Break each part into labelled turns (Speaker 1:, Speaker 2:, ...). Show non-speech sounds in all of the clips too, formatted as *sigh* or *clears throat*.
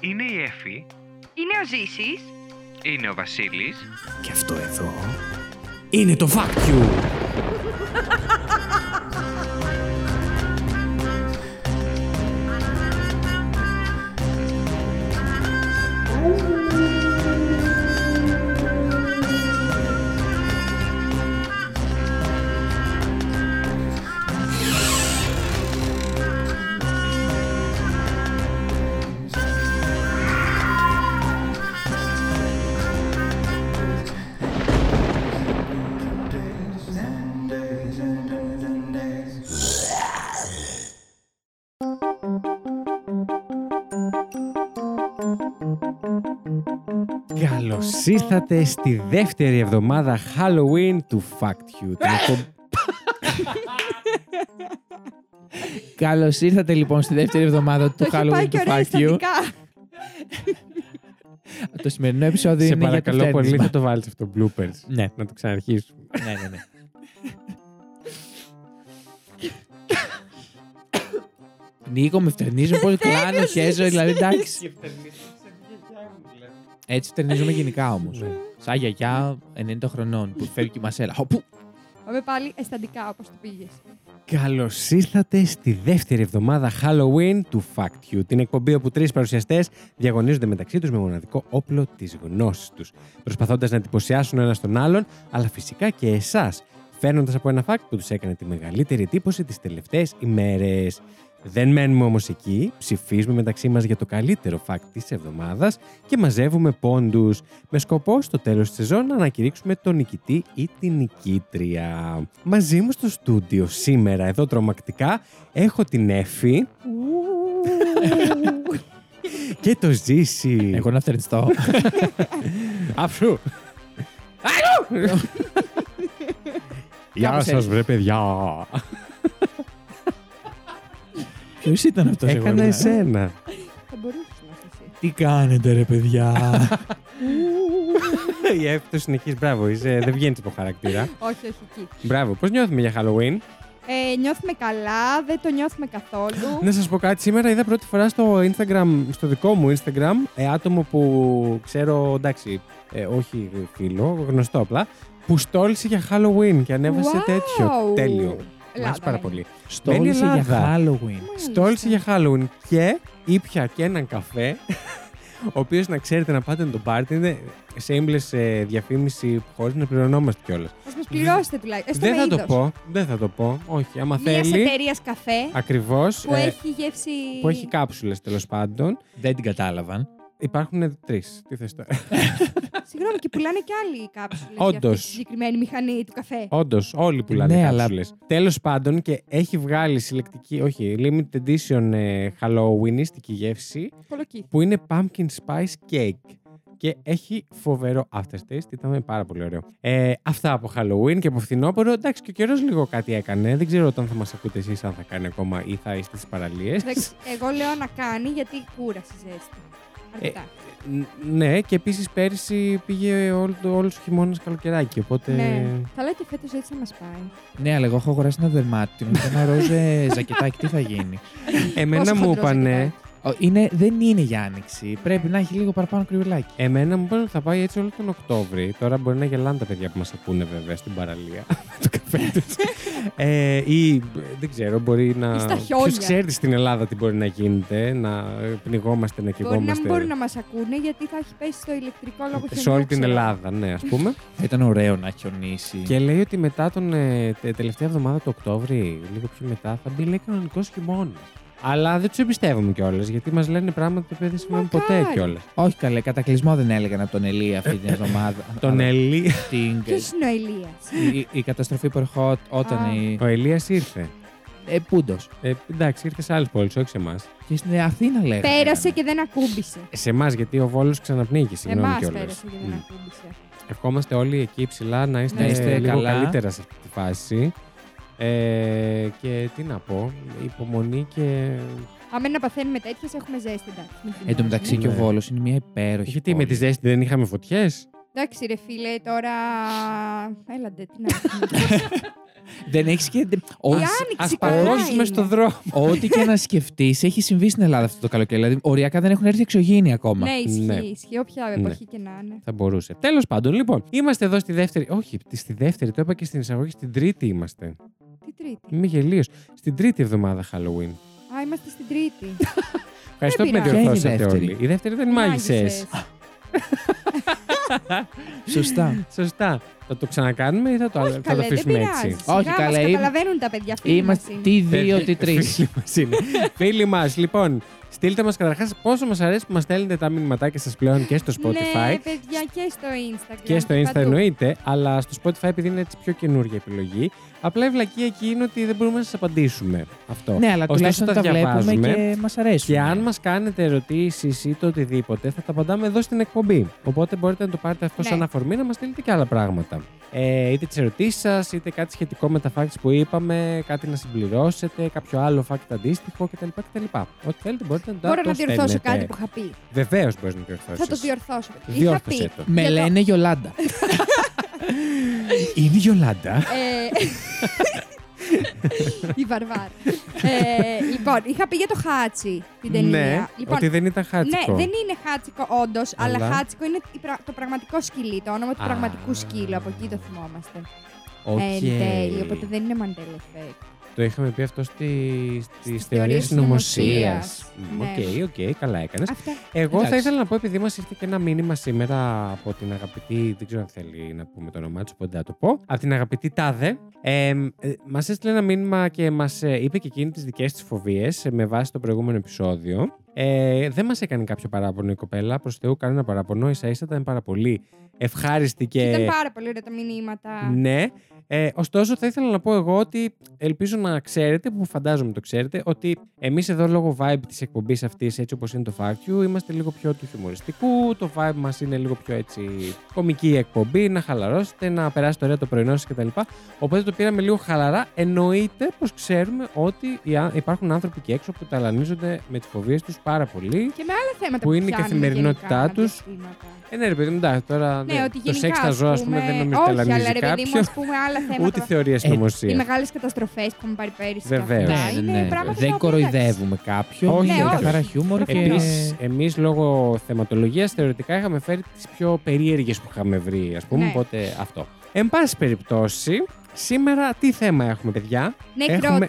Speaker 1: Είναι η Εφη,
Speaker 2: Είναι ο Ζήσης.
Speaker 1: είναι ο Βασίλης
Speaker 3: Και αυτό εδώ είναι το Fact You. Καλώς ήρθατε στη δεύτερη εβδομάδα Halloween του Fact You. την εκπομπ-
Speaker 4: Καλώς ήρθατε λοιπόν στη δεύτερη εβδομάδα του
Speaker 2: Το έχει πάει
Speaker 4: Halloween
Speaker 2: και
Speaker 4: του
Speaker 2: ωραία
Speaker 4: Fact You.
Speaker 2: συστατικά.
Speaker 4: Το σημερινό επεισόδιο
Speaker 3: Σε
Speaker 4: είναι για το
Speaker 3: παρακαλώ πολύ
Speaker 4: φτέρνισμα. *laughs*
Speaker 3: θα το βάλεις αυτό bloopers.
Speaker 4: Ναι,
Speaker 3: Να το ξαναρχίσουμε.
Speaker 4: ναι, ναι. ναι. Νίκο, με φτερνίζουν πολύ κλάνω, χέζω, δηλαδή εντάξει. Έτσι φτερνίζουμε γενικά όμως.
Speaker 3: Ναι.
Speaker 4: Σαν γιαγιά 90 χρονών που φεύγει και η μασέλα. Χοπού!
Speaker 2: Πάμε πάλι αισθαντικά όπως το πήγες.
Speaker 3: Καλώς ήρθατε στη δεύτερη εβδομάδα Halloween του Fact You, την εκπομπή όπου τρεις παρουσιαστές διαγωνίζονται μεταξύ τους με μοναδικό όπλο της γνώσης τους, προσπαθώντας να εντυπωσιάσουν ένας τον άλλον, αλλά φυσικά και εσάς, φέρνοντας από ένα fact που τους έκανε τη μεγαλύτερη εντύπωση τις τελευταίες ημέρες. Δεν μένουμε όμως εκεί, ψηφίζουμε μεταξύ μας για το καλύτερο fact της εβδομάδας και μαζεύουμε πόντους, με σκοπό στο τέλος της σεζόν να ανακηρύξουμε τον νικητή ή την νικήτρια. Μαζί μου στο στούντιο σήμερα, εδώ τρομακτικά, έχω την Εφη *laughs* και το Ζήση.
Speaker 4: Εγώ να φτερνιστώ. *laughs*
Speaker 3: Αφού. Γεια
Speaker 4: Κάπως
Speaker 3: σας
Speaker 4: έτσι.
Speaker 3: βρε παιδιά.
Speaker 4: Ποιος ήταν δηλαδή? αυτό
Speaker 3: Έκανα εσένα.
Speaker 2: Θα μπορούσες να είσαι εσύ.
Speaker 4: Τι κάνετε, ρε παιδιά.
Speaker 3: *laughs* Η Εφη το συνεχίζει, μπράβο, είσαι- δεν βγαίνεις από χαρακτήρα.
Speaker 2: Όχι, όχι εκεί.
Speaker 3: Μπράβο, πώς νιώθουμε για Halloween.
Speaker 2: Ε, νιώθουμε καλά, δεν το νιώθουμε καθόλου.
Speaker 3: Να σας πω κάτι, σήμερα είδα πρώτη φορά στο Instagram, στο δικό μου Instagram, ε, άτομο που ξέρω, εντάξει, ε, όχι φίλο, γνωστό απλά, που στόλισε για Halloween και ανέβασε
Speaker 2: Wow!
Speaker 3: τέτοιο. Τέλειο. Μου
Speaker 2: Ελλάδα,
Speaker 3: άρεσε πάρα
Speaker 2: ναι.
Speaker 3: πολύ.
Speaker 4: *laughs* Στόλισε για
Speaker 3: Ελλάδα.
Speaker 4: Halloween.
Speaker 2: Μάλιστα.
Speaker 3: Στόλισε για Halloween και ήπια και έναν καφέ, ο οποίος να ξέρετε να πάτε να τον πάρετε, είναι shameless ε, διαφήμιση χωρίς να πληρωνόμαστε κιόλας.
Speaker 2: Ας μας πληρώσετε τουλάχιστον. έστω
Speaker 3: Δεν
Speaker 2: με
Speaker 3: θα το
Speaker 2: είδος.
Speaker 3: πω, δεν θα το πω, όχι, άμα
Speaker 2: Μιας
Speaker 3: θέλει,
Speaker 2: εταιρείας καφέ
Speaker 3: ακριβώς,
Speaker 2: που
Speaker 3: ε,
Speaker 2: έχει γεύση...
Speaker 3: που έχει κάψουλες τέλος πάντων,
Speaker 4: Δεν την κατάλαβαν.
Speaker 3: Υπάρχουν τρεις. Τι θες τώρα.
Speaker 2: Συγγνώμη, και πουλάνε κι άλλοι κάψουλες για αυτή τη
Speaker 3: Όντως.
Speaker 2: συγκεκριμένη μηχανή του καφέ.
Speaker 3: Όντως, όλοι πουλάνε
Speaker 4: Ναι,
Speaker 3: ναι,
Speaker 4: αλλά-
Speaker 3: κάψουλες. Τέλος πάντων και έχει βγάλει συλλεκτική, όχι, limited edition ε, Halloweenιστική γεύση
Speaker 2: Κολοκύθι.
Speaker 3: που είναι pumpkin spice cake. Και έχει φοβερό aftertaste. Ήταν πάρα πολύ ωραίο. Ε, αυτά από Halloween και από φθινόπωρο. Εντάξει, και ο καιρός λίγο κάτι έκανε. Δεν ξέρω όταν θα μας ακούτε εσείς, αν θα κάνει ακόμα ή θα είστε στις παραλίες.
Speaker 2: Δεν ξε- Εγώ λέω να κάνει γιατί κούρασε η ζέστη.
Speaker 3: Ε,
Speaker 2: Αρκετά.
Speaker 3: ναι, και επίσης πέρυσι πήγε όλο, όλος ο χειμώνα καλοκαιράκι. Οπότε.
Speaker 2: Ναι. Καλά και φέτος έτσι θα μας πάει.
Speaker 4: Ναι, αλλά εγώ έχω αγοράσει ένα δερμάτιο με ένα ροζ ε, ζακετάκι. Τι θα γίνει.
Speaker 3: Εμένα
Speaker 2: Πόσο
Speaker 3: μου
Speaker 2: χοντρός
Speaker 3: είπανε.
Speaker 2: ήταν.
Speaker 4: Ο- Είναι, δεν είναι για άνοιξη. Πρέπει να έχει λίγο παραπάνω κρυουλάκι.
Speaker 3: Εμένα μου πάνε ότι θα πάει έτσι όλο τον Οκτώβρη. Τώρα μπορεί να γελάνε τα παιδιά που μας ακούνε βέβαια στην παραλία. *laughs* το καφέ τους. ε, ή ε, δεν ξέρω, μπορεί να.
Speaker 2: Ή στα χιόνια.
Speaker 3: Ποιος ξέρει στην Ελλάδα τι μπορεί να γίνεται, να ε, πνιγόμαστε, να
Speaker 2: Μπορεί να
Speaker 3: κεγόμαστε.
Speaker 2: μην μπορούν να μας ακούνε γιατί θα έχει πέσει το ηλεκτρικό λόγο χειμώνα.
Speaker 3: σε όλη την Ελλάδα, ναι, ας πούμε.
Speaker 4: Θα ήταν ωραίο να χιονίσει.
Speaker 3: και λέει ότι μετά τον ε, τε- τελευταία εβδομάδα του Οκτώβρη, λίγο πιο μετά, θα μπει λέει κανονικός χειμώνας. Αλλά δεν τους εμπιστεύομαι κιόλας, γιατί μας λένε πράγματα που δεν συμβαίνουν ποτέ
Speaker 2: Μακάρι.
Speaker 3: κιόλας.
Speaker 4: Όχι καλέ, κατακλυσμό δεν έλεγαν από τον Ελία αυτή την εβδομάδα.
Speaker 3: *laughs* Τον
Speaker 4: Αλλά
Speaker 3: Ελί.
Speaker 4: την-
Speaker 2: Ποιος είναι ο Ηλία.
Speaker 3: Ε,
Speaker 4: η, η καταστροφή που ερχόταν
Speaker 2: Α.
Speaker 4: όταν. η-
Speaker 3: Ο Ελίας ήρθε.
Speaker 4: Ε, Πούντος.
Speaker 3: Ε, εντάξει, ήρθε σε άλλες πόλεις, όχι σε εμάς.
Speaker 4: Και στην Αθήνα
Speaker 3: ε,
Speaker 4: λέγανε.
Speaker 2: Πέρασε και δεν ακούμπησε.
Speaker 3: Σε εμάς, γιατί ο Βόλος ξαναπνίγει. Συγγνώμη
Speaker 2: Εμάς
Speaker 3: κιόλας.
Speaker 2: πέρασε και δεν ακούμπησε.
Speaker 3: Ευχόμαστε όλοι εκεί ψηλά να είστε,
Speaker 4: Να είστε
Speaker 3: λίγο
Speaker 4: καλά.
Speaker 3: καλύτερα σε αυτή τη φάση. Ε, και τι να πω, υπομονή και.
Speaker 2: Άμα είναι να παθαίνουμε τέτοιες, έχουμε ζέστη. εντάξει, μην
Speaker 4: Εν τω μεταξύ και
Speaker 2: θυμάσαι.
Speaker 4: ο
Speaker 3: Ναι.
Speaker 4: Βόλος είναι μια υπέροχη.
Speaker 3: Γιατί με
Speaker 4: πόλη.
Speaker 3: τη ζέστη δεν είχαμε φωτιές.
Speaker 2: Εντάξει ρε φίλε, τώρα... Έλαντε, τι να
Speaker 3: *laughs*
Speaker 2: πούμε.
Speaker 4: Δεν έχεις και. Ο-
Speaker 2: Η άνοιξη καλά
Speaker 3: Παγώσουμε
Speaker 2: είναι.
Speaker 3: στο δρόμο.
Speaker 4: Ό,τι και να σκεφτείς, έχει συμβεί στην Ελλάδα αυτό το καλοκαίρι. Δηλαδή, οριακά δεν έχουν έρθει εξωγήινοι ακόμα.
Speaker 2: Ναι,
Speaker 3: Ναι.
Speaker 2: ισχύει, ισχύει. Όποια
Speaker 3: Ναι.
Speaker 2: εποχή και να είναι.
Speaker 3: Θα μπορούσε. Τέλος πάντων, λοιπόν, είμαστε εδώ στη δεύτερη. Όχι, στη δεύτερη, το είπα και στην εισαγωγή, στην τρίτη είμαστε.
Speaker 2: Τι τρίτη.
Speaker 3: Είμαι γελίος. Στην τρίτη εβδομάδα Halloween.
Speaker 2: Α, είμαστε στην τρίτη.
Speaker 3: Ευχαριστώ που με
Speaker 4: Ποια
Speaker 2: πειράζει.
Speaker 4: είναι
Speaker 3: διορθώσατε
Speaker 4: η δεύτερη?
Speaker 3: όλοι. Η δεύτερη δεν μάγισσε.
Speaker 4: Σωστά.
Speaker 3: Σωστά. Θα το ξανακάνουμε ή θα το,
Speaker 2: Όχι
Speaker 3: θα το
Speaker 2: καλέ, δεν
Speaker 3: αφήσουμε
Speaker 2: πειράζει.
Speaker 3: έτσι.
Speaker 2: Σιγά
Speaker 4: Όχι,
Speaker 2: μας
Speaker 4: καλέ, είμαι-
Speaker 2: καταλαβαίνουν τα παιδιά
Speaker 3: Ε,
Speaker 2: φίλοι
Speaker 4: Είμαστε
Speaker 2: μας είναι.
Speaker 4: τι δύο, τι τρεις.
Speaker 3: Φίλοι μας είναι. Φίλοι μας, λοιπόν, στείλτε μας καταρχάς πόσο μας αρέσει που μας στέλνετε τα μηνυματάκια σας πλέον και στο Spotify.
Speaker 2: Ναι, παιδιά, και στο Instagram.
Speaker 3: Και στο Insta
Speaker 2: παντού.
Speaker 3: εννοείται, αλλά στο Spotify επειδή είναι έτσι πιο καινούργια επιλογή. Απλά η βλακία εκεί είναι ότι δεν μπορούμε να σας απαντήσουμε. Αυτό.
Speaker 4: Ναι, αλλά
Speaker 3: Ωστόσο,
Speaker 4: τουλάχιστον τα βλέπουμε και μας αρέσουν.
Speaker 3: Και αν μας κάνετε ερωτήσεις ή το οτιδήποτε, θα τα απαντάμε εδώ στην εκπομπή. Οπότε μπορείτε να το πάρετε αυτό
Speaker 2: Ναι.
Speaker 3: σαν αφορμή να μας στείλετε και άλλα πράγματα. Ε, είτε τις ερωτήσεις σας, είτε κάτι σχετικό με τα facts που είπαμε, κάτι να συμπληρώσετε, κάποιο άλλο fact αντίστοιχο κτλ. κτλ. Ό,τι θέλετε μπορείτε να το
Speaker 2: Μπορώ
Speaker 3: το
Speaker 2: να διορθώσω
Speaker 3: στέλνετε.
Speaker 2: κάτι που είχα πει.
Speaker 3: Βεβαίως μπορείς να διορθώσεις.
Speaker 2: Θα το διορθώσω. Είχα πει.
Speaker 3: Διόρθωσε το.
Speaker 4: Με
Speaker 2: Για το-
Speaker 4: λένε Γιολάντα.
Speaker 3: *laughs* Είναι η Γιολάντα.
Speaker 2: Ε, *laughs* Η Βαρβάρα. Ε, λοιπόν, είχα πει για το χάτσι την ταινία.
Speaker 3: Ναι,
Speaker 2: λοιπόν,
Speaker 3: ότι δεν ήταν χάτσικο.
Speaker 2: Ναι, δεν είναι χάτσικο όντως, αλλά...
Speaker 3: Αλλά?
Speaker 2: χάτσικο είναι η πρα- το πραγματικό σκυλί, το όνομα του
Speaker 3: Α.
Speaker 2: πραγματικού σκύλου. Από εκεί το θυμόμαστε.
Speaker 3: Οκ.
Speaker 2: Ε, Εν τέλει, οπότε δεν είναι Mandela effect.
Speaker 3: Το είχαμε πει αυτό στη, στις
Speaker 2: Στις
Speaker 3: θεωρίες
Speaker 2: θεωρίες
Speaker 3: συνωμοσία.
Speaker 2: συνωμοσίας. Ναι.
Speaker 3: Οκ, οκ, καλά έκανες.
Speaker 2: Αυτά.
Speaker 3: Εγώ θα
Speaker 4: Εντάξει.
Speaker 3: ήθελα να πω, επειδή μας ήρθε και ένα μήνυμα σήμερα από την αγαπητή. Δεν ξέρω αν θέλει να πούμε το όνομά του, οπότε θα το πω. Από την αγαπητή Τάδε. Ε, μας έστειλε ένα μήνυμα και μας είπε και εκείνη τις δικές της φοβίες ε, με βάση το προηγούμενο επεισόδιο. Ε, δεν μας έκανε κάποιο παράπονο η κοπέλα. Προς Θεού, κανένα παραπονό. σα ίσα ήταν πάρα πολύ ευχάριστη και.
Speaker 2: Ήταν πάρα πολύ ωραία τα μηνύματα.
Speaker 3: Ναι. Ε, ωστόσο, θα ήθελα να πω εγώ ότι ελπίζω να ξέρετε, που φαντάζομαι το ξέρετε, ότι εμείς εδώ λόγω vibe της εκπομπής αυτής, έτσι όπως είναι το Fact You, είμαστε λίγο πιο του χιουμοριστικού. Το vibe μας είναι λίγο πιο έτσι κομική η εκπομπή, να χαλαρώσετε, να περάσετε ωραία το πρωινό σας κτλ. Οπότε το πήραμε λίγο χαλαρά. Εννοείται πως ξέρουμε ότι οι ά- υπάρχουν άνθρωποι και έξω που ταλανίζονται με τις φοβίες τους πάρα πολύ.
Speaker 2: Και με άλλα θέματα
Speaker 3: Που είναι η
Speaker 2: πιάνουν
Speaker 3: καθημερινότητά
Speaker 2: γενικά,
Speaker 3: τους.
Speaker 2: αναισθήματα.
Speaker 3: Ε, ναι, ρε παιδί μου, εντάξει, τώρα
Speaker 2: Ναι, ότι
Speaker 3: το
Speaker 2: γενικά.
Speaker 3: σεξ τα ζώα, ας πούμε, δεν νομίζω
Speaker 2: Όχι,
Speaker 3: ταλανίζει
Speaker 2: αλλά ρε παιδί μου,
Speaker 3: κάποιον.
Speaker 2: ας πούμε, Ε, άλλα
Speaker 3: Ούτε
Speaker 2: θέματα.
Speaker 3: θεωρία
Speaker 2: Οι
Speaker 3: συνωμοσία.
Speaker 2: μεγάλες καταστροφές που έχουμε πάρει πέρυσι. και
Speaker 3: Βεβαίως. Ναι,
Speaker 2: αυτά, είναι πράγματα τα
Speaker 4: Δεν
Speaker 2: οποία, εντάξει,
Speaker 4: κοροϊδεύουμε κάποιον.
Speaker 3: Όχι,
Speaker 4: είναι
Speaker 3: όχι.
Speaker 4: καθαρά χιούμορ. και-
Speaker 3: Επίση, εμείς λόγω θεματολογίας θεωρητικά είχαμε φέρει τις πιο περίεργες που είχαμε βρει, ας πούμε.
Speaker 2: Ναι.
Speaker 3: Οπότε αυτό. Εν πάση περιπτώσει, σήμερα τι θέμα έχουμε, παιδιά.
Speaker 2: Νεκρό.
Speaker 3: Έχουμε.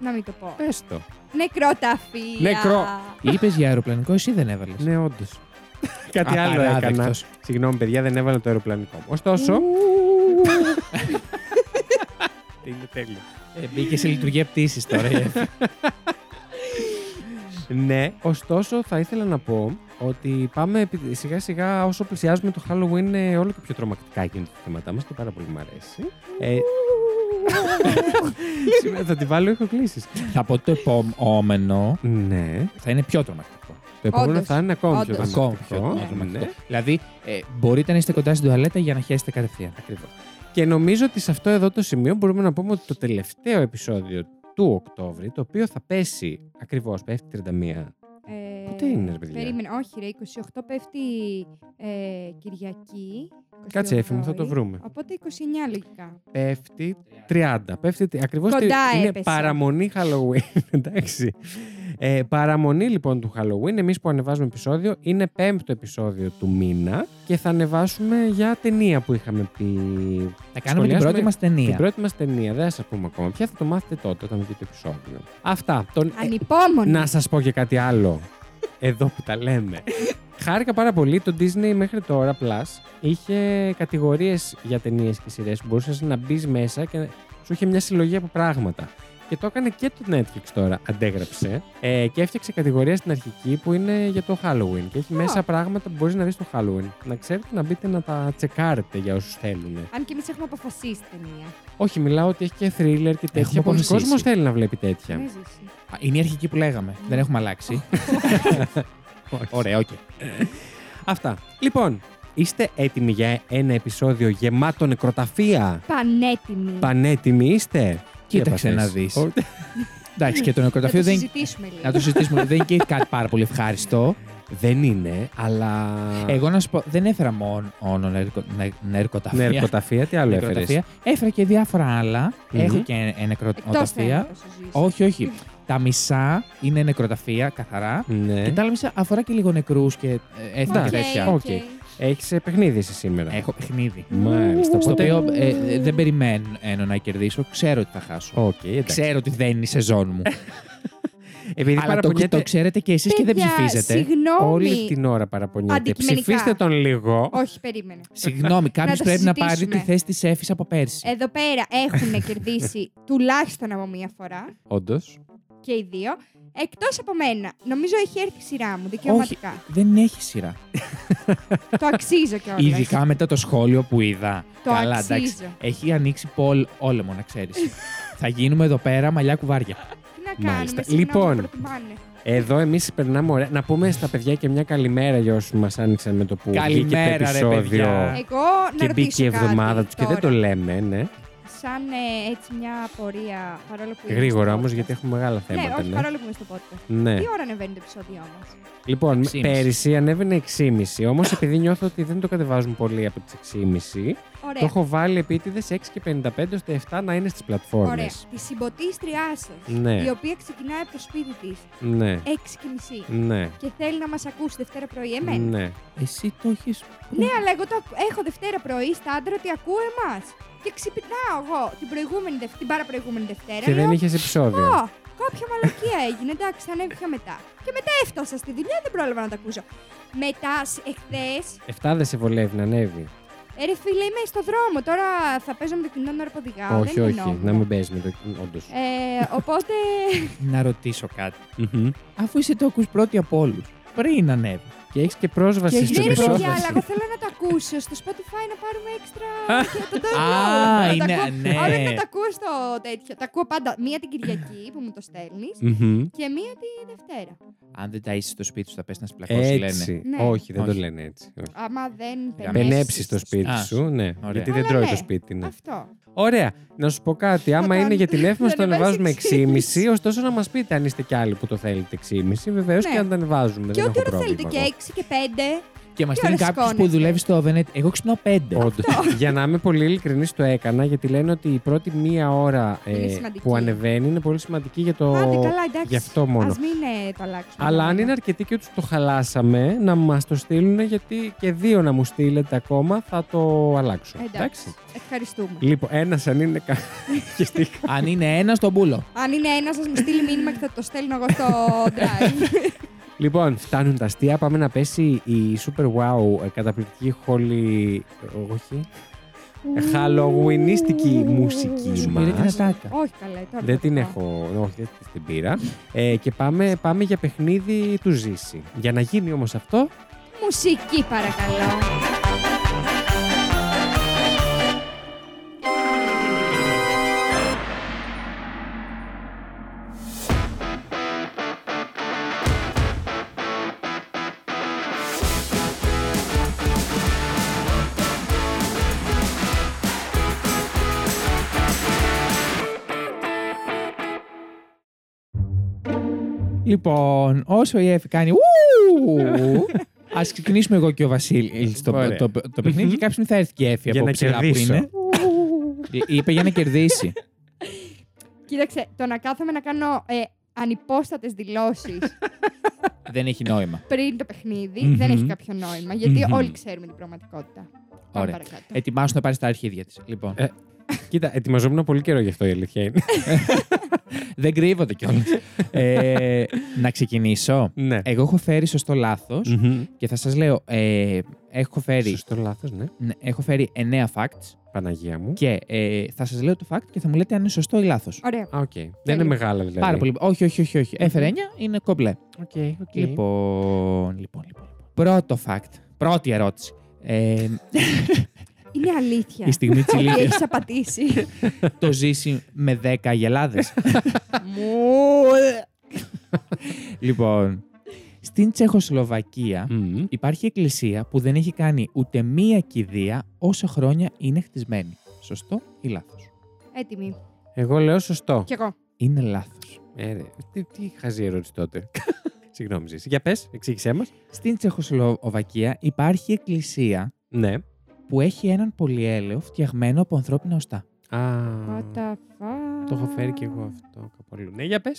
Speaker 2: Να μην το πω.
Speaker 3: Πες το.
Speaker 2: Νεκρόταφη.
Speaker 3: Νεκρό.
Speaker 4: Είπες για αεροπλανικό, εσύ δεν έβαλες.
Speaker 3: Ναι, όντως. *laughs* Κάτι άλλο έκανα.
Speaker 4: Απαράδεκτος.
Speaker 3: Συγγνώμη, παιδιά, δεν έβαλα το αεροπλανικό. μου. Ωστόσο. Είναι *laughs* τέλειο.
Speaker 4: Ε, Μπήκε σε λειτουργία πτήσης τώρα.
Speaker 3: *laughs*
Speaker 4: ε.
Speaker 3: Ναι, ωστόσο θα ήθελα να πω ότι πάμε επι- σιγά σιγά όσο πλησιάζουμε το Halloween είναι όλο και πιο τρομακτικά γίνονται τα θέματα μας και πάρα πολύ μου αρέσει. Ε, σήμερα θα τη βάλω ηχοκλήσεις.
Speaker 4: Θα πω το επόμενο
Speaker 3: Ναι.
Speaker 4: θα είναι πιο τρομακτικό.
Speaker 3: Το επόμενο
Speaker 2: Όντως.
Speaker 3: θα είναι ακόμη πιο
Speaker 2: Όντως.
Speaker 4: Ακόμα πιο
Speaker 3: δραματικό.
Speaker 4: τρομακτικό.
Speaker 3: Ναι.
Speaker 4: Δηλαδή, ε, μπορείτε να είστε κοντά στην τουαλέτα για να χέσετε κατευθείαν.
Speaker 3: Ακριβώς. Και νομίζω ότι σε αυτό εδώ το σημείο μπορούμε να πούμε ότι το τελευταίο επεισόδιο του Οκτώβρη, το οποίο θα πέσει ακριβώς, πέφτει 31.
Speaker 2: Ε,
Speaker 3: Πότε είναι, ρε παιδιά?
Speaker 2: Περίμενε, όχι ρε, 28 πέφτει ε, Κυριακή.
Speaker 3: Κάτσε έφη μου, θα το
Speaker 2: 28η.
Speaker 3: βρούμε.
Speaker 2: Οπότε 29 λογικά.
Speaker 3: πέφτει 30. Πέφτει ακριβώς.
Speaker 2: Κοντά
Speaker 3: Είναι
Speaker 2: έπεσε.
Speaker 3: παραμονή Halloween. *laughs* Εντάξει. Ε, παραμονή λοιπόν του Halloween. Εμείς που ανεβάζουμε επεισόδιο, είναι πέμπτο επεισόδιο του μήνα και θα ανεβάσουμε για ταινία που είχαμε πει.
Speaker 4: Θα κάνουμε
Speaker 3: Σχολιάζουμε
Speaker 4: την πρώτη μας
Speaker 3: Την
Speaker 4: ταινία.
Speaker 3: πρώτη μας ταινία. Δεν θα σας πούμε ακόμα. Ποια θα το μάθετε τότε όταν βγει το επεισόδιο. Αυτά. Τον... ε,
Speaker 2: Ανυπόμονη.
Speaker 3: να σας πω και κάτι άλλο. Εδώ που τα λέμε. Χάρηκα πάρα πολύ. Το Disney μέχρι τώρα Plus είχε κατηγορίες για ταινίες και σειρές που μπορούσες να μπεις μέσα και σου είχε μια συλλογή από πράγματα. Και το έκανε και το Netflix τώρα. Αντέγραψε ε, και έφτιαξε κατηγορία στην αρχική που είναι για το Halloween. Και έχει μέσα πράγματα που μπορείς να δεις στο Halloween. Να ξέρετε να μπείτε να τα τσεκάρετε για όσους θέλουν.
Speaker 2: Αν και εμείς έχουμε αποφασίσει ταινία.
Speaker 3: Όχι, μιλάω ότι έχει και thriller και τέτοια.
Speaker 4: Έχουμε
Speaker 3: Πολλοί
Speaker 4: αποφασίσει.
Speaker 3: κόσμος θέλει να βλέπει τέτοια.
Speaker 2: Ναι, ζήσει.
Speaker 4: Α, Είναι η αρχική που λέγαμε. Δεν
Speaker 3: *laughs*
Speaker 4: έχουμε αλλάξει. Ωραία, οκ.
Speaker 3: Αυτά. Λοιπόν, είστε έτοιμοι για ένα επεισόδιο γεμάτο νεκροταφεία.
Speaker 2: Πανέτοιμη.
Speaker 3: Πανέτοιμοι είστε.
Speaker 4: Κοίταξε
Speaker 3: Τι έπαθες?
Speaker 4: να δεις.
Speaker 3: Ο-
Speaker 4: Εντάξει, και το
Speaker 2: Να το
Speaker 4: νεκροταφείο δεν.
Speaker 2: συζητήσουμε λίγο. *laughs*
Speaker 4: Να το συζητήσουμε. δεν είναι και κάτι πάρα πολύ ευχάριστο.
Speaker 3: Δεν είναι, αλλά.
Speaker 4: Εγώ να σου πω, δεν έφερα μόνο νερκο, νε-
Speaker 3: Ναι,
Speaker 4: νερκοταφεία.
Speaker 3: ερκοταφεία, τι άλλο έφερε.
Speaker 4: νερκοταφεία. Έφερα και διάφορα άλλα.
Speaker 3: Μμμ.
Speaker 4: Έχω και ε,
Speaker 2: Εκτός
Speaker 4: νεκροταφεία.
Speaker 2: θέματος, εσύ.
Speaker 4: Όχι, όχι. Τα μισά είναι νεκροταφεία, καθαρά.
Speaker 3: Ναι.
Speaker 4: Και τα άλλα μισά αφορά και λίγο νεκρούς και ε, έθνη και
Speaker 2: Οκ,
Speaker 4: τέτοια.
Speaker 2: Ναι. οκ.
Speaker 3: Οκ. Έχεις παιχνίδι εσύ σήμερα.
Speaker 4: Έχω παιχνίδι.
Speaker 3: Μάλιστα.
Speaker 4: Στο
Speaker 3: Οπότε.
Speaker 4: οποίο ε, ε, δεν περιμένω ε, να κερδίσω. Ξέρω ότι θα χάσω.
Speaker 3: Οκ, εντάξει.
Speaker 4: Ξέρω ότι δεν είναι η σεζόν μου.
Speaker 3: Επειδή
Speaker 4: Αλλά το,
Speaker 3: παραπονιέται
Speaker 4: το ξέρετε και εσείς και δεν
Speaker 2: Παιδιά,
Speaker 4: ψηφίζετε.
Speaker 2: Συγγνώμη.
Speaker 3: όλη την ώρα παραπονιέται.
Speaker 2: Αντικειμενικά.
Speaker 3: Ψηφίστε τον λίγο.
Speaker 2: Όχι, περίμενε.
Speaker 4: Συγγνώμη, κάποιος
Speaker 2: το
Speaker 4: πρέπει να πάρει
Speaker 2: συζητήσουμε.
Speaker 4: τη θέση της Εφη από πέρσι.
Speaker 2: Εδώ πέρα έχουν
Speaker 3: *laughs*
Speaker 2: κερδίσει τουλάχιστον από μία φορά
Speaker 3: Όντως.
Speaker 2: και οι δύο. Εκτός από μένα. Νομίζω έχει έρθει η σειρά μου δικαιωματικά.
Speaker 4: δεν έχει σειρά.
Speaker 2: το αξίζω
Speaker 3: *laughs*
Speaker 2: κιόλας.
Speaker 4: Ειδικά μετά το σχόλιο που είδα.
Speaker 2: Το αξίζω.
Speaker 4: Έχει ανοίξει πολ όλεμο, να ξέρεις. Θα γίνουμε εδώ πέρα μαλλιά κουβάρια.
Speaker 2: Τι να
Speaker 3: Μάλιστα.
Speaker 2: κάνουμε.
Speaker 3: Λοιπόν.
Speaker 2: Λοιπόν. Προτιμάνε.
Speaker 3: Εδώ εμείς περνάμε ωραία. Να πούμε στα παιδιά και μια καλημέρα για όσους μας άνοιξαν με το που βγήκε το
Speaker 4: Καλημέρα, ρε,
Speaker 3: επεισόδιο.
Speaker 4: παιδιά.
Speaker 2: Εγώ να
Speaker 3: και μπήκε
Speaker 2: ρωτήσω
Speaker 3: η
Speaker 2: κάτι
Speaker 3: εβδομάδα τους και
Speaker 2: τώρα.
Speaker 3: δεν το λέμε, ναι.
Speaker 2: Σαν ε, έτσι μια πορεία παρόλο που. είμαστε
Speaker 3: Γρήγορα
Speaker 2: στο
Speaker 3: όμως,
Speaker 2: podcast.
Speaker 3: γιατί έχουμε μεγάλα
Speaker 2: Ναι,
Speaker 3: θέματα.
Speaker 2: όχι
Speaker 3: Ναι,
Speaker 2: παρόλο που είμαστε στο podcast.
Speaker 3: ναι.
Speaker 2: Τι ώρα ανεβαίνει το επεισόδιο μα.
Speaker 3: Λοιπόν,
Speaker 4: 6,5.
Speaker 3: πέρυσι ανέβαινε 6,5. Όμως επειδή νιώθω ότι δεν το κατεβάζουν πολύ από τις 6,5,
Speaker 2: Ωραία.
Speaker 3: το έχω βάλει επίτηδες 6 και 55 ώστε 7 να είναι στις πλατφόρμες.
Speaker 2: Ωραία. Τη συμποτίστριά σας,
Speaker 3: Ναι.
Speaker 2: η οποία ξεκινάει από το σπίτι της Ε,
Speaker 3: Ναι.
Speaker 2: 6.30
Speaker 3: Ναι.
Speaker 2: και θέλει να μας ακούσει Δευτέρα πρωί, εμένα. Ναι.
Speaker 3: Ναι.
Speaker 4: Εσύ το έχεις.
Speaker 2: αλλά εγώ το ακου- έχω Δευτέρα πρωί στα άντρα ότι ακούω εμάς. Και ξυπνάω εγώ την προηγούμενη, Δευ- την παραπροηγούμενη Δευτέρα.
Speaker 3: Και δεν
Speaker 2: λέω,
Speaker 3: είχες επεισόδιο.
Speaker 2: «Ω, κάποια μαλακία έγινε, εντάξει, θα ανέβηκα μετά. Και μετά έφτασα στη δουλειά, δεν πρόλαβα να τα ακούσω. Μετά, σ- εχθές,
Speaker 3: 7 δεν σε βολεύει να ανέβει.
Speaker 2: ε, ρε φίλε, είμαι στο δρόμο. Τώρα θα παίζω με το κινητό ώρα που οδηγάω.
Speaker 3: όχι,
Speaker 2: δεν
Speaker 3: όχι.
Speaker 2: εννοώ.
Speaker 3: Να μην παίζεις με το. Όντως.
Speaker 2: Ε, οπότε,
Speaker 4: Να ρωτήσω κάτι. Αφού είσαι το ακού πρώτη από όλους, πριν ανέβει.
Speaker 3: Και έχεις και πρόσβαση
Speaker 4: Και
Speaker 3: στο
Speaker 2: ναι, ρε
Speaker 4: επεισόδιο.
Speaker 2: παιδιά, αλλά
Speaker 3: επεισόδιο.
Speaker 2: εγώ θέλω να το ακούσω στο Spotify να πάρουμε έξτρα. και το
Speaker 4: Α,
Speaker 2: download. Να τα
Speaker 4: είναι-
Speaker 2: ακούω-
Speaker 4: ναι.
Speaker 2: Όλα να τα ακούω στο τέτοιο. Τα ακούω πάντα. Μία την Κυριακή που μου το στέλνεις
Speaker 3: Μμμ.
Speaker 2: και μία τη Δευτέρα.
Speaker 4: Αν δεν τα είσαι στο σπίτι σου, θα πες να σπλακώσει, λένε.
Speaker 3: Έτσι.
Speaker 2: Ναι.
Speaker 3: Όχι, δεν το
Speaker 4: Όχι.
Speaker 3: λένε έτσι. Όχι.
Speaker 2: Άμα δεν
Speaker 4: Για μένα.
Speaker 3: Πενέψει στο σπίτι
Speaker 4: Α,
Speaker 3: σου, ναι.
Speaker 4: ωραία.
Speaker 3: Γιατί δεν
Speaker 2: Αλλά
Speaker 3: τρώει
Speaker 2: ναι.
Speaker 3: το σπίτι, ναι.
Speaker 2: Αυτό.
Speaker 3: Ωραία. Να σου πω κάτι. Άμα
Speaker 2: κάνουμε-
Speaker 3: είναι για την έφημα,
Speaker 2: θα
Speaker 3: το ανεβάζουμε
Speaker 2: ανεβάσει
Speaker 3: 6,5. Ωστόσο, να μας πείτε αν είστε κι άλλοι που το θέλετε 6,5. Βεβαίως
Speaker 2: Ναι.
Speaker 3: και αν το ανεβάζουμε.
Speaker 2: Και
Speaker 3: δεν
Speaker 2: ό,τι
Speaker 3: έχω
Speaker 2: ώρα θέλετε,
Speaker 3: πρόβλημα.
Speaker 2: και 6 και 5.
Speaker 4: Και μας
Speaker 2: Τι
Speaker 4: στέλνει
Speaker 2: ώρα
Speaker 4: κάποιος που
Speaker 2: σηκώνεσαι?
Speaker 4: δουλεύει στο Βενέτ. Εγώ ξυπνάω πέντε.
Speaker 3: Όντως. Για να είμαι πολύ ειλικρινής, το έκανα γιατί λένε ότι η πρώτη μία ώρα ε,
Speaker 2: Είναι σημαντική.
Speaker 3: που ανεβαίνει είναι πολύ σημαντική για το.
Speaker 2: Άντε καλά, εντάξει.
Speaker 3: Γι' αυτό μόνο.
Speaker 2: Ας μην ε, το αλλάξουμε.
Speaker 3: Αλλά αν είναι αρκετοί και τους το χαλάσαμε, να μας το στείλουν γιατί και δύο να μου στείλετε ακόμα θα το αλλάξω.
Speaker 2: Εντάξει. Ευχαριστούμε.
Speaker 3: Λοιπόν, ένας αν είναι. κα- *laughs* και στη-
Speaker 4: Αν είναι ένας, τον πούλο.
Speaker 2: Αν είναι ένας, σα μου στείλει μήνυμα και θα το στέλνω εγώ
Speaker 3: *laughs*
Speaker 2: στο drive.
Speaker 3: λοιπόν, φτάνουν τα αστεία. Πάμε να πέσει η Super Wow ε, καταπληκτική χολή. Όχι. Ε, Halloweenιστική μουσική
Speaker 4: Σου πήρε την
Speaker 3: μα.
Speaker 4: ατάκα.
Speaker 2: Όχι καλέ, τώρα.
Speaker 3: Δεν
Speaker 2: το
Speaker 3: την
Speaker 2: πάω.
Speaker 3: έχω, όχι, δεν την πήρα. Ε, και πάμε, πάμε για παιχνίδι του Ζήση. Για να γίνει όμως αυτό,
Speaker 2: Μουσική παρακαλώ.
Speaker 4: Λοιπόν, όσο η Εφη κάνει. Ου! Ας ξεκινήσουμε εγώ και ο Βασίλης στο
Speaker 3: Ωραία.
Speaker 4: το, το, παιχνίδι και κάποια στιγμή θα έρθει και η Εφη
Speaker 3: Για
Speaker 4: από
Speaker 3: να
Speaker 4: ψηλά που
Speaker 3: κερδίσω.
Speaker 4: είναι. Ε, Είπε για να κερδίσει.
Speaker 2: Κοίταξε, το να κάθομαι να κάνω ε, ανυπόστατες
Speaker 3: *laughs*
Speaker 2: δηλώσεις
Speaker 4: Δεν έχει νόημα.
Speaker 2: πριν το παιχνιδι
Speaker 3: Μμμ.
Speaker 2: δεν έχει κάποιο νόημα, γιατί
Speaker 3: Μμμ.
Speaker 2: όλοι ξέρουμε την πραγματικότητα. Πάμε
Speaker 4: Ωραία.
Speaker 2: παρακάτω.
Speaker 4: Ετοιμάσου να πάρεις τα αρχίδια της. Λοιπόν,
Speaker 3: Ε. κοίτα, ετοιμαζόμουν πολύ καιρό γι' αυτό η αλήθεια
Speaker 4: *laughs*
Speaker 3: είναι.
Speaker 4: δεν κρύβονται κιόλας. ε, να ξεκινήσω.
Speaker 3: ναι.
Speaker 4: Εγώ έχω φέρει σωστό λάθος και θα σας λέω. Ε, έχω, φέρει,
Speaker 3: Σωστό λάθος, ναι.
Speaker 4: ναι, έχω φέρει 9 facts
Speaker 3: Παναγία μου.
Speaker 4: και ε, θα σας λέω το fact και θα μου λέτε αν είναι σωστό ή λάθος.
Speaker 2: Ωραία.
Speaker 3: Α, οκ. Δεν είναι μεγάλα δηλαδή.
Speaker 4: Πάρα πολύ. Όχι, όχι, όχι. όχι. Έφερε 9, είναι κομπλέ.
Speaker 3: Okay, okay.
Speaker 4: Λοιπόν, λοιπόν, λοιπόν. Πρώτο fact. Πρώτη ερώτηση. Ε,
Speaker 2: Είναι
Speaker 3: ε,
Speaker 2: αλήθεια.
Speaker 4: η
Speaker 2: *laughs*
Speaker 4: στιγμή της
Speaker 2: Ότι
Speaker 4: ηλίθεια.
Speaker 3: *laughs*
Speaker 2: έχεις απατήσει.
Speaker 4: το ζήσει με 10 γελάδες.
Speaker 2: Μου.
Speaker 4: λοιπόν, στην Τσεχοσλοβακία υπάρχει εκκλησία που δεν έχει κάνει ούτε μία κηδεία όσο χρόνια είναι χτισμένη. Σωστό ή λάθος.
Speaker 2: Έτοιμη.
Speaker 3: Εγώ λέω σωστό.
Speaker 2: Κι εγώ.
Speaker 4: Είναι λάθος.
Speaker 3: Ε, ρε, τι, τι χαζή ερώτηση τότε. *laughs* Συγγνώμη, Ζήση. Για πες, εξήγησέ μας.
Speaker 4: Στην Τσεχοσλοβακία υπάρχει εκκλησία
Speaker 3: Ναι.
Speaker 4: που έχει έναν πολυέλαιο φτιαγμένο από ανθρώπινα οστά.
Speaker 3: Α,
Speaker 2: What the fuck.
Speaker 3: το έχω φέρει κι εγώ αυτό κάπου αλλού. Ναι, για πες.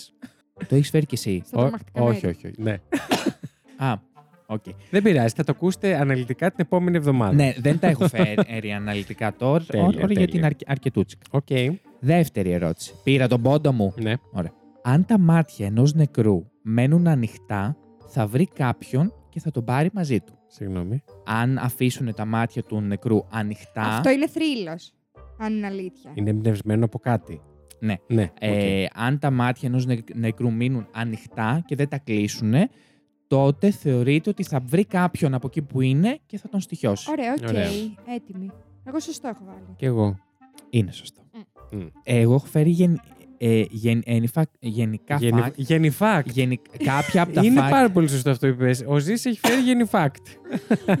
Speaker 4: Το έχεις φέρει κι εσύ.
Speaker 2: Στα τρομακτικά
Speaker 3: Όχι,
Speaker 2: μέρη.
Speaker 3: όχι, όχι. Ναι.
Speaker 4: Α, οκ.
Speaker 3: Δεν πειράζει, θα το ακούσετε αναλυτικά την επόμενη εβδομάδα.
Speaker 4: Ναι, δεν τα έχω φέρει αναλυτικά τώρα,
Speaker 3: *laughs* Τέλεια,
Speaker 4: τώρα γιατί
Speaker 3: τέλεια.
Speaker 4: είναι αρκε- αρκετούτσικα.
Speaker 3: Οκ.
Speaker 4: Δεύτερη ερώτηση. Πήρα τον πόντο μου.
Speaker 3: Ναι.
Speaker 4: Αν τα μάτια ενός νεκρού μένουν ανοιχτά, θα βρει κάποιον και θα τον πάρει μαζί του.
Speaker 3: Συγγνώμη.
Speaker 4: Αν αφήσουν τα μάτια του νεκρού ανοιχτά,
Speaker 2: Αυτό είναι θρύλος. Αν είναι αλήθεια.
Speaker 3: Είναι εμπνευσμένο από κάτι.
Speaker 4: Ναι.
Speaker 3: Ναι. οκ.
Speaker 4: ε, αν τα μάτια ενός νεκρού μείνουν ανοιχτά και δεν τα κλείσουν, τότε θεωρείται ότι θα βρει κάποιον από εκεί που είναι και θα τον στοιχιώσει.
Speaker 2: Ωραία, οκ.
Speaker 3: Ωραία.
Speaker 2: Έτοιμη. Εγώ σωστό έχω βάλει.
Speaker 3: Κι εγώ.
Speaker 4: Είναι σωστό.
Speaker 3: Μμ.
Speaker 4: Εγώ έχω φέρει γεν, ε, γεν- ενυφα- γενικά
Speaker 3: Γενι-
Speaker 4: fact.
Speaker 3: Γενιφάκ.
Speaker 4: Γενικ- κάποια από τα
Speaker 3: ε, Είναι
Speaker 4: fact.
Speaker 3: πάρα πολύ σωστό αυτό που είπες. Ο Ζή έχει φέρει γενιφάκτ.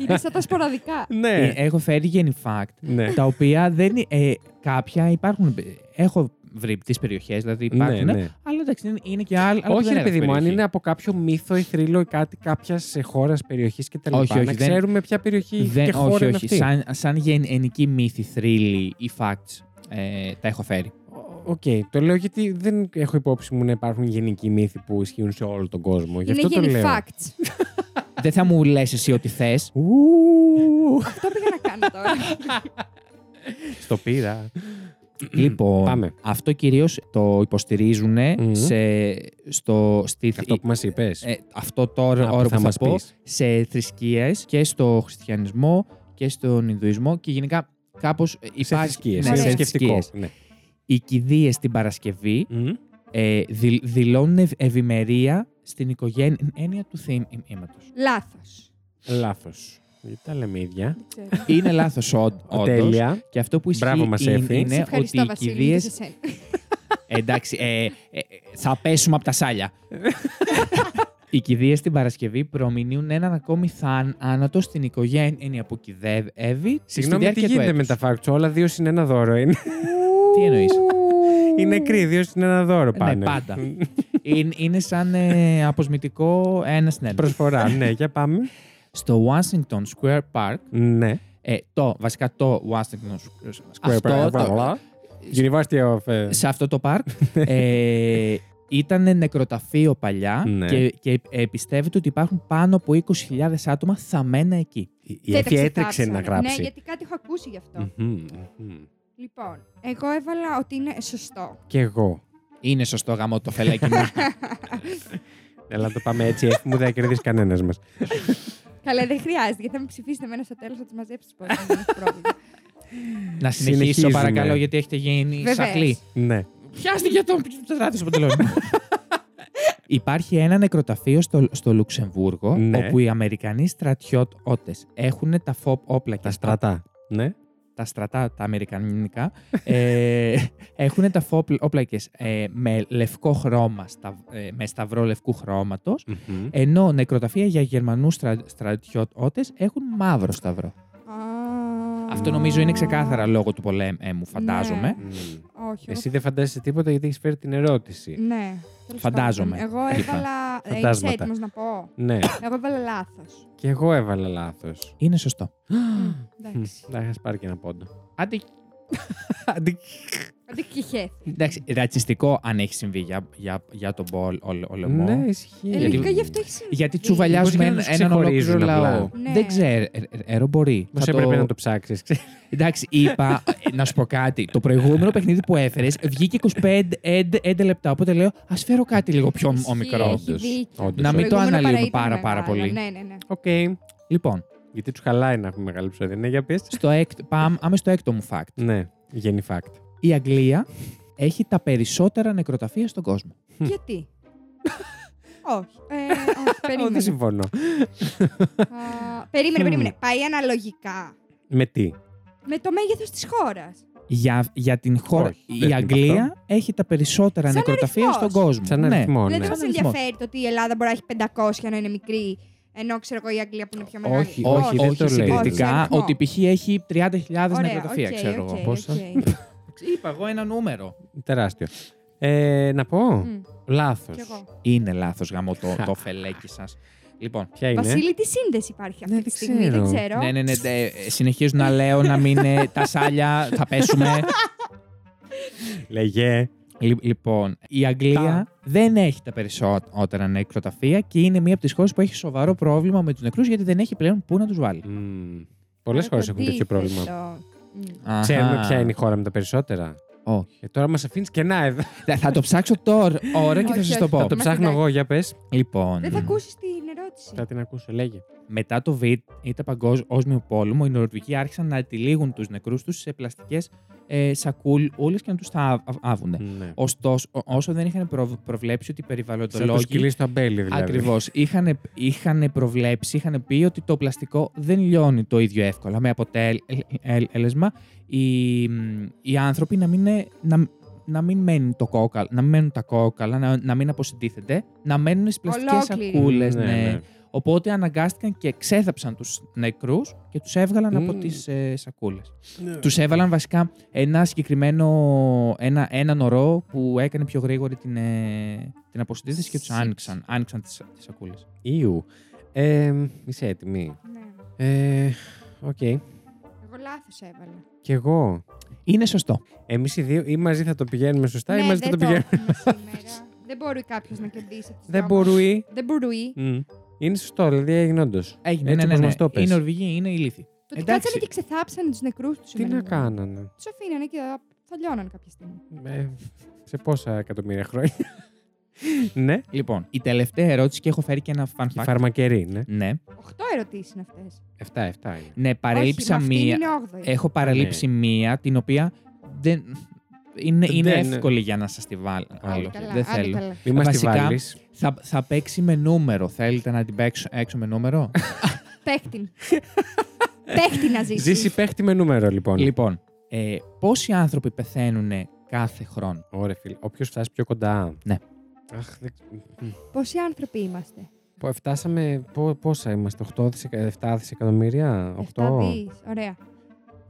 Speaker 2: είναι σαν τα σποραδικά.
Speaker 3: ναι.
Speaker 4: Ε, έχω φέρει γεν fact.
Speaker 3: ναι.
Speaker 4: τα οποία δεν. είναι- Ε, κάποια υπάρχουν. ε, Έχω βρει τις περιοχές, δηλαδή υπάρχουν.
Speaker 3: ναι, ναι.
Speaker 4: Αλλά εντάξει, είναι, είναι και άλλα. αλλά που
Speaker 3: Όχι,
Speaker 4: δεν
Speaker 3: ρε
Speaker 4: έγραφε
Speaker 3: παιδί μου, αν
Speaker 4: περιοχή.
Speaker 3: είναι από κάποιο μύθο ή θρύλο ή κάτι ε, κάποια χώρας, περιοχής κτλ.
Speaker 4: Όχι, όχι,
Speaker 3: να
Speaker 4: δεν-
Speaker 3: ξέρουμε ποια περιοχή και
Speaker 4: Δεν,
Speaker 3: χώρα
Speaker 4: όχι,
Speaker 3: είναι
Speaker 4: όχι.
Speaker 3: αυτή.
Speaker 4: Σαν, σαν γενική μύθη, θρύλη ή facts ε, τα έχω φέρει.
Speaker 3: Οκ, το λέω γιατί δεν έχω υπόψη μου να υπάρχουν γενικοί μύθοι που ισχύουν σε όλο τον κόσμο. Γι'
Speaker 2: είναι
Speaker 3: αυτό το
Speaker 2: γεννη
Speaker 3: λέω.
Speaker 2: facts.
Speaker 4: δεν θα μου λες εσύ ότι θες.
Speaker 3: *clears throat* Ου,
Speaker 2: Αυτό πήγα να κάνω τώρα.
Speaker 3: *laughs* Στο πήρα.
Speaker 4: λοιπόν,
Speaker 3: Πάμε.
Speaker 4: αυτό κυρίως το υποστηριζουν
Speaker 3: Μμμ.
Speaker 4: σε, στο, στη,
Speaker 3: Αυτό που μας είπες.
Speaker 4: ε, αυτό το όρο
Speaker 3: Α,
Speaker 4: όρο
Speaker 3: που
Speaker 4: που
Speaker 3: θα
Speaker 4: θα,
Speaker 3: μας
Speaker 4: πω
Speaker 3: πεις.
Speaker 4: σε θρησκείες και στο χριστιανισμό και στον Ινδουισμό και γενικά κάπως υπάρχει...
Speaker 3: Σε θρησκείες.
Speaker 4: Ναι,
Speaker 2: σε
Speaker 3: Σε Ναι. σκεφτικό.
Speaker 4: θρησκείες. Οι κηδείες την Παρασκευή ε, δη- δηλώνουν ευ- ευημερία στην οικογένεια του ε, θύματος.
Speaker 2: Λάθος.
Speaker 3: Λάθος. Τα λέμε ίδια.
Speaker 4: Είναι
Speaker 3: *laughs*
Speaker 4: λάθος ό, όντως.
Speaker 3: Τέλεια.
Speaker 4: Και αυτό που ισχύει
Speaker 3: Μπράβο μας,
Speaker 4: είναι,
Speaker 3: Έφη.
Speaker 4: είναι ότι
Speaker 2: ευχαριστώ,
Speaker 4: οι
Speaker 2: Βασίλη. και σε
Speaker 4: κηδείες...
Speaker 2: σένα.
Speaker 4: Εντάξει, ε, ε, ε, θα πέσουμε από τα σάλια. Οι κηδείες την Παρασκευή προμηνύουν έναν ακόμη θάνατο στην οικογένεια που κηδεύει. στη
Speaker 3: Συγγνώμη, τι
Speaker 4: διάρκεια του
Speaker 3: γίνεται με
Speaker 4: έτους.
Speaker 3: τα facts. Όλα δύο συν ένα δώρο είναι.
Speaker 4: Τι εννοείς?
Speaker 3: Είναι νεκροί, δύο συν ένα δώρο πάνε.
Speaker 4: Ναι, πάντα.
Speaker 3: *laughs*
Speaker 4: είναι, είναι σαν ε, αποσμητικό ένα στην ένα.
Speaker 3: Προσφορά, ναι, για πάμε.
Speaker 4: Στο Washington Square Park,
Speaker 3: Ναι.
Speaker 4: ε, το, βασικά το Washington Square
Speaker 3: Square
Speaker 4: Park,
Speaker 3: Park. University of... ε,
Speaker 4: σε αυτό το
Speaker 3: *laughs*
Speaker 4: πάρκ,
Speaker 3: Ναι.
Speaker 4: ε, ήταν νεκροταφείο παλιά
Speaker 3: Ναι.
Speaker 4: και, και ε, πιστεύεται ότι υπάρχουν πάνω από 20.000 άτομα θαμμένα εκεί.
Speaker 3: Η η
Speaker 2: Δεν
Speaker 3: Εφη
Speaker 2: τα
Speaker 3: έτρεξε
Speaker 2: ξεθάψαμε.
Speaker 3: να
Speaker 2: Ναι,
Speaker 3: γράψει.
Speaker 2: γιατί κάτι έχω ακούσει γι' αυτό.
Speaker 3: Μμμ, μμμ.
Speaker 2: Λοιπόν, εγώ έβαλα ότι είναι σωστό.
Speaker 3: Κι εγώ.
Speaker 4: Είναι σωστό γαμό το φελέκι
Speaker 3: *laughs*
Speaker 4: μου.
Speaker 3: Έλα, το πάμε έτσι. Εφη μου δεν θα κερδίσει κανένας μας.
Speaker 2: Καλά, δεν χρειάζεται γιατί θα με ψηφίσετε εμένα στο τέλος, θα τις μαζέψεις πολύ. δεν έχει πρόβλημα.
Speaker 3: *laughs*
Speaker 4: Να συνεχίσω
Speaker 3: Συνεχίζουμε.
Speaker 4: παρακαλώ γιατί έχετε γίνει
Speaker 2: Βεβαίως.
Speaker 4: σακλή.
Speaker 3: Ναι.
Speaker 4: Πιάστηκε το τετράδιο στο παντελόνι. μου. *laughs* Υπάρχει ένα νεκροταφείο στο, στο Λουξεμβούργο
Speaker 3: Ναι.
Speaker 4: όπου οι Αμερικανοί στρατιώτες έχουν τα φοπ όπλα και
Speaker 3: Τα στρατά. Ναι.
Speaker 4: τα στρατά τα αμερικανικά ε,
Speaker 3: *laughs*
Speaker 4: έχουν τα φοπ όπλα και, ε, με λευκό χρώμα, στα, ε, με σταυρό λευκού χρώματος
Speaker 3: Μμμ.
Speaker 4: ενώ νεκροταφεία για Γερμανούς στρα, στρατιώτες έχουν μαύρο σταυρό.
Speaker 2: Α,
Speaker 4: Αυτό νομίζω είναι ξεκάθαρα λόγω του πολέμου, ε, φαντάζομαι.
Speaker 2: Ναι.
Speaker 3: Μμμ.
Speaker 2: Όχι. εγώ-
Speaker 3: Ε, Εσύ δεν φαντάζεσαι τίποτα γιατί έχεις φέρει την ερώτηση.
Speaker 2: Ναι. τέλος
Speaker 4: Φαντάζομαι.
Speaker 2: πάντων. Εγώ
Speaker 4: Είπα.
Speaker 2: έβαλα. ε, Είσαι
Speaker 3: Φαντάσματα.
Speaker 2: έτοιμος να πω.
Speaker 3: Ναι.
Speaker 2: Εγώ έβαλα λάθος.
Speaker 3: Κι εγώ έβαλα λάθος.
Speaker 4: Είναι σωστό.
Speaker 2: Εντάξει.
Speaker 3: Να είχα πάρει και ένα πόντο.
Speaker 4: *laughs* Άντε,
Speaker 2: Αντικειχέ.
Speaker 4: εντάξει, ρατσιστικό αν έχει συμβεί για, για, για τον Πολ ο, ο λαιμό.
Speaker 3: Ναι, ισχύει.
Speaker 2: Ε,
Speaker 4: Γιατί-
Speaker 2: λογικά γι' αυτό έχει συμβεί.
Speaker 4: Γιατί τσουβαλιάζουμε
Speaker 3: Μπορεί και να
Speaker 4: ένα,
Speaker 3: τους
Speaker 4: έναν ολόκληρο
Speaker 3: ξεχωρίζουν απλά.
Speaker 4: λαό.
Speaker 2: Ναι.
Speaker 4: Δεν ξέρω, ε, ε, ε, μπορεί.
Speaker 3: Μα
Speaker 4: Θα
Speaker 3: έπρεπε να το ψάξεις.
Speaker 4: Εντάξει, είπα, ε, να σου πω κάτι. Το προηγούμενο παιχνίδι που έφερες βγήκε 25 έντ- 11 λεπτά. Οπότε λέω, ας φέρω κάτι λίγο πιο
Speaker 2: Ισχύει,
Speaker 4: ο μικρό.
Speaker 2: έχει δίκιο.
Speaker 3: Όντως.
Speaker 4: Να μην το
Speaker 2: προηγούμενο
Speaker 4: αναλύουμε
Speaker 2: παρά ήταν
Speaker 4: πάρα πάρα
Speaker 2: μεγάλο.
Speaker 4: πολύ.
Speaker 2: Ναι, ναι, ναι.
Speaker 3: Οκ.
Speaker 4: Λοιπόν,
Speaker 3: Γιατί τους χαλάει να έχουμε μεγάλο επεισόδιο. Ναι, για πες.
Speaker 4: στο έκ- πάμε πάμε στο έκτο μου fact.
Speaker 3: Ναι, γεννη fact.
Speaker 4: Η Αγγλία έχει τα περισσότερα νεκροταφεία στον κόσμο.
Speaker 2: Γιατί.
Speaker 4: *laughs*
Speaker 2: όχι. Ε, όχι,
Speaker 3: Ω, Δεν
Speaker 2: περίμενε.
Speaker 3: συμφωνώ.
Speaker 2: Α, περίμενε, περίμενε. Πάει αναλογικά
Speaker 3: Με τι.
Speaker 2: με το μέγεθος της χώρας.
Speaker 4: Για, για την χώρα.
Speaker 3: Όχι, δεν
Speaker 4: η
Speaker 3: είναι
Speaker 4: Αγγλία
Speaker 3: αυτό.
Speaker 4: έχει τα περισσότερα
Speaker 2: Σαν
Speaker 4: νεκροταφεία
Speaker 2: αριθμός.
Speaker 4: στον κόσμο.
Speaker 3: Σαν
Speaker 4: Ναι.
Speaker 3: αριθμό, ναι.
Speaker 2: Δηλαδή
Speaker 4: Σαν
Speaker 2: δεν μα
Speaker 4: αριθμός.
Speaker 2: ενδιαφέρει το ότι η Ελλάδα μπορεί να έχει 500 να είναι μικρή, ενώ ξέρω εγώ η Αγγλία που είναι πιο μεγάλη.
Speaker 3: Όχι,
Speaker 4: Όχι,
Speaker 3: δεν
Speaker 4: όχι,
Speaker 3: το λέει.
Speaker 2: Όχι,
Speaker 4: συγκριτικά
Speaker 2: αριθμό.
Speaker 4: ότι π.χ. έχει 30.000
Speaker 2: Ωραία,
Speaker 4: νεκροταφεία,
Speaker 2: οκ,
Speaker 4: ξέρω
Speaker 2: οκ,
Speaker 4: εγώ.
Speaker 2: οκ.
Speaker 4: Είπα εγώ ένα νούμερο.
Speaker 3: Τεράστιο. Ε, να πω.
Speaker 2: Μμ,
Speaker 3: Λάθος.
Speaker 2: κι εγώ.
Speaker 4: Είναι λάθος γαμό το, το φελέκι σας. Λοιπόν.
Speaker 3: Ποια είναι.
Speaker 2: Βασίλη, τι σύνδεση υπάρχει αυτή
Speaker 3: Ναι,
Speaker 2: τη
Speaker 3: δεν
Speaker 2: στιγμή, δεν
Speaker 3: ξέρω.
Speaker 2: ξέρω.
Speaker 4: Ναι, ναι, ναι. ναι, συνεχίζω να λέω να μην ε, τα σάλια, θα πέσουμε.
Speaker 3: Λέγε.
Speaker 4: Λι- Λοιπόν, η Αγγλία
Speaker 3: Τα.
Speaker 4: δεν έχει τα περισσότερα νεκροταφεία και είναι μία από τις χώρες που έχει σοβαρό πρόβλημα με τους νεκρούς γιατί δεν έχει πλέον πού να τους βάλει.
Speaker 3: Πολλέ
Speaker 2: Άρα
Speaker 3: χώρες
Speaker 2: το
Speaker 3: έχουν τέτοιο πρόβλημα.
Speaker 2: αντίθετο. Μμ.
Speaker 4: Αχα.
Speaker 3: Ξέρουμε ποια είναι η χώρα με τα περισσότερα.
Speaker 4: Όχι.
Speaker 3: Ε, τώρα μας αφήνεις κενά εδώ.
Speaker 4: Θα- Θα το ψάξω τώρα ώρα και θα
Speaker 2: Όχι,
Speaker 4: σας το
Speaker 2: όχι,
Speaker 4: πω.
Speaker 2: θα
Speaker 3: Το
Speaker 2: Μας
Speaker 3: ψάχνω
Speaker 2: κοιτάει.
Speaker 3: εγώ, για πες.
Speaker 4: Λοιπόν,
Speaker 2: Δεν θα ακούσεις την ερώτηση.
Speaker 3: Κάτι να ακούσω, λέγε.
Speaker 4: μετά το Β' Παγκόσμιο Πόλεμο, οι Νορβηγοί άρχισαν να τυλίγουν τους νεκρούς τους σε πλαστικές ε, σακούλες και να τους τα άβουν.
Speaker 3: Ναι.
Speaker 4: Ωστόσο, ό- όσο δεν είχαν προβ- προβλέψει ότι οι
Speaker 3: Σαν το
Speaker 4: περιβαλλοντολόγοι
Speaker 3: σκυλί στο αμπέλι, δηλαδή.
Speaker 4: Ακριβώς. Είχαν, είχαν προβλέψει, είχαν πει ότι το πλαστικό δεν λιώνει το ίδιο εύκολα. Με ε, αποτέλεσμα οι, οι άνθρωποι να μην, ε- να, να μην μένουν, το κόκαλ, να μην μένουν τα κόκαλα, να, να μην αποσυντήθενται, να μένουν στις πλαστικές
Speaker 2: Ολόκληροι.
Speaker 4: σακούλες.
Speaker 3: Ναι, ναι.
Speaker 4: Οπότε αναγκάστηκαν και ξέθαψαν τους νεκρούς και τους έβγαλαν από
Speaker 3: Μμμ.
Speaker 4: τις ε, σακούλες. Τους έβαλαν βασικά ένα συγκεκριμένο. Ένα, ένα νορό που έκανε πιο γρήγορη την, ε, την αποσυντήθηση και τους άνοιξαν. Άνοιξαν τις σακούλες.
Speaker 3: Ιου. Ε, είσαι έτοιμη.
Speaker 2: Ναι.
Speaker 3: Ε, Οκ.
Speaker 2: Εγώ λάθος έβαλα.
Speaker 3: Κι εγώ.
Speaker 4: Είναι σωστό.
Speaker 3: Εμείς οι δύο ή μαζί θα το πηγαίνουμε σωστά ή
Speaker 2: ναι,
Speaker 3: μαζί θα
Speaker 2: δεν
Speaker 3: το πηγαίνουμε.
Speaker 2: έχουμε σήμερα. δεν μπορεί κάποιος να κερδίσει. αυτούς τους
Speaker 3: Δεν
Speaker 2: δρόμους.
Speaker 3: μπορεί.
Speaker 2: Δεν μπορεί.
Speaker 3: Μμ. Είναι σωστό, δηλαδή έγινε όντως.
Speaker 4: Έγινε.
Speaker 3: Έτσι
Speaker 4: ναι,
Speaker 3: όπως
Speaker 4: ναι,
Speaker 3: μας το
Speaker 4: ναι.
Speaker 3: πες.
Speaker 4: Οι Νορβηγοί είναι ηλίθιοι.
Speaker 2: Το ότι
Speaker 4: Εντάξει.
Speaker 2: κάτσανε και ξεθάψανε τους νεκρούς τους.
Speaker 3: Τι να κάνανε.
Speaker 2: Τους αφήνανε και θα- θα λιώναν κάποια στιγμή.
Speaker 3: Ε, σε πόσα εκατομμύρια χρόνια. *laughs* ναι.
Speaker 4: Λοιπόν, η τελευταία ερώτηση και έχω φέρει και ένα fun
Speaker 3: Και
Speaker 4: fact.
Speaker 3: φαρμακερή, ναι.
Speaker 4: Ναι,
Speaker 2: Οχτώ ερωτήσεις είναι αυτές.
Speaker 3: 7-7 είναι.
Speaker 4: ναι παρέλειψα μία.
Speaker 2: Είναι όγδοη.
Speaker 3: Ε,
Speaker 4: Έχω παραλείψει μία την οποία δεν. Είναι, είναι
Speaker 3: Δεν-
Speaker 4: εύκολη για να σας τη βάλω.
Speaker 2: Άλλο καλά,
Speaker 4: Δεν
Speaker 2: άλλο
Speaker 4: θέλω.
Speaker 2: καλά.
Speaker 3: Μη μας τη
Speaker 4: Βασικά-
Speaker 3: βάλεις.
Speaker 4: Θα, θα παίξει με νούμερο. Θέλετε να την παίξω έξω με νούμερο.
Speaker 3: *laughs*
Speaker 2: Παίχτη. Παίχτη να ζήσει.
Speaker 3: Ζήσει παίχτη με νούμερο, λοιπόν.
Speaker 4: Λοιπόν, ε, πόσοι άνθρωποι πεθαίνουν κάθε χρόνο.
Speaker 3: Ωραία, φίλε. Όποιος φτάσει πιο κοντά.
Speaker 4: Ναι.
Speaker 3: Αχ, δεν...
Speaker 2: Πόσοι άνθρωποι είμαστε.
Speaker 3: Πο- Φτάσαμε. πο- Πόσα είμαστε, 8 δισεκα... 7 δισεκατομμύρια,
Speaker 2: 7
Speaker 3: 8.
Speaker 2: δις. Ωραία.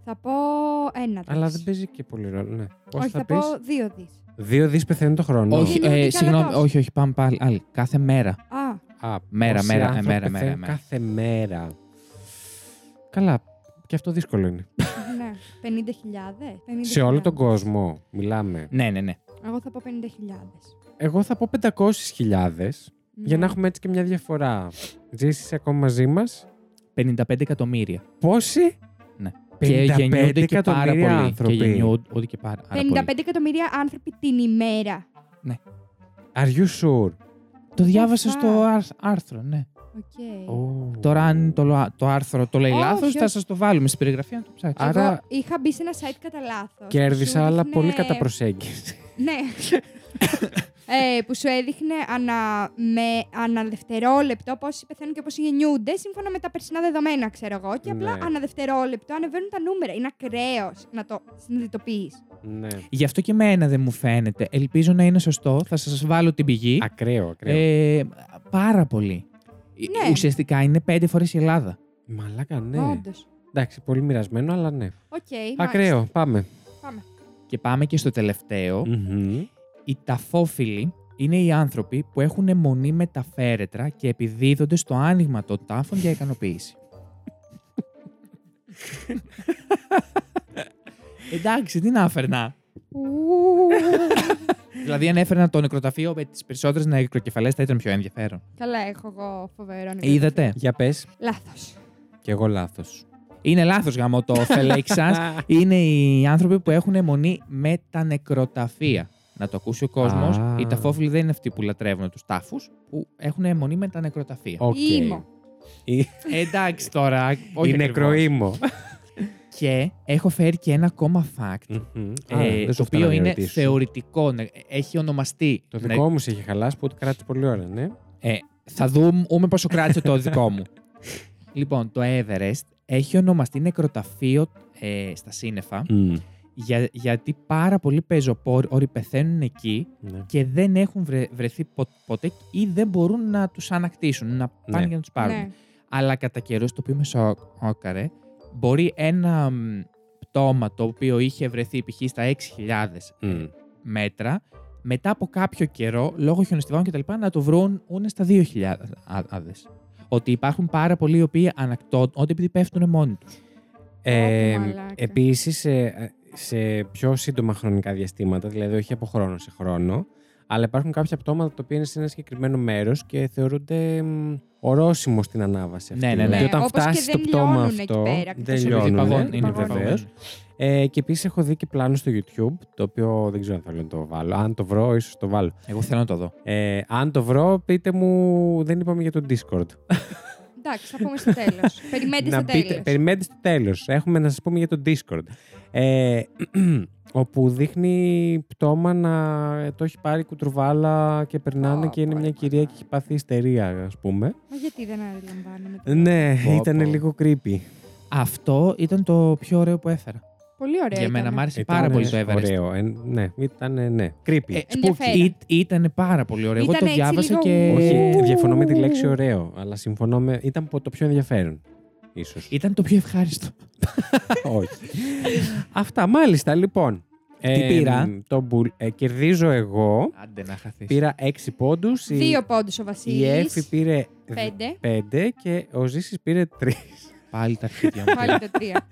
Speaker 2: Θα πω ένα δις.
Speaker 3: Αλλά δεν παίζει και πολύ ρόλο. Ναι. Πώ
Speaker 2: Όχι,
Speaker 3: θα,
Speaker 2: θα,
Speaker 3: πεις.
Speaker 2: πω δύο δις.
Speaker 3: 2 δι πεθαίνουν το χρόνο.
Speaker 4: Όχι,
Speaker 2: Γεννιούνται
Speaker 4: ε,
Speaker 2: και
Speaker 4: συγγνώμη,
Speaker 2: αναπαύσουν.
Speaker 4: όχι, όχι, πάμε πάλι. Άλλη. Κάθε μέρα.
Speaker 2: Α,
Speaker 3: Α,
Speaker 4: Μέρα,
Speaker 3: πόσοι
Speaker 4: μέρα,
Speaker 3: άνθρωποι
Speaker 4: μέρα,
Speaker 3: πεθαίνουν
Speaker 4: μέρα, μέρα.
Speaker 3: Κάθε μέρα. Καλά. Και αυτό δύσκολο είναι.
Speaker 2: ναι. 50.000. 50.000.
Speaker 3: Σε όλο τον κόσμο μιλάμε.
Speaker 4: Ναι, ναι, ναι.
Speaker 2: Εγώ θα πω 50.000.
Speaker 3: Εγώ θα πω 500.000 για
Speaker 2: Ναι.
Speaker 4: Ναι.
Speaker 3: να έχουμε έτσι και μια διαφορά. Ζήσει ακόμα μαζί μας.
Speaker 4: 55 εκατομμύρια.
Speaker 3: Πόσοι.
Speaker 4: Ναι.
Speaker 3: 55 εκατομμύρια άνθρωποι.
Speaker 4: Και γεννιούνται ότι και πάρα, πάρα
Speaker 2: 55
Speaker 4: πολύ.
Speaker 2: εκατομμύρια άνθρωποι την ημέρα.
Speaker 3: Are you sure?
Speaker 4: Το διάβασα
Speaker 2: fuck.
Speaker 4: στο άρθ- άρθρο, ναι.
Speaker 2: Οκ.
Speaker 3: Oh.
Speaker 4: Τώρα, αν το, λο- το άρθρο το λέει
Speaker 2: Όχι,
Speaker 4: λάθος, θα
Speaker 2: όχι.
Speaker 4: σας το βάλουμε στην περιγραφή να το ψάξετε.
Speaker 2: Εγώ
Speaker 3: άρα-
Speaker 2: είχα μπει σε ένα site κατά λάθος.
Speaker 3: Κέρδισα, αλλά
Speaker 4: ναι.
Speaker 3: πολύ κατά προσέγγιση.
Speaker 2: Ναι. ε, που σου έδειχνε ανα, με αναδευτερόλεπτο πόσοι πεθαίνουν και πόσοι γεννιούνται σύμφωνα με τα περσινά δεδομένα, ξέρω εγώ. Και απλά
Speaker 3: Ναι.
Speaker 2: αναδευτερόλεπτο ανεβαίνουν τα νούμερα. Είναι ακραίος να το συνειδητοποιείς.
Speaker 3: ναι.
Speaker 4: Γι' αυτό και εμένα δεν μου φαίνεται. Ελπίζω να είναι σωστό. Θα σας βάλω την πηγή.
Speaker 3: Ακραίο, ακραίο.
Speaker 4: Ε, πάρα πολύ.
Speaker 2: Ναι.
Speaker 4: Ουσιαστικά είναι πέντε φορές η Ελλάδα.
Speaker 3: Μαλάκα, ναι.
Speaker 2: Όντως.
Speaker 3: Εντάξει, πολύ μοιρασμένο, αλλά ναι.
Speaker 2: Οκ. μάλιστα.
Speaker 3: Ακραίο, πάμε.
Speaker 2: Πάμε.
Speaker 4: Και πάμε και στο τελευταιο Οι ταφόφιλοι είναι οι άνθρωποι που έχουν μονή με τα φέρετρα και επιδίδονται στο άνοιγμα των τάφων για ικανοποίηση. Εντάξει, τι να έφερνα.
Speaker 2: Ου,
Speaker 4: δηλαδή, αν έφερνα το νεκροταφείο με τις περισσότερες νεκροκεφαλές, θα ήταν πιο ενδιαφέρον.
Speaker 2: Καλά, έχω εγώ φοβερό νεκρό.
Speaker 4: Είδατε.
Speaker 3: Για πες.
Speaker 2: Λάθος.
Speaker 3: Κι εγώ λάθος.
Speaker 4: Είναι λάθος γαμό το
Speaker 3: *laughs*
Speaker 4: φελέξ σα. Είναι οι άνθρωποι που έχουν αιμονή με τα νεκροταφεία. Να το ακούσει ο κόσμος.
Speaker 3: Α.
Speaker 4: Οι ταφόφιλοι δεν είναι αυτοί που λατρεύουν τους τάφους, που έχουν αιμονή με τα νεκροταφεία.
Speaker 3: Οκ.
Speaker 2: Ήμο.
Speaker 4: Εντάξει τώρα. όχι
Speaker 3: Η
Speaker 4: ακριβώς.
Speaker 3: νεκροήμο.
Speaker 4: Και έχω φέρει και ένα ακόμα fact.
Speaker 3: Μμμ. Ναι. Α,
Speaker 4: ε,
Speaker 3: δεν
Speaker 4: το
Speaker 3: σου φτάνανε
Speaker 4: οποίο
Speaker 3: οι
Speaker 4: είναι
Speaker 3: ερωτήσεις σου.
Speaker 4: θεωρητικό. ναι, Έχει ονομαστεί.
Speaker 3: Το
Speaker 4: ναι,
Speaker 3: δικό μου σε είχε χαλάσει που το κράτησε πολύ ώρα, ναι.
Speaker 4: Ε, θα δούμε πόσο κράτησε το δικό μου. λοιπόν, το Everest έχει ονομαστεί νεκροταφείο ε, στα σύννεφα. Για, γιατί πάρα πολλοί πεζοπόροι πεθαίνουν εκεί
Speaker 3: Ναι.
Speaker 4: και δεν έχουν βρε- βρεθεί πο- ποτέ ή δεν μπορούν να τους ανακτήσουν, να πάνε
Speaker 3: Ναι.
Speaker 4: για να τους πάρουν.
Speaker 2: Ναι.
Speaker 4: Αλλά κατά καιρούς, το οποίο με σοκάρε, μπορεί ένα μ, πτώμα το οποίο είχε βρεθεί π.χ. στα 6.000
Speaker 3: Μμ.
Speaker 4: μέτρα, μετά από κάποιο καιρό, λόγω χιονοστιβών κτλ., να το βρουν ούνε στα 2.000 άδες. Ότι υπάρχουν πάρα πολλοί οι οποίοι ανακτώνται επειδή πέφτουν μόνοι τους.
Speaker 3: Ε,
Speaker 2: Ω, μαλάκα.
Speaker 3: Επίσης, σε, σε πιο σύντομα χρονικά διαστήματα, δηλαδή όχι από χρόνο σε χρόνο, αλλά υπάρχουν κάποια πτώματα τα οποία είναι σε ένα συγκεκριμένο μέρος και θεωρούνται μ, ορόσημο στην ανάβαση αυτή.
Speaker 4: Ναι, ναι, ναι.
Speaker 3: Και όταν
Speaker 2: Ναι, όπως
Speaker 3: φτάσει
Speaker 2: και
Speaker 3: το
Speaker 2: δεν
Speaker 3: πτώμα
Speaker 2: λιώνουν
Speaker 3: αυτό.
Speaker 2: εκεί πέρα,
Speaker 3: δεν
Speaker 2: εκτός
Speaker 4: επειδή παγώνουν,
Speaker 3: λιώνουν,
Speaker 4: είναι
Speaker 3: είναι βεβαίως.
Speaker 4: παγώνουν.
Speaker 3: Ε, και επίσης έχω δει και πλάνο στο YouTube, το οποίο δεν ξέρω αν θέλω να το βάλω. Αν το βρω, ίσως το βάλω.
Speaker 4: Εγώ θέλω να το δω.
Speaker 3: Ε, αν το βρω, πείτε μου, δεν είπαμε για το Discord.
Speaker 2: Εντάξει, θα πούμε στο τέλος. Περιμένετε στο τέλος.
Speaker 3: περιμένετε στο τέλος. Έχουμε να σας πούμε για το Discord. Ε, *clears throat* όπου δείχνει πτώμα να το έχει πάρει κουτρουβάλα και περνάνε
Speaker 2: Ω,
Speaker 3: και είναι
Speaker 2: πω,
Speaker 3: μια
Speaker 2: πω,
Speaker 3: κυρία
Speaker 2: πω.
Speaker 3: και έχει πάθει ιστερία, ας πούμε.
Speaker 2: Μα γιατί δεν αντιλαμβάνομαι. το-
Speaker 3: Ναι,
Speaker 4: Πω,
Speaker 3: ήταν
Speaker 4: πω.
Speaker 3: λίγο creepy.
Speaker 4: Αυτό ήταν το πιο ωραίο που έφερα.
Speaker 2: Πολύ ωραία.
Speaker 4: Για μένα
Speaker 2: ήταν.
Speaker 4: μου άρεσε
Speaker 3: Ήταν,
Speaker 4: πάρα
Speaker 3: ε,
Speaker 4: πολύ το Everest.
Speaker 3: Ωραίο. Ε, ναι, ήταν ναι. creepy.
Speaker 4: Ε,
Speaker 2: Ενδιαφέρον.
Speaker 4: Ήταν πάρα πολύ ωραίο. Εγώ
Speaker 2: Ήταν
Speaker 4: το
Speaker 2: έτσι
Speaker 4: διάβασα
Speaker 2: λίγο,
Speaker 4: και.
Speaker 3: Όχι, διαφωνώ με τη λέξη ωραίο, αλλά συμφωνώ με. ήταν από το πιο ενδιαφέρον.
Speaker 4: *laughs*
Speaker 3: Ίσως.
Speaker 4: Ήταν το πιο ευχάριστο.
Speaker 3: Όχι. Αυτά, μάλιστα, λοιπόν.
Speaker 4: Τι πήρα?
Speaker 3: Το μπουλ, ε, κερδίζω εγώ.
Speaker 4: Άντε να χαθείς.
Speaker 3: Πήρα 6 πόντου.
Speaker 2: Δύο πόντους ο
Speaker 3: Η
Speaker 2: Βασίλη.
Speaker 3: Εύη πήρε
Speaker 2: Πέντε.
Speaker 3: 5 και ο Ζήσης πήρε 3.
Speaker 4: Πάλι τα αρχίδια μου.
Speaker 2: Πάλι τα τρία.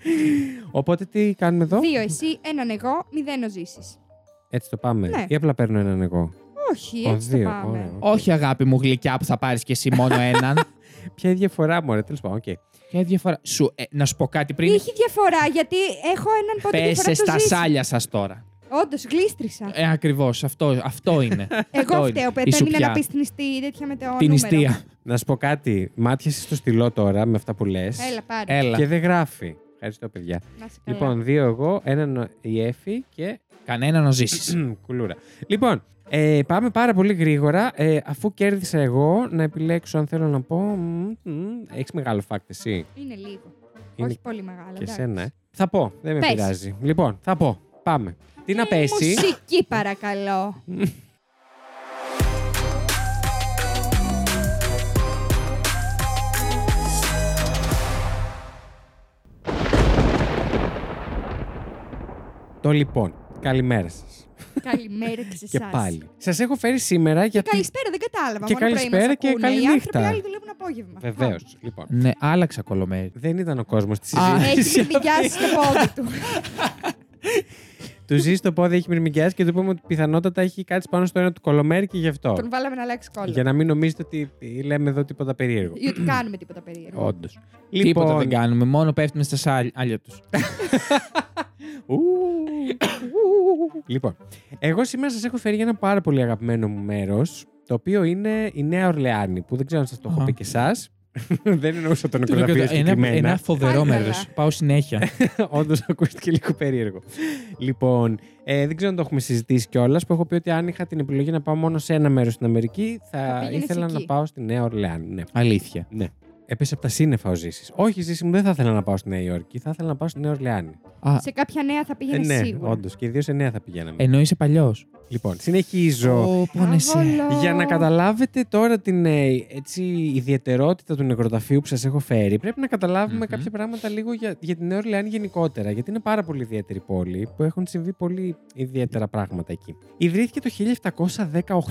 Speaker 3: Οπότε τι κάνουμε εδώ.
Speaker 2: Δύο εσύ, έναν εγώ, μηδέν ο Ζήσης.
Speaker 3: Έτσι το πάμε.
Speaker 2: Ναι.
Speaker 3: Ή απλά παίρνω έναν εγώ.
Speaker 2: Όχι,
Speaker 3: Ο,
Speaker 2: έτσι το
Speaker 3: δύο,
Speaker 2: πάμε.
Speaker 3: ωραία, οκ.
Speaker 4: Όχι αγάπη μου γλυκιά που θα πάρεις κι εσύ μόνο
Speaker 2: *laughs*
Speaker 4: έναν.
Speaker 3: Ποια είναι η διαφορά μου, ρε, τέλος πάντων. οκ.
Speaker 4: Ποια διαφορά. Σου, ε, να σου πω κάτι πριν.
Speaker 2: Είχε διαφορά γιατί έχω έναν πόντο
Speaker 4: Πέσε
Speaker 2: διαφορά από
Speaker 4: στα
Speaker 2: το Ζήση.
Speaker 4: σάλια σας τώρα.
Speaker 2: Όντως, γλίστρισα.
Speaker 4: Ε, ακριβώς. Αυτό, αυτό είναι.
Speaker 2: *laughs*
Speaker 3: Ε,
Speaker 2: Εγώ
Speaker 4: Αυτό
Speaker 2: φταίω
Speaker 4: είναι. Η
Speaker 2: που επέμεινα
Speaker 4: σουπιά.
Speaker 2: να πεις την ιστή τέτοια με το
Speaker 4: Την
Speaker 2: νούμερο.
Speaker 4: ιστία.
Speaker 3: Να σου πω κάτι. Μάτιασες στο στυλό τώρα με αυτά που λες.
Speaker 2: Έλα, πάρε.
Speaker 4: Έλα.
Speaker 3: Και δεν γράφει. Ευχαριστώ, παιδιά.
Speaker 2: Να σε καλά.
Speaker 3: Λοιπόν, δύο εγώ, έναν η Εφη και
Speaker 4: Κανέναν να
Speaker 2: *laughs*
Speaker 4: ζήσεις.
Speaker 3: Μμμ, Κουλούρα. Λοιπόν, ε, πάμε πάρα πολύ γρήγορα. Ε, αφού κέρδισα εγώ, να επιλέξω αν θέλω να πω. Έχεις μεγάλο φάκτη εσύ.
Speaker 2: Είναι λίγο.
Speaker 3: Είναι
Speaker 2: Όχι πολύ μεγάλο.
Speaker 3: και
Speaker 2: εντάξει.
Speaker 3: σένα, ε. Θα πω. Δεν με
Speaker 2: Πες. Ε,
Speaker 3: πειράζει. Λοιπόν, θα πω. Πάμε. Τι να πέσει.
Speaker 2: Μουσική παρακαλώ.
Speaker 3: Το λοιπόν. Καλημέρα σας.
Speaker 2: Καλημέρα και σε
Speaker 3: Και
Speaker 2: εσάς.
Speaker 3: πάλι. Σας έχω φέρει σήμερα γιατί.
Speaker 2: Καλησπέρα, δεν κατάλαβα.
Speaker 3: Και
Speaker 2: μόνο πρωί
Speaker 3: καλησπέρα
Speaker 2: μας
Speaker 3: και
Speaker 2: ακούνε. Οι
Speaker 3: καληνύχτα.
Speaker 2: άνθρωποι άλλοι δουλεύουν απόγευμα.
Speaker 3: Βεβαίως. Λοιπόν.
Speaker 4: Ναι, άλλαξα κολομέρι.
Speaker 3: Δεν ήταν ο κόσμος της
Speaker 4: Α,
Speaker 2: Α,
Speaker 3: συζήτησης. *laughs*
Speaker 2: Έχεις μυρμηγκιάσει στο πόδι του.
Speaker 3: Του ζήσει το πόδι, έχει μυρμηγκιάσει και του πούμε ότι πιθανότατα έχει κάτσει πάνω στο ένα του κολομέρι και γι' αυτό.
Speaker 2: Τον βάλαμε να αλλάξει
Speaker 3: Για
Speaker 2: κόλλο.
Speaker 3: να μην νομίζετε ότι λέμε εδώ τίποτα περίεργο. Λοιπόν,
Speaker 2: Ή ότι κάνουμε τίποτα περίεργο.
Speaker 3: Όντως.
Speaker 4: Τίποτα δεν κάνουμε. Μόνο πέφτουμε στα σάλια τους.
Speaker 3: Ου, ου. λοιπόν, εγώ σήμερα σας έχω φέρει για ένα πάρα πολύ αγαπημένο μου μέρος, το οποίο είναι η Νέα Ορλεάνη, που δεν ξέρω αν σας το έχω
Speaker 4: Αχα.
Speaker 3: πει και εσάς. *laughs* δεν εννοούσα τον οικογραφείο
Speaker 4: Ένα, ένα
Speaker 3: συγκεκριμένα.
Speaker 4: φοβερό
Speaker 2: Πάλι
Speaker 4: μέρο.
Speaker 2: καλά.
Speaker 4: Πάω συνέχεια.
Speaker 3: *laughs*
Speaker 2: *laughs*
Speaker 3: Όντως ακούστηκε λίγο περίεργο. λοιπόν, ε, δεν ξέρω αν το έχουμε συζητήσει κιόλας, που έχω πει ότι αν είχα την επιλογή να πάω μόνο σε ένα μέρος στην Αμερική,
Speaker 2: Θα
Speaker 3: θα,
Speaker 2: πήγαινες
Speaker 3: ήθελα να
Speaker 2: εκεί.
Speaker 3: πάω στη Νέα Ορλεάνη. Ναι.
Speaker 4: Αλήθεια.
Speaker 3: Έπεσε από τα σύννεφα ο Ζήσης. Όχι, Ζήση μου, δεν θα ήθελα να πάω στη Νέα Υόρκη, θα ήθελα να πάω στη Νέα Ορλεάνη.
Speaker 4: Α,
Speaker 2: Σε κάποια νέα θα
Speaker 3: Ε,
Speaker 2: πήγαινε
Speaker 3: ναι,
Speaker 2: σίγουρα.
Speaker 3: όντως. Και ιδίω σε νέα θα πηγαίναμε.
Speaker 4: ενώ είσαι παλιός.
Speaker 3: Λοιπόν, συνεχίζω.
Speaker 4: πόνεσαι.
Speaker 2: Αβόλο.
Speaker 3: Για να καταλάβετε τώρα την ε, έτσι, ιδιαιτερότητα του νεκροταφείου που σας έχω φέρει, πρέπει να καταλαβουμε
Speaker 4: Μμμ.
Speaker 3: κάποια πράγματα λίγο για, για την Νέα Ορλεάνη γενικότερα. Γιατί είναι πάρα πολύ ιδιαίτερη πόλη που έχουν συμβεί πολύ ιδιαίτερα πράγματα εκεί. Ιδρύθηκε το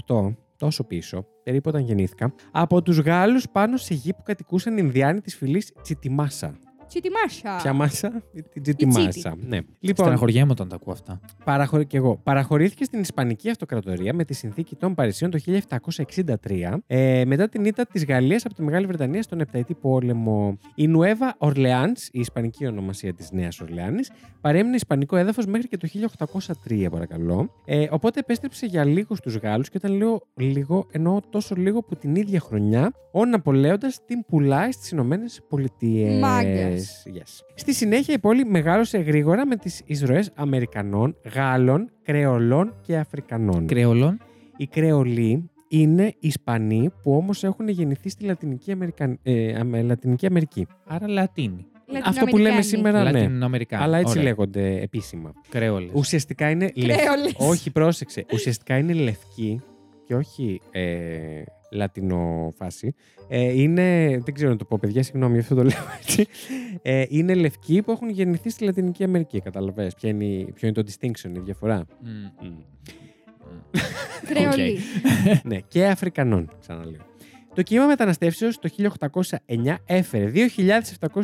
Speaker 3: 1718, τόσο πίσω, περίπου όταν γεννήθηκα, από τους Γάλλους πάνω σε γη που κατοικούσαν οι Ινδιάνοι της φυλής Τσιτιμάσα.
Speaker 2: Τσιτιμάσα.
Speaker 3: Ποια μάσα? Την
Speaker 2: Η
Speaker 3: Τσιτιμάσα.
Speaker 2: Τσίτι.
Speaker 3: Ναι.
Speaker 4: Στεναχωριέμαι όταν τα ακούω αυτά.
Speaker 3: Παραχωρη... και εγώ. Παραχωρήθηκε στην Ισπανική Αυτοκρατορία με τη συνθήκη των Παρισίων το 1763, ε, μετά την ήττα της Γαλλίας από τη Μεγάλη Βρετανία στον Επταετή Πόλεμο. Η Νουέβα Ορλεάν, η ισπανική ονομασία της Νέας Ορλεάνης, παρέμεινε ισπανικό έδαφος μέχρι και το 1803, παρακαλώ. Ε, οπότε επέστρεψε για λίγο στου Γάλλους και όταν λέω λίγο, εννοώ τόσο λίγο που την ίδια χρονιά ο Ναπολέοντας την πουλάει στις Ηνωμένες Πολιτείες.
Speaker 2: Μάγκας.
Speaker 3: Yes. Στη συνέχεια η πόλη μεγάλωσε γρήγορα με τις εισρωές Αμερικανών, Γάλλων, Κρεολών και Αφρικανών.
Speaker 4: Κρεολών.
Speaker 3: Οι Κρεολοί είναι Ισπανοί που όμως έχουν γεννηθεί στη Λατινική, Αμερικαν- ε, Αμε- Λατινική Αμερική.
Speaker 4: Άρα Λατίνοι.
Speaker 2: Λατινοαμερικάνοι.
Speaker 3: Αυτό που λέμε σήμερα ναι.
Speaker 4: Λατινοαμερικάνοι.
Speaker 3: Αλλά έτσι
Speaker 4: Ωραία.
Speaker 3: λέγονται επίσημα.
Speaker 4: Κρέολες.
Speaker 3: Ουσιαστικά είναι λευκοί.
Speaker 2: Κρέολες. *laughs*
Speaker 3: Όχι, πρόσεξε. Ουσιαστικά είναι λευκοί και όχι ε, λατινό φάση. Ε, είναι, δεν ξέρω να το πω, παιδιά, συγγνώμη, γι' αυτό το *laughs* λέω έτσι. Ε, είναι λευκοί που έχουν γεννηθεί στη Λατινική Αμερική. Καταλαβαίνεις ποια είναι η- ποιο είναι το distinction, η διαφορά.
Speaker 4: Μμ.
Speaker 2: Κρεολί.
Speaker 3: *laughs* ναι, και Αφρικανών, ξαναλέω. Το κύμα μεταναστεύσεως το 1809 έφερε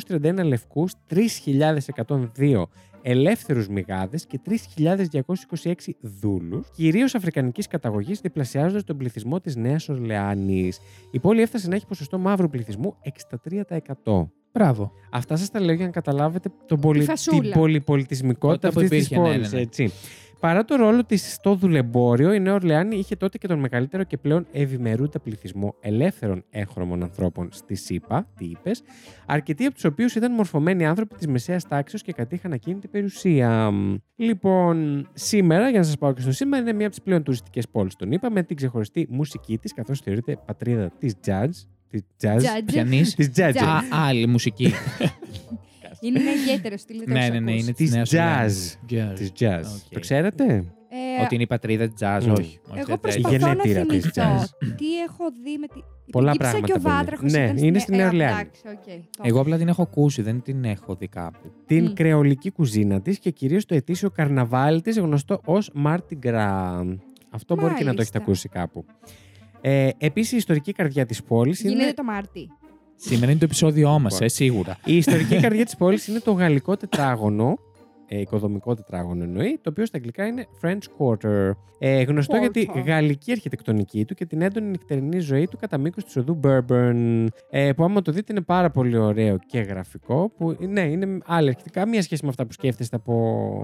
Speaker 3: 2.731 λευκού, 3.102 ελεύθερους μηγάδες και 3.226 δούλους, κυρίως αφρικανικής καταγωγής, διπλασιάζοντας τον πληθυσμό της Νέας Ορλεάνης. Η πόλη έφτασε να έχει ποσοστό μαύρου πληθυσμού 63%.
Speaker 4: Μπράβο.
Speaker 3: Αυτά σας τα λέω για να καταλάβετε τον πολυ... την
Speaker 2: φασούλα.
Speaker 3: πολυπολιτισμικότητα
Speaker 4: Τότε που
Speaker 3: αυτής της
Speaker 4: υπήρχε, ναι,
Speaker 3: πόλης.
Speaker 4: ναι, ναι.
Speaker 3: Έτσι. Παρά το ρόλο της στο δουλεμπόριο, η Νέα Ορλεάνη είχε τότε και τον μεγαλύτερο και πλέον ευημερούντα πληθυσμό ελεύθερων έγχρωμων ανθρώπων στη ΣΥΠΑ, τι είπες, αρκετοί από τους οποίους ήταν μορφωμένοι άνθρωποι της μεσαίας τάξεω και κατήχαν ακίνητη περιουσία. Λοιπόν, σήμερα, για να σας πάω και στο σήμερα, είναι μία από τις πλέον τουριστικές πόλεις, τον είπα, με την ξεχωριστή μουσική της, καθώς θεωρείται πατρίδα της jazz. Της jazz.
Speaker 2: Τζάτζε.
Speaker 4: Πιανεί.
Speaker 3: *laughs* Της jazz.
Speaker 2: Jazz.
Speaker 4: Α, άλλη μουσική.
Speaker 2: Είναι ένα ιδιαίτερο στυλ. δεν το
Speaker 4: ναι,
Speaker 2: έχεις
Speaker 4: ναι, ναι,
Speaker 2: ακούσει.
Speaker 4: είναι
Speaker 3: Της
Speaker 4: της Νέας
Speaker 3: jazz. Της jazz.
Speaker 4: Οκ.
Speaker 3: Το ξέρατε?
Speaker 2: Ε,
Speaker 4: Ότι είναι η πατρίδα jazz,
Speaker 3: Ναι.
Speaker 4: όχι. Όχι,
Speaker 2: Εγώ
Speaker 4: δεν-
Speaker 3: Η
Speaker 2: προσπαθώ να
Speaker 3: γενέτειρα της
Speaker 2: θυμηθώ τι έχω δει με τη.
Speaker 3: Πολλά
Speaker 2: Η Γύψα
Speaker 3: πράγματα,
Speaker 2: και ο
Speaker 3: παιδιά.
Speaker 2: Βάτραχος
Speaker 3: Ναι,
Speaker 2: ήταν
Speaker 3: είναι στην Νέα
Speaker 2: ε,
Speaker 3: Ορλεάνη.
Speaker 2: εντάξει, οκ, το-
Speaker 4: Εγώ απλά την έχω ακούσει, δεν την έχω δει κάπου.
Speaker 3: την
Speaker 2: Μμ.
Speaker 3: κρεολική κουζίνα της και κυρίως το ετήσιο καρναβάλι της γνωστό ως Mardi Gras. Αυτό μπορεί και να το
Speaker 2: Μάλιστα.
Speaker 3: έχετε ακούσει κάπου. Ε, επίσης η ιστορική καρδιά της πόλης
Speaker 2: Γίνεται
Speaker 3: είναι...
Speaker 2: το Μάρτι.
Speaker 4: Σήμερα είναι το επεισόδιό μας,
Speaker 3: Λοιπόν.
Speaker 4: ε, σίγουρα.
Speaker 3: Η ιστορική καρδιά της πόλης είναι το γαλλικό τετράγωνο, ε, οικοδομικό τετράγωνο εννοεί, το οποίο στα αγγλικά είναι French Quarter. Ε, γνωστό για τη
Speaker 2: Quarter.
Speaker 3: γαλλική αρχιτεκτονική του και την έντονη νυχτερινή ζωή του κατά μήκος της οδού Bourbon. Ε, που άμα το δείτε είναι πάρα πολύ ωραίο και γραφικό. Που, ναι, είναι άλλη αρχιτεκτονική. Καμία σχέση με αυτά που σκέφτεστε από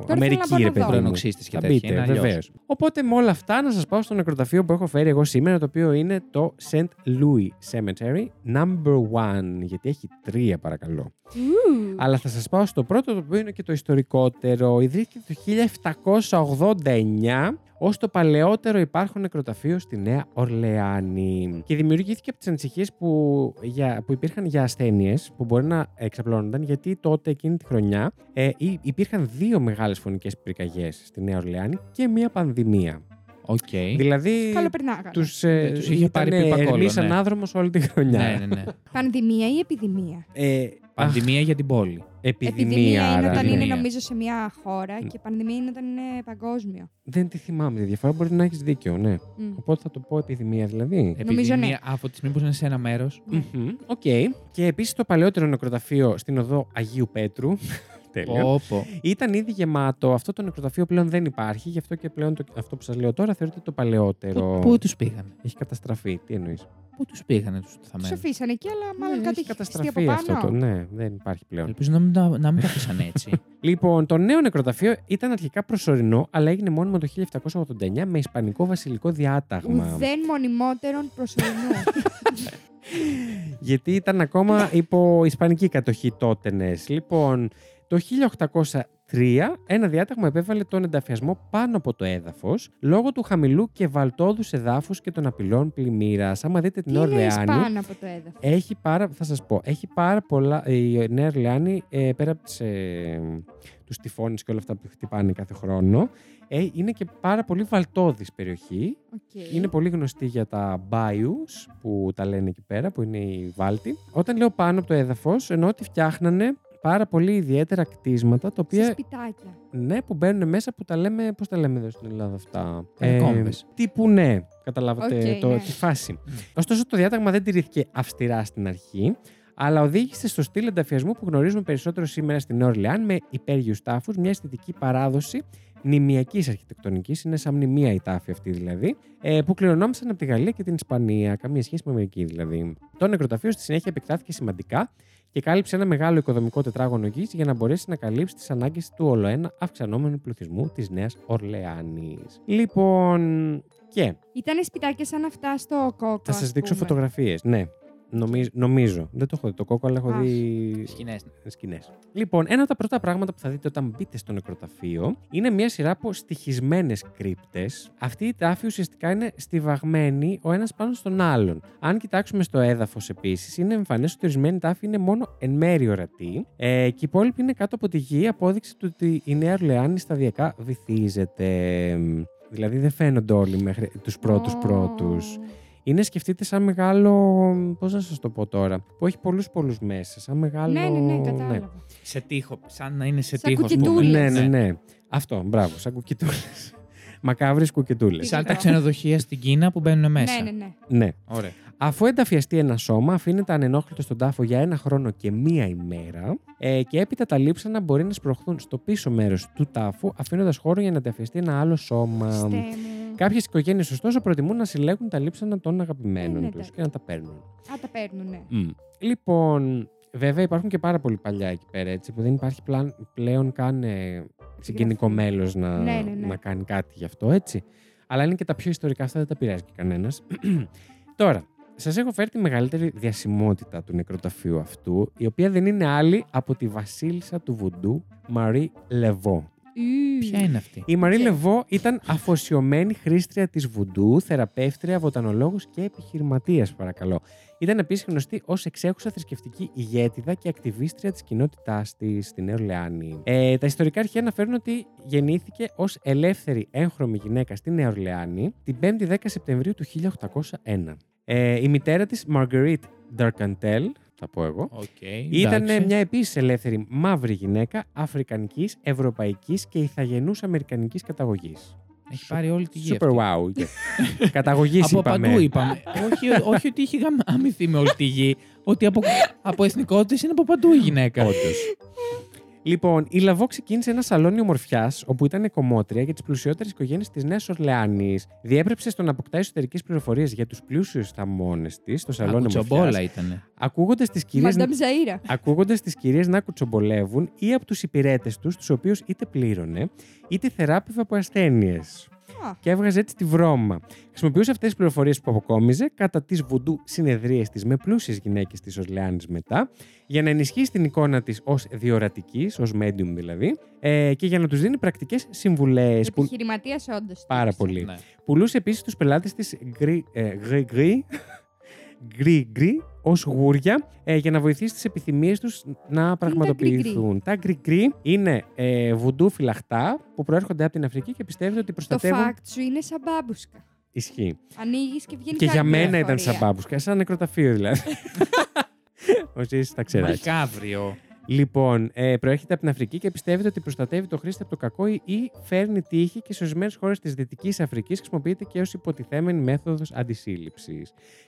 Speaker 2: θέλω
Speaker 3: Αμερική,
Speaker 2: να πάω
Speaker 3: ρε
Speaker 2: να δω.
Speaker 3: παιδί μου.
Speaker 4: Χρονοξύστες και
Speaker 3: Θα
Speaker 4: τέτοια,
Speaker 3: μπείτε,
Speaker 4: είναι αλλιώς.
Speaker 3: βεβαίως. Οπότε με όλα αυτά να σας πάω στο νεκροταφείο που έχω φέρει εγώ σήμερα, το οποίο είναι το St. Louis Cemetery Number 1. Γιατί έχει τρία, παρακαλώ.
Speaker 2: Ου,
Speaker 3: Αλλά θα σας πάω στο πρώτο, το οποίο είναι και το ιστορικότερο. Ιδρύθηκε το 1789 ως το παλαιότερο υπάρχον νεκροταφείο στη Νέα Ορλεάνη. Και δημιουργήθηκε από τις ανησυχίες που, για, που υπήρχαν για ασθένειες που μπορεί να εξαπλώνονταν, γιατί τότε εκείνη τη χρονιά ε, υ- υπήρχαν δύο μεγάλες φωνικές πυρκαγιές στη Νέα Ορλεάνη και μία πανδημία.
Speaker 4: Οκ.
Speaker 3: Δηλαδή...
Speaker 2: Καλοπερνάγα.
Speaker 3: Τους, ε,
Speaker 4: Ναι, τους είχε
Speaker 3: ήταν,
Speaker 4: πάρει
Speaker 3: ε,
Speaker 4: πίπακόλο,
Speaker 3: Ερμής
Speaker 4: ναι.
Speaker 3: ανάδρομος όλη τη χρονιά.
Speaker 4: Ναι, ναι, ναι.
Speaker 2: Πανδημία ή επιδημία.
Speaker 3: Ε, αχ,
Speaker 4: Πανδημία για την πόλη.
Speaker 3: επιδημία,
Speaker 2: Επιδημία είναι
Speaker 3: άρα. ναι.
Speaker 2: όταν είναι
Speaker 4: Επιδημία.
Speaker 2: νομίζω σε μια χώρα και πανδημία είναι όταν είναι παγκόσμιο.
Speaker 3: Δεν τη θυμάμαι τη διαφορά. Μπορεί να έχεις δίκιο, ναι.
Speaker 2: Μμ.
Speaker 3: Οπότε θα το πω επιδημία δηλαδή.
Speaker 2: Νομίζω ναι.
Speaker 4: Επιδημία από τη στιγμή που είναι σε ένα μέρος.
Speaker 3: Ε, Μμμ, Οκ. Και επίσης το παλαιότερο νεκροταφείο στην οδό Αγίου Πέτρου. *laughs* Τέλειο.
Speaker 4: Όπω.
Speaker 3: Ήταν ήδη γεμάτο. Αυτό το νεκροταφείο πλέον δεν υπάρχει. Γι' αυτό και πλέον το, αυτό που σας λέω τώρα θεωρείται το παλαιότερο.
Speaker 4: Πού τους πήγανε.
Speaker 3: Έχει καταστραφεί. Τι
Speaker 2: Ε,
Speaker 3: εννοείς.
Speaker 4: Πού τους πήγανε τους
Speaker 2: Του
Speaker 4: θαμένου.
Speaker 2: αφήσανε εκεί, αλλά μάλλον κάτι έχει χτιστεί από
Speaker 3: Ναι, καταστραφεί αυτό το.
Speaker 2: πάνω.
Speaker 3: Ναι, δεν υπάρχει πλέον.
Speaker 4: Ελπίζω να μην τα, να μην τα αφήσαν
Speaker 3: *laughs*
Speaker 4: έτσι.
Speaker 3: Λοιπόν, το νέο νεκροταφείο ήταν αρχικά προσωρινό, αλλά έγινε μόνιμο το 1789 με ισπανικό βασιλικό διάταγμα.
Speaker 2: Ουδέν μονιμότερων
Speaker 3: *laughs*
Speaker 2: προσωρινού.
Speaker 3: Γιατί ήταν ακόμα υπό ισπανική κατοχή τότενες. Λοιπόν, το 1803 ένα διάταγμα επέβαλε τον ενταφιασμό πάνω από το έδαφος λόγω του χαμηλού και βαλτόδους εδάφους και των απειλών πλημμύρας. Άμα δείτε
Speaker 2: Τι
Speaker 3: την
Speaker 2: λέει
Speaker 3: Ορλεάνη,
Speaker 2: πάνω από το έδαφος.
Speaker 3: έχει πάρα, θα σας πω, έχει πάρα πολλά, η Νέα Ορλεάνη ε, πέρα από τις, ε, τους τυφώνες και όλα αυτά που χτυπάνε κάθε χρόνο, ε, είναι και πάρα πολύ βαλτόδης περιοχή είναι πολύ γνωστή για τα bayous που τα λένε εκεί πέρα, που είναι οι Βάλτοι. Όταν λέω πάνω από το έδαφος, εννοώ ότι φτιάχνανε πάρα πολύ ιδιαίτερα κτίσματα, τα
Speaker 2: Σε
Speaker 3: οποία
Speaker 2: σπιτάκια.
Speaker 3: ναι, που μπαίνουν μέσα που τα λέμε. Πώς τα λέμε εδώ στην Ελλάδα αυτά. Ε,
Speaker 4: Κατακόμβες.
Speaker 3: τύπου ναι, καταλάβατε
Speaker 2: Οκ,
Speaker 3: το,
Speaker 2: ναι.
Speaker 3: τη φάση. Ωστόσο, το διάταγμα δεν τηρήθηκε αυστηρά στην αρχή, αλλά οδήγησε στο στυλ ενταφιασμού που γνωρίζουμε περισσότερο σήμερα στην Νέα Ορλεάν με υπέργειους τάφους, μια αισθητική παράδοση νημιακή αρχιτεκτονικής, είναι σαν μνημεία η τάφη αυτή δηλαδή, ε, που κληρονόμησαν από τη Γαλλία και την Ισπανία, καμία σχέση με Αμερική δηλαδή. Το νεκροταφείο στη συνέχεια επεκτάθηκε σημαντικά και κάλυψε ένα μεγάλο οικοδομικό τετράγωνο γης για να μπορέσει να καλύψει τις ανάγκες του ολοένα αυξανόμενου πληθυσμού της Νέας Ορλεάνης. Λοιπόν, και
Speaker 2: Ήταν σπιτάκια σαν αυτά στο κόκο.
Speaker 3: θα σας
Speaker 2: ας
Speaker 3: δείξω
Speaker 2: πούμε.
Speaker 3: φωτογραφίες. Ναι. Νομι- νομίζω. Δεν το έχω δει το κόκο, αλλά έχω
Speaker 2: Αχ.
Speaker 3: δει
Speaker 4: Σκηνές.
Speaker 3: σκηνές. Λοιπόν, ένα από τα πρώτα πράγματα που θα δείτε όταν μπείτε στο νεκροταφείο είναι μια σειρά από στοιχισμένες κρύπτες. Αυτή η τάφη ουσιαστικά είναι στιβαγμένη ο ένας πάνω στον άλλον. Αν κοιτάξουμε στο έδαφος επίσης, είναι εμφανές ότι ορισμένη τάφη είναι μόνο εν μέρη ορατή ε, και οι υπόλοιποι είναι κάτω από τη γη, απόδειξη του ότι η Νέα Ορλεάνη σταδιακά βυθίζεται. Δηλαδή δεν φαίνονται όλοι μέχρι τους πρώτους
Speaker 2: Ω.
Speaker 3: πρώτους. Είναι σκεφτείτε σαν μεγάλο. Πώς να σας το πω τώρα. Που έχει πολλούς πολλούς μέσα. Σαν μεγάλο.
Speaker 2: Ναι, ναι, ναι, κατάλαβα.
Speaker 4: Σε τείχο. Σαν να είναι σε
Speaker 2: Σαν Ναι.
Speaker 4: τείχο. ας πούμε.
Speaker 3: *laughs*
Speaker 2: κουκιτούλες.
Speaker 3: Ναι, ναι, ναι. Αυτό, μπράβο, σαν κουκιτούλε. μακάβρε κουκετούλε.
Speaker 2: Τι
Speaker 4: Σαν τα
Speaker 2: γλυκό.
Speaker 4: ξενοδοχεία στην Κίνα που μπαίνουν μέσα.
Speaker 2: Ναι, ναι, ναι.
Speaker 3: Ναι.
Speaker 4: Ωραία.
Speaker 3: Αφού ενταφιαστεί ένα σώμα, αφήνεται ανενόχλητο στον τάφο για ένα χρόνο και μία ημέρα ε, και έπειτα τα λείψανα μπορεί να σπροχθούν στο πίσω μέρος του τάφου, αφήνοντας χώρο για να ενταφιαστεί ένα άλλο σώμα.
Speaker 2: Στέ μου.
Speaker 3: Κάποιες οικογένειες, ωστόσο, προτιμούν να συλλέγουν τα λείψανα των αγαπημένων
Speaker 2: Γίνεται.
Speaker 3: του και να τα παίρνουν.
Speaker 2: Α, τα παίρνουν, ναι.
Speaker 3: Λοιπόν, βέβαια υπάρχουν και πάρα πολύ παλιά εκεί πέρα, έτσι, που δεν υπάρχει πλάν- πλέον καν ε, συγγενικό μέλος να,
Speaker 2: Ναι, ναι, ναι.
Speaker 3: να κάνει κάτι γι' αυτό, έτσι. Αλλά είναι και τα πιο ιστορικά, αυτά δεν τα πειράζει και κανένας. *clears throat* Τώρα, σας έχω φέρει τη μεγαλύτερη διασημότητα του νεκροταφείου αυτού, η οποία δεν είναι άλλη από τη βασίλισσα του βουντού, Μαρή Λεβό.
Speaker 2: Ου,
Speaker 4: Ποια είναι αυτή.
Speaker 3: Η Μαρή
Speaker 2: Και-
Speaker 3: Λεβό ήταν αφοσιωμένη χρήστρια της βουντού, θεραπεύτρια, βοτανολόγος και επιχειρηματίας, παρακαλώ. Ήταν επίσης γνωστή ως εξέχουσα θρησκευτική ηγέτιδα και ακτιβίστρια της κοινότητάς της στη Νέα Ορλεάνη. Ε, τα ιστορικά αρχεία αναφέρουν ότι γεννήθηκε ως ελεύθερη έγχρωμη γυναίκα στη Νέα Ορλεάνη την 5η 10 Σεπτεμβρίου του 1801. Ε, η μητέρα της, Marguerite Darkantel, θα πω εγώ,
Speaker 4: Okay,
Speaker 3: ήταν μια επίσης ελεύθερη μαύρη γυναίκα αφρικανικής, ευρωπαϊκής και ηθαγενούς αμερικανικής καταγωγής.
Speaker 4: Έχει πάρει όλη τη γη.
Speaker 3: Super
Speaker 4: αυτή.
Speaker 3: wow.
Speaker 4: *laughs*
Speaker 3: καταγωγής
Speaker 4: από
Speaker 3: είπαμε.
Speaker 4: παντού είπαμε. όχι, όχι ότι είχε γαμηθεί με όλη τη γη. ότι από, από εθνικότητες είναι από παντού η γυναίκα.
Speaker 3: Όντως. Λοιπόν, η Λαβό ξεκίνησε ένα σαλόνι ομορφιάς, όπου ήταν κομμότρια για τις πλουσιότερες οικογένειες της Νέας Ορλεάνης. Διέπρεψε στο να αποκτά εσωτερικές πληροφορίες για τους πλούσιους θαμώνες της στο σαλόνι
Speaker 4: Τσομπόλα
Speaker 3: ομορφιά.
Speaker 4: ήταν.
Speaker 3: Ακούγοντας τις κυρίες
Speaker 2: Μαντάμ Ζαΐρα.
Speaker 3: ακούγοντας τις κυρίες να κουτσομπολεύουν ή από τους υπηρέτες τους, τους οποίους είτε πλήρωνε, είτε θεράπευε από ασθένειες.
Speaker 2: Α.
Speaker 3: Και έβγαζε έτσι τη βρώμα. Χρησιμοποιούσε αυτές τις πληροφορίες που αποκόμιζε κατά τις βουντού συνεδρίες της με πλούσιες γυναίκες της Ορλεάνη μετά, για να ενισχύσει την εικόνα της ως διορατικής, ως medium δηλαδή, ε, και για να τους δίνει πρακτικές συμβουλές. Που...
Speaker 2: Επιχειρηματίας όντως.
Speaker 3: Πάρα πολύ.
Speaker 4: Ναι.
Speaker 3: Πουλούσε επίσης τους πελάτες της ε, γκρι-γκρι ως γούρια ε, για να βοηθήσει τις επιθυμίες τους να πραγματοποιηθούν. Τα γκρι-γκρι είναι ε, βουντού φυλαχτά που προέρχονται από την Αφρική και πιστεύετε ότι
Speaker 2: Το
Speaker 3: προστατεύουν.
Speaker 2: fact σου είναι σαν μπάμπουσκα.
Speaker 3: Ισχύει.
Speaker 2: Ανοίγεις και βγαίνει
Speaker 3: Και για
Speaker 2: κάποια
Speaker 3: μένα ήταν
Speaker 2: πληροφορία.
Speaker 3: σαν μπάμπουσκα, σαν νεκροταφείο δηλαδή. Όσοι εσείς τα ξέρετε.
Speaker 4: Μακάβριο.
Speaker 3: Λοιπόν, ε, προέρχεται από την Αφρική και πιστεύετε ότι προστατεύει το χρήστη από το κακό ή- ή φέρνει τύχη και σε ορισμένες χώρες της Δυτικής Αφρικής χρησιμοποιείται και ως υποτιθέμενη μέθοδος αντισύλληψης.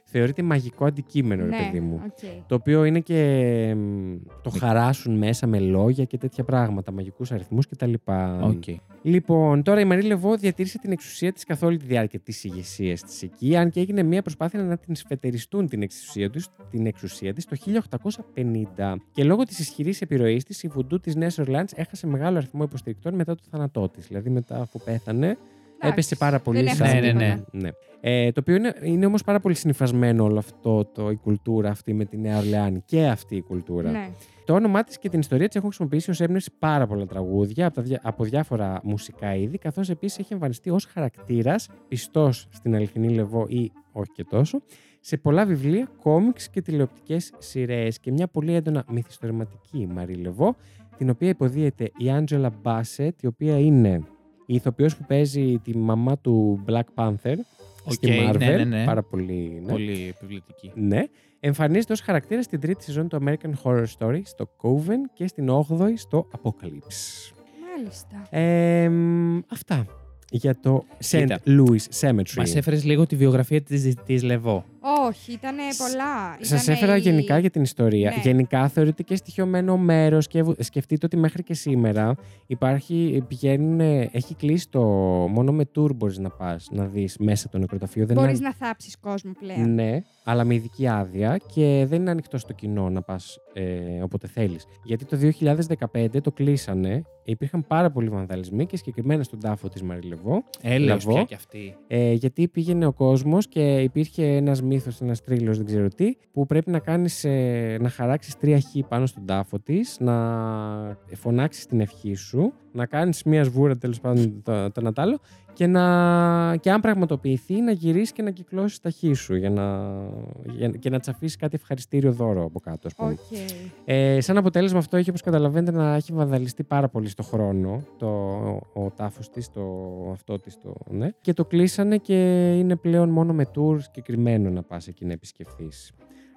Speaker 3: Θεωρείται μαγικό αντικείμενο, ρε
Speaker 2: Ναι,
Speaker 3: παιδί μου.
Speaker 2: οκ.
Speaker 3: Το οποίο είναι και εμ, το χαράσουν μέσα με λόγια και τέτοια πράγματα, μαγικούς αριθμούς κτλ.
Speaker 4: Οκ.
Speaker 3: Λοιπόν, τώρα η Μαρή Λεβό διατήρησε την εξουσία της καθ' όλη τη διάρκεια της ηγεσίας της εκεί, αν και έγινε μια προσπάθεια να την σφετεριστούν την εξουσία τη την εξουσία της το 1850. Και λόγω της ισχυρής επιρροής της, η βουντού της Νέας Ορλάνδη έχασε μεγάλο αριθμό υποστηρικτών μετά το θάνατό της. Δηλαδή, μετά αφού πέθανε, έπεσε
Speaker 2: Εντάξει,
Speaker 3: πάρα πολύ
Speaker 2: δεν
Speaker 3: σαν-
Speaker 2: έχασε
Speaker 4: Ναι, ναι,
Speaker 2: τίποτα.
Speaker 4: ναι.
Speaker 3: ναι. Ε, το οποίο είναι, είναι όμως πάρα πολύ συνυφασμένο όλο αυτό, το, η κουλτούρα αυτή με τη Νέα Ορλεάνη και αυτή η κουλτούρα.
Speaker 2: Ναι.
Speaker 3: Το όνομά της και την ιστορία της έχουν χρησιμοποιήσει ως έμπνευση πάρα πολλά τραγούδια από, τα, δια- από διάφορα μουσικά είδη, καθώς επίσης έχει εμφανιστεί ως χαρακτήρας, πιστός στην αληθινή λεβό ή όχι και τόσο, σε πολλά βιβλία, κόμιξ και τηλεοπτικές σειρές και μια πολύ έντονα μυθιστορηματική Μαρή Λεβό, την οποία υποδίεται η Άντζελα Μπάσετ, η οποία είναι η ηθοποιός που παίζει τη μαμά του Black Panther
Speaker 4: Οκ,
Speaker 3: στη
Speaker 4: ναι,
Speaker 3: Marvel,
Speaker 4: ναι, ναι.
Speaker 3: πάρα πολύ, ναι.
Speaker 4: Πολύ επιβλητική.
Speaker 3: Ναι. Εμφανίζεται ως χαρακτήρας στην τρίτη σεζόν του American Horror Story στο Coven και στην 8η στο Apocalypse.
Speaker 2: Μάλιστα.
Speaker 3: Ε, μ, αυτά για το St.
Speaker 4: Κοίτα.
Speaker 3: Louis Cemetery.
Speaker 4: Μας έφερες λίγο τη βιογραφία της Λεβό.
Speaker 2: Όχι, ήταν πολλά.
Speaker 3: Σας
Speaker 2: Ήτανε
Speaker 3: έφερα
Speaker 2: η-
Speaker 3: γενικά για την ιστορία.
Speaker 2: Ναι.
Speaker 3: Γενικά θεωρείται και στοιχειωμένο μέρος και βου- σκεφτείτε ότι μέχρι και σήμερα υπάρχει, πηγαίνουν, έχει κλείσει το. Μόνο με tour μπορείς να πας να δεις μέσα το νεκροταφείο. Δεν
Speaker 2: Μπορείς
Speaker 3: είναι-
Speaker 2: να θάψεις κόσμο πλέον.
Speaker 3: Ναι, αλλά με ειδική άδεια και δεν είναι ανοιχτό στο κοινό να πας ε, όποτε θέλεις. Γιατί το 2015 το κλείσανε, υπήρχαν πάρα πολλοί βανδαλισμοί και συγκεκριμένα στον τάφο της Μαριλεβό,
Speaker 4: Έλεος
Speaker 3: Λεβό.
Speaker 4: πια κι αυτή.
Speaker 3: ε, γιατί πήγαινε ο κόσμος και υπήρχε ένας μύθος, ένας τρίλος, δεν ξέρω τι, που πρέπει να, κάνεις, ε, να χαράξεις τρία χ πάνω στον τάφο της, να φωνάξεις την ευχή σου, να κάνεις μία σβούρα τέλος πάντων το, το ένα άλλο και, να, και αν πραγματοποιηθεί να γυρίσεις και να κυκλώσεις τα χ σου για να, για, και να τη αφήσει κάτι ευχαριστήριο δώρο από κάτω, ας πούμε.
Speaker 2: Οκ.
Speaker 3: Ε, σαν αποτέλεσμα αυτό έχει, όπως καταλαβαίνετε, να έχει βανδαλιστεί πάρα πολύ στο χρόνο το, ο, ο τάφος της, το αυτό της, το, ναι. Και το κλείσανε και είναι πλέον μόνο με tour συγκεκριμένο να πας εκεί να επισκεφθείς.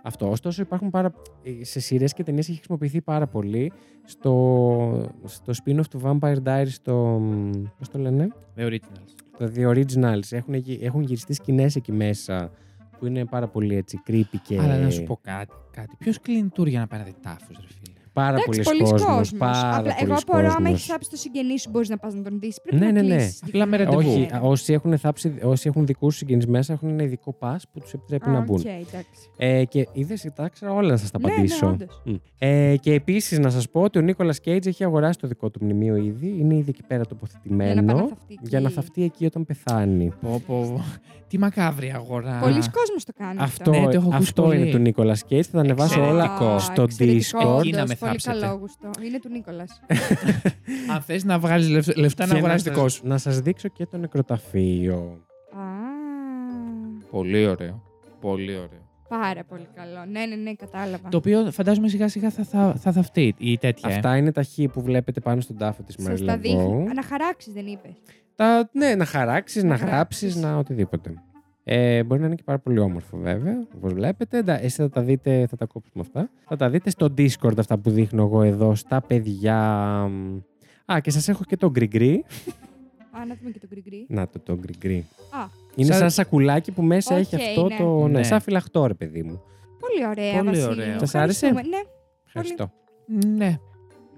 Speaker 3: Αυτό. Ωστόσο, υπάρχουν πάρα... ε, σε σειρές και ταινίες έχει χρησιμοποιηθεί πάρα πολύ στο, στο spin-off του Vampire Diaries, στο. Πώς το λένε,
Speaker 4: The Originals.
Speaker 3: Τα The Originals. Έχουν, γι- έχουν γυριστεί σκηνές εκεί μέσα που είναι πάρα πολύ έτσι creepy και
Speaker 4: Αλλά να σου πω κάτι. κάτι. Ποιος κλείνει τουρ για να πάρει τάφο, ρε φίλε.
Speaker 3: πάρα
Speaker 2: Εντάξει,
Speaker 3: πολλοί
Speaker 2: πολλοί
Speaker 3: κόσμος.
Speaker 2: κόσμος.
Speaker 3: Πάρα
Speaker 2: Απλά, εγώ
Speaker 3: πολλοί
Speaker 2: απορώ, άμα
Speaker 3: κόσμος.
Speaker 2: έχεις θάψει το συγγενή σου, μπορείς να πας να τον δεις. Πρέπει
Speaker 3: Ναι,
Speaker 2: να
Speaker 3: ναι, ναι.
Speaker 2: κλείσεις.
Speaker 4: Απλά με ραντεβού.
Speaker 3: Όχι,
Speaker 2: Ε,
Speaker 3: όσοι έχουν, θάψει, όσοι έχουν δικούς συγγενείς μέσα έχουν ένα ειδικό pass που τους επιτρέπει
Speaker 2: α,
Speaker 3: να μπουν.
Speaker 2: οκ, εντάξει.
Speaker 3: Ε, και είδες, τα ήξερα όλα να σας τα
Speaker 2: Ναι, ναι,
Speaker 3: απαντήσω.
Speaker 2: όντως.
Speaker 3: Μμ. ε, και επίσης να σας πω ότι ο Νίκολας Κέιτζ έχει αγοράσει το δικό του μνημείο ήδη. Είναι ήδη εκεί πέρα
Speaker 2: Για να πάει να
Speaker 3: τοποθετημένο.
Speaker 2: θαυτεί
Speaker 3: Για να
Speaker 2: εκεί.
Speaker 3: θαυτεί εκεί όταν πεθάνει.
Speaker 4: Πω, πω. Τι μακάβρια αγορά.
Speaker 2: Πολλοί κόσμος το κάνει
Speaker 4: Αυτό
Speaker 2: αυτό.
Speaker 4: Ναι, το έχω ακούσει
Speaker 3: αυτό είναι
Speaker 4: πολύ.
Speaker 3: του Νίκολας Κέιτ. Θα τα ανεβάσω όλα
Speaker 2: Α,
Speaker 3: στο
Speaker 2: εξαιρετικό,
Speaker 3: Discord. Ε.
Speaker 2: όντως,
Speaker 4: Εκεί να με
Speaker 2: πολύ
Speaker 4: θάψετε.
Speaker 2: καλό γουστό. Είναι του Νίκολας.
Speaker 4: Αν θες να βγάλεις λεφτά, να
Speaker 3: Και
Speaker 4: αγοράσεις
Speaker 3: σας-
Speaker 4: δικός σου.
Speaker 3: Να σας δείξω και το νεκροταφείο.
Speaker 4: Πολύ ωραίο. Πολύ ωραίο.
Speaker 2: Πάρα πολύ καλό. Ναι, ναι, ναι, κατάλαβα.
Speaker 4: Το οποίο φαντάζομαι σιγά σιγά θα, θα, θα θαυτεί η τέτοια. ε.
Speaker 3: Αυτά είναι τα χ που βλέπετε πάνω στον τάφο της
Speaker 2: Σας τα
Speaker 3: Μαριλαβό.
Speaker 2: δείχνει. Αναχαράξει, δεν είπες.
Speaker 3: Τα, ναι, να χαράξεις, να
Speaker 2: Να
Speaker 3: γράψεις,
Speaker 2: γράψεις.
Speaker 3: να οτιδήποτε. Ε, μπορεί να είναι και πάρα πολύ όμορφο βέβαια, όπως βλέπετε. Εντά- Εσύ θα τα δείτε, θα τα κόψουμε αυτά. Θα τα δείτε στο Discord αυτά που δείχνω εγώ εδώ, στα παιδιά. Α, και σας έχω και το γκριγκρι.
Speaker 2: Α, να δούμε και τον γκριγκρι.
Speaker 3: Να το, το γκριγκρι.
Speaker 2: Α,
Speaker 3: Είναι σαν,
Speaker 4: Σαν-
Speaker 3: σακουλάκι που μέσα
Speaker 2: Οκ,
Speaker 3: έχει αυτό
Speaker 2: ναι.
Speaker 3: το. Ναι,
Speaker 4: Ναι.
Speaker 3: σαν φυλαχτό, ρε παιδί μου.
Speaker 2: πολύ ωραία.
Speaker 4: Πολύ
Speaker 2: Βασίλη.
Speaker 4: ωραίο.
Speaker 3: Σας άρεσε?
Speaker 2: Ευχαριστούμε. Ναι,
Speaker 3: Ευχαριστώ.
Speaker 4: Ναι.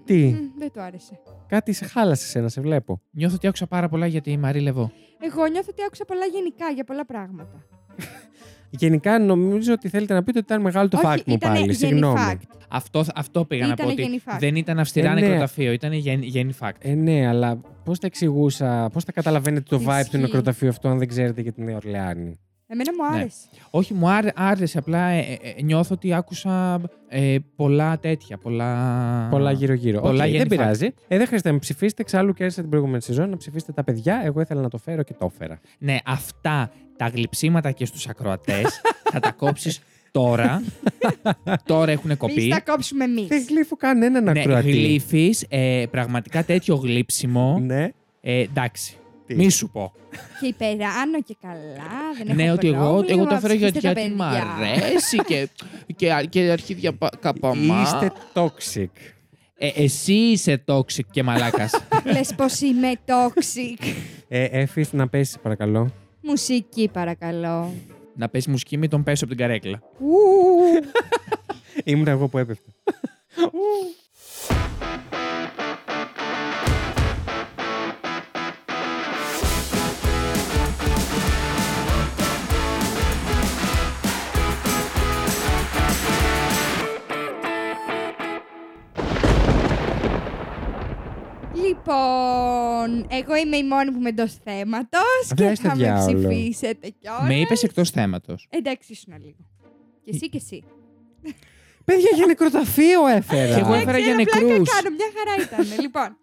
Speaker 3: Τι,
Speaker 2: Μμ, δεν το άρεσε.
Speaker 3: κάτι σε χάλασες σένα, σε βλέπω.
Speaker 4: Νιώθω ότι άκουσα πάρα πολλά για τη Μαρή Λεβό.
Speaker 2: Εγώ νιώθω ότι άκουσα πολλά γενικά για πολλά πράγματα.
Speaker 3: Γενικά νομίζω ότι θέλετε να πείτε ότι ήταν μεγάλο το
Speaker 2: Όχι,
Speaker 3: fact μου
Speaker 2: ήτανε
Speaker 3: πάλι.
Speaker 2: γενή
Speaker 3: Συγγνώμη.
Speaker 2: fact.
Speaker 4: Αυτός, αυτό πήγα να
Speaker 2: Ήτανε
Speaker 4: πω. Ότι
Speaker 2: γεννή fact.
Speaker 4: δεν ήταν αυστηρά
Speaker 3: Ε, ναι.
Speaker 4: νεκροταφείο, ήταν γεν fact.
Speaker 3: Ε, ναι, αλλά πώς τα εξηγούσα, πώς τα καταλαβαίνετε το vibe
Speaker 2: Ισχύει.
Speaker 3: του νεκροταφείου αυτό, αν δεν ξέρετε για την Νέα Ορλεάνη.
Speaker 2: Εμένα μου
Speaker 4: Ναι.
Speaker 2: άρεσε.
Speaker 4: Όχι, μου άρε- άρεσε. Απλά ε, ε, ε, νιώθω ότι άκουσα ε, πολλά τέτοια. Πολλά,
Speaker 3: Πολλά γύρω-γύρω.
Speaker 4: πολλά
Speaker 3: Οκ, δεν
Speaker 4: γεννή
Speaker 3: πειράζει. Ε, δεν χρειάζεται να με ψηφίσετε. Εξάλλου κέρδισα την προηγούμενη σεζόν να ψηφίσετε τα παιδιά. Εγώ ήθελα να το φέρω και το έφερα.
Speaker 4: Ναι, αυτά τα γλυψίματα και στους ακροατές
Speaker 2: *laughs*
Speaker 4: θα τα κόψεις τώρα. τώρα έχουν
Speaker 2: Εμείς
Speaker 4: κοπεί.
Speaker 2: τα κόψουμε εμείς.
Speaker 3: Δεν γλύφω κανέναν
Speaker 4: Ναι,
Speaker 3: ακροατή.
Speaker 4: γλύφεις. Ε, πραγματικά τέτοιο γλύψιμο.
Speaker 3: Ναι.
Speaker 4: Ε, εντάξει.
Speaker 3: Τι?
Speaker 4: Μη σου πω.
Speaker 2: Και υπεράνω και καλά. Δεν
Speaker 4: ναι,
Speaker 2: έχω
Speaker 4: ότι εγώ,
Speaker 2: πρόβλημα,
Speaker 4: εγώ το φέρω γιατί,
Speaker 2: ψηφίστε τα
Speaker 4: γιατί μ'
Speaker 2: παιδιά.
Speaker 4: αρέσει και, και, και αρχίδια πα- καπαμά.
Speaker 3: Είστε toxic.
Speaker 4: Ε, εσύ είσαι toxic και
Speaker 2: *laughs*
Speaker 4: μαλάκας.
Speaker 2: Λες πως είμαι toxic.
Speaker 3: Ε, Έφη, να πέσεις, παρακαλώ.
Speaker 2: Μουσική παρακαλώ.
Speaker 4: να πέσει μουσική, μην τον πέσω από την καρέκλα.
Speaker 2: Ου,
Speaker 3: Ήμουν εγώ που έπεφτε.
Speaker 2: Λοιπόν, εγώ είμαι η μόνη που είμαι εντός θέματος και
Speaker 3: Δες το
Speaker 2: θα με
Speaker 3: διάολο.
Speaker 2: ψηφίσετε κιόλας.
Speaker 4: Με είπες εκτός θέματος.
Speaker 2: Εντάξει, ήσουν λίγο. Και εσύ και εσύ.
Speaker 3: Παιδιά, για νεκροταφείο έφερα.
Speaker 4: Κι εγώ έφερα-
Speaker 2: Δεν
Speaker 4: για
Speaker 2: ξέρω, Ε, πλάκα
Speaker 4: νεκρούς.
Speaker 2: κάνω, μια χαρά
Speaker 4: *laughs*
Speaker 2: ήταν. λοιπόν.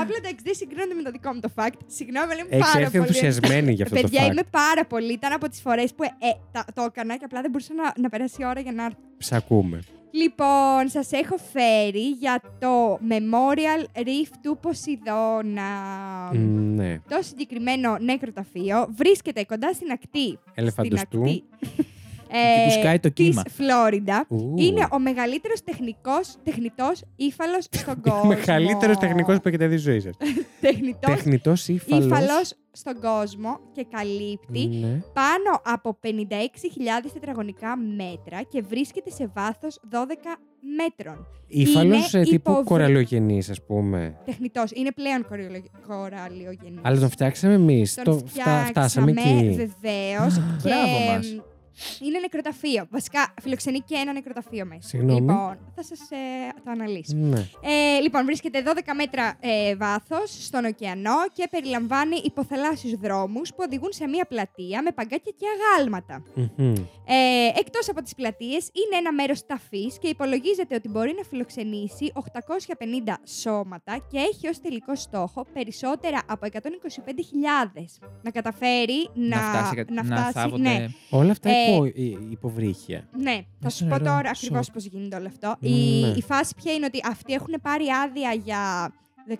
Speaker 2: Απλά εντάξει, δεν συγκρίνονται με το δικό μου το fact. Συγγνώμη, αλλά είμαι
Speaker 3: Έχεις
Speaker 2: πάρα
Speaker 3: έρθει
Speaker 2: πολύ.
Speaker 3: ενθουσιασμένη για αυτό το
Speaker 2: Παιδιά,
Speaker 3: fact.
Speaker 2: είμαι πάρα πολύ. Ήταν από τις φορές που ε, ε, τα- το έκανα και απλά δεν μπορούσα να, να περάσει η ώρα για να έρθω.
Speaker 3: Ψακούμε.
Speaker 2: Λοιπόν, σας έχω φέρει για το Memorial Reef του Ποσειδώνα.
Speaker 3: Μ, Ναι.
Speaker 2: Το συγκεκριμένο νεκροταφείο βρίσκεται κοντά στην ακτή.
Speaker 3: Ελεφαντοστού.
Speaker 2: στην ακτή, Ε,
Speaker 4: Και του σκάει το κύμα.
Speaker 2: Της Φλόριντα.
Speaker 3: Ου.
Speaker 2: Είναι ο μεγαλύτερος τεχνικός, τεχνητός ύφαλος
Speaker 3: *laughs*
Speaker 2: στον κόσμο.
Speaker 3: Μεγαλύτερος τεχνικός που έχετε δει στη ζωή σας.
Speaker 2: τεχνητός
Speaker 3: Τεχνητός ύφαλος.
Speaker 2: ύφαλος στον κόσμο και καλύπτει
Speaker 3: Ναι.
Speaker 2: πάνω από 56.000 τετραγωνικά μέτρα και βρίσκεται σε βάθος 12 μέτρων.
Speaker 3: Ήφαλο
Speaker 2: Είναι
Speaker 3: ε, τύπου
Speaker 2: υποβρύ-
Speaker 3: κοραλιογενής, ας πούμε.
Speaker 2: Τεχνητός. Είναι πλέον κοριολο- κοραλιογενής.
Speaker 3: Αλλά τον φτιάξαμε εμείς.
Speaker 2: Τον
Speaker 3: Το... Φτά... Φτάσαμε εκεί.
Speaker 2: βεβαίως. και
Speaker 4: Μπράβο μας.
Speaker 2: είναι νεκροταφείο. Βασικά, φιλοξενεί και ένα νεκροταφείο μέσα.
Speaker 3: Συγγνώμη.
Speaker 2: Λοιπόν, θα σας ε, το αναλύσω.
Speaker 3: Ναι.
Speaker 2: Ε, λοιπόν, βρίσκεται 12 μέτρα ε, βάθος στον ωκεανό και περιλαμβάνει υποθαλάσσιους δρόμους που οδηγούν σε μια πλατεία με παγκάκια και αγάλματα.
Speaker 3: Μμμ.
Speaker 2: Ε, Εκτός από τις πλατείες, είναι ένα μέρος ταφής και υπολογίζεται ότι μπορεί να φιλοξενήσει 850 σώματα και έχει ως τελικό στόχο περισσότερα από 125.000. Να καταφέρει να,
Speaker 4: Να φτάσει, κα- να,
Speaker 2: φτάσει-
Speaker 4: θάβονται.
Speaker 2: ναι,
Speaker 3: Όλα αυτά
Speaker 2: Ε,
Speaker 3: υπο... υ- υποβρύχια.
Speaker 2: ναι, θα
Speaker 4: Μέσα
Speaker 2: σου
Speaker 4: στο
Speaker 2: πω
Speaker 4: νερό.
Speaker 2: τώρα ακριβώ
Speaker 4: Σοκ.
Speaker 2: πώς γίνεται όλο αυτό.
Speaker 3: Μ,
Speaker 2: η,
Speaker 3: ναι.
Speaker 2: η φάση ποια είναι ότι αυτοί έχουν πάρει άδεια για 16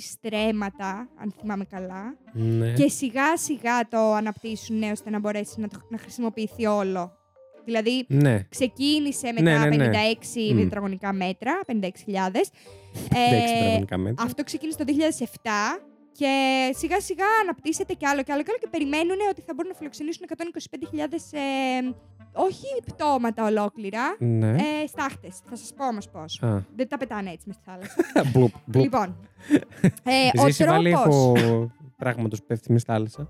Speaker 2: στρέμματα, αν θυμάμαι καλά.
Speaker 3: Ναι.
Speaker 2: Και σιγά σιγά το αναπτύσσουν ναι, ώστε να μπορέσει να, το- να χρησιμοποιηθεί όλο. Δηλαδή,
Speaker 3: Ναι.
Speaker 2: ξεκίνησε με
Speaker 3: Ναι,
Speaker 2: τα
Speaker 3: ναι, ναι.
Speaker 2: 56
Speaker 3: Μμ.
Speaker 2: τετραγωνικά μέτρα, 56.000.
Speaker 3: Δεν
Speaker 2: Ε,
Speaker 3: εξυπηρετούν καμία.
Speaker 2: αυτό ξεκίνησε το 2007 Και σιγά σιγά αναπτύσσεται και άλλο και άλλο και άλλο και περιμένουν ότι θα μπορούν να φιλοξενήσουν 125.000 ε, όχι πτώματα ολόκληρα,
Speaker 3: Ναι.
Speaker 2: ε, στάχτες. Θα σας πω όμως πώς.
Speaker 3: Α.
Speaker 2: Δεν τα πετάνε έτσι μες στη θάλασσα.
Speaker 3: *laughs* Μπουπ, μπουπ.
Speaker 2: λοιπόν,
Speaker 3: *laughs*
Speaker 2: ε, ο
Speaker 3: Ζήσει βάλει
Speaker 2: τρόπος...
Speaker 3: από πράγματος που πέφτει μες στη θάλασσα.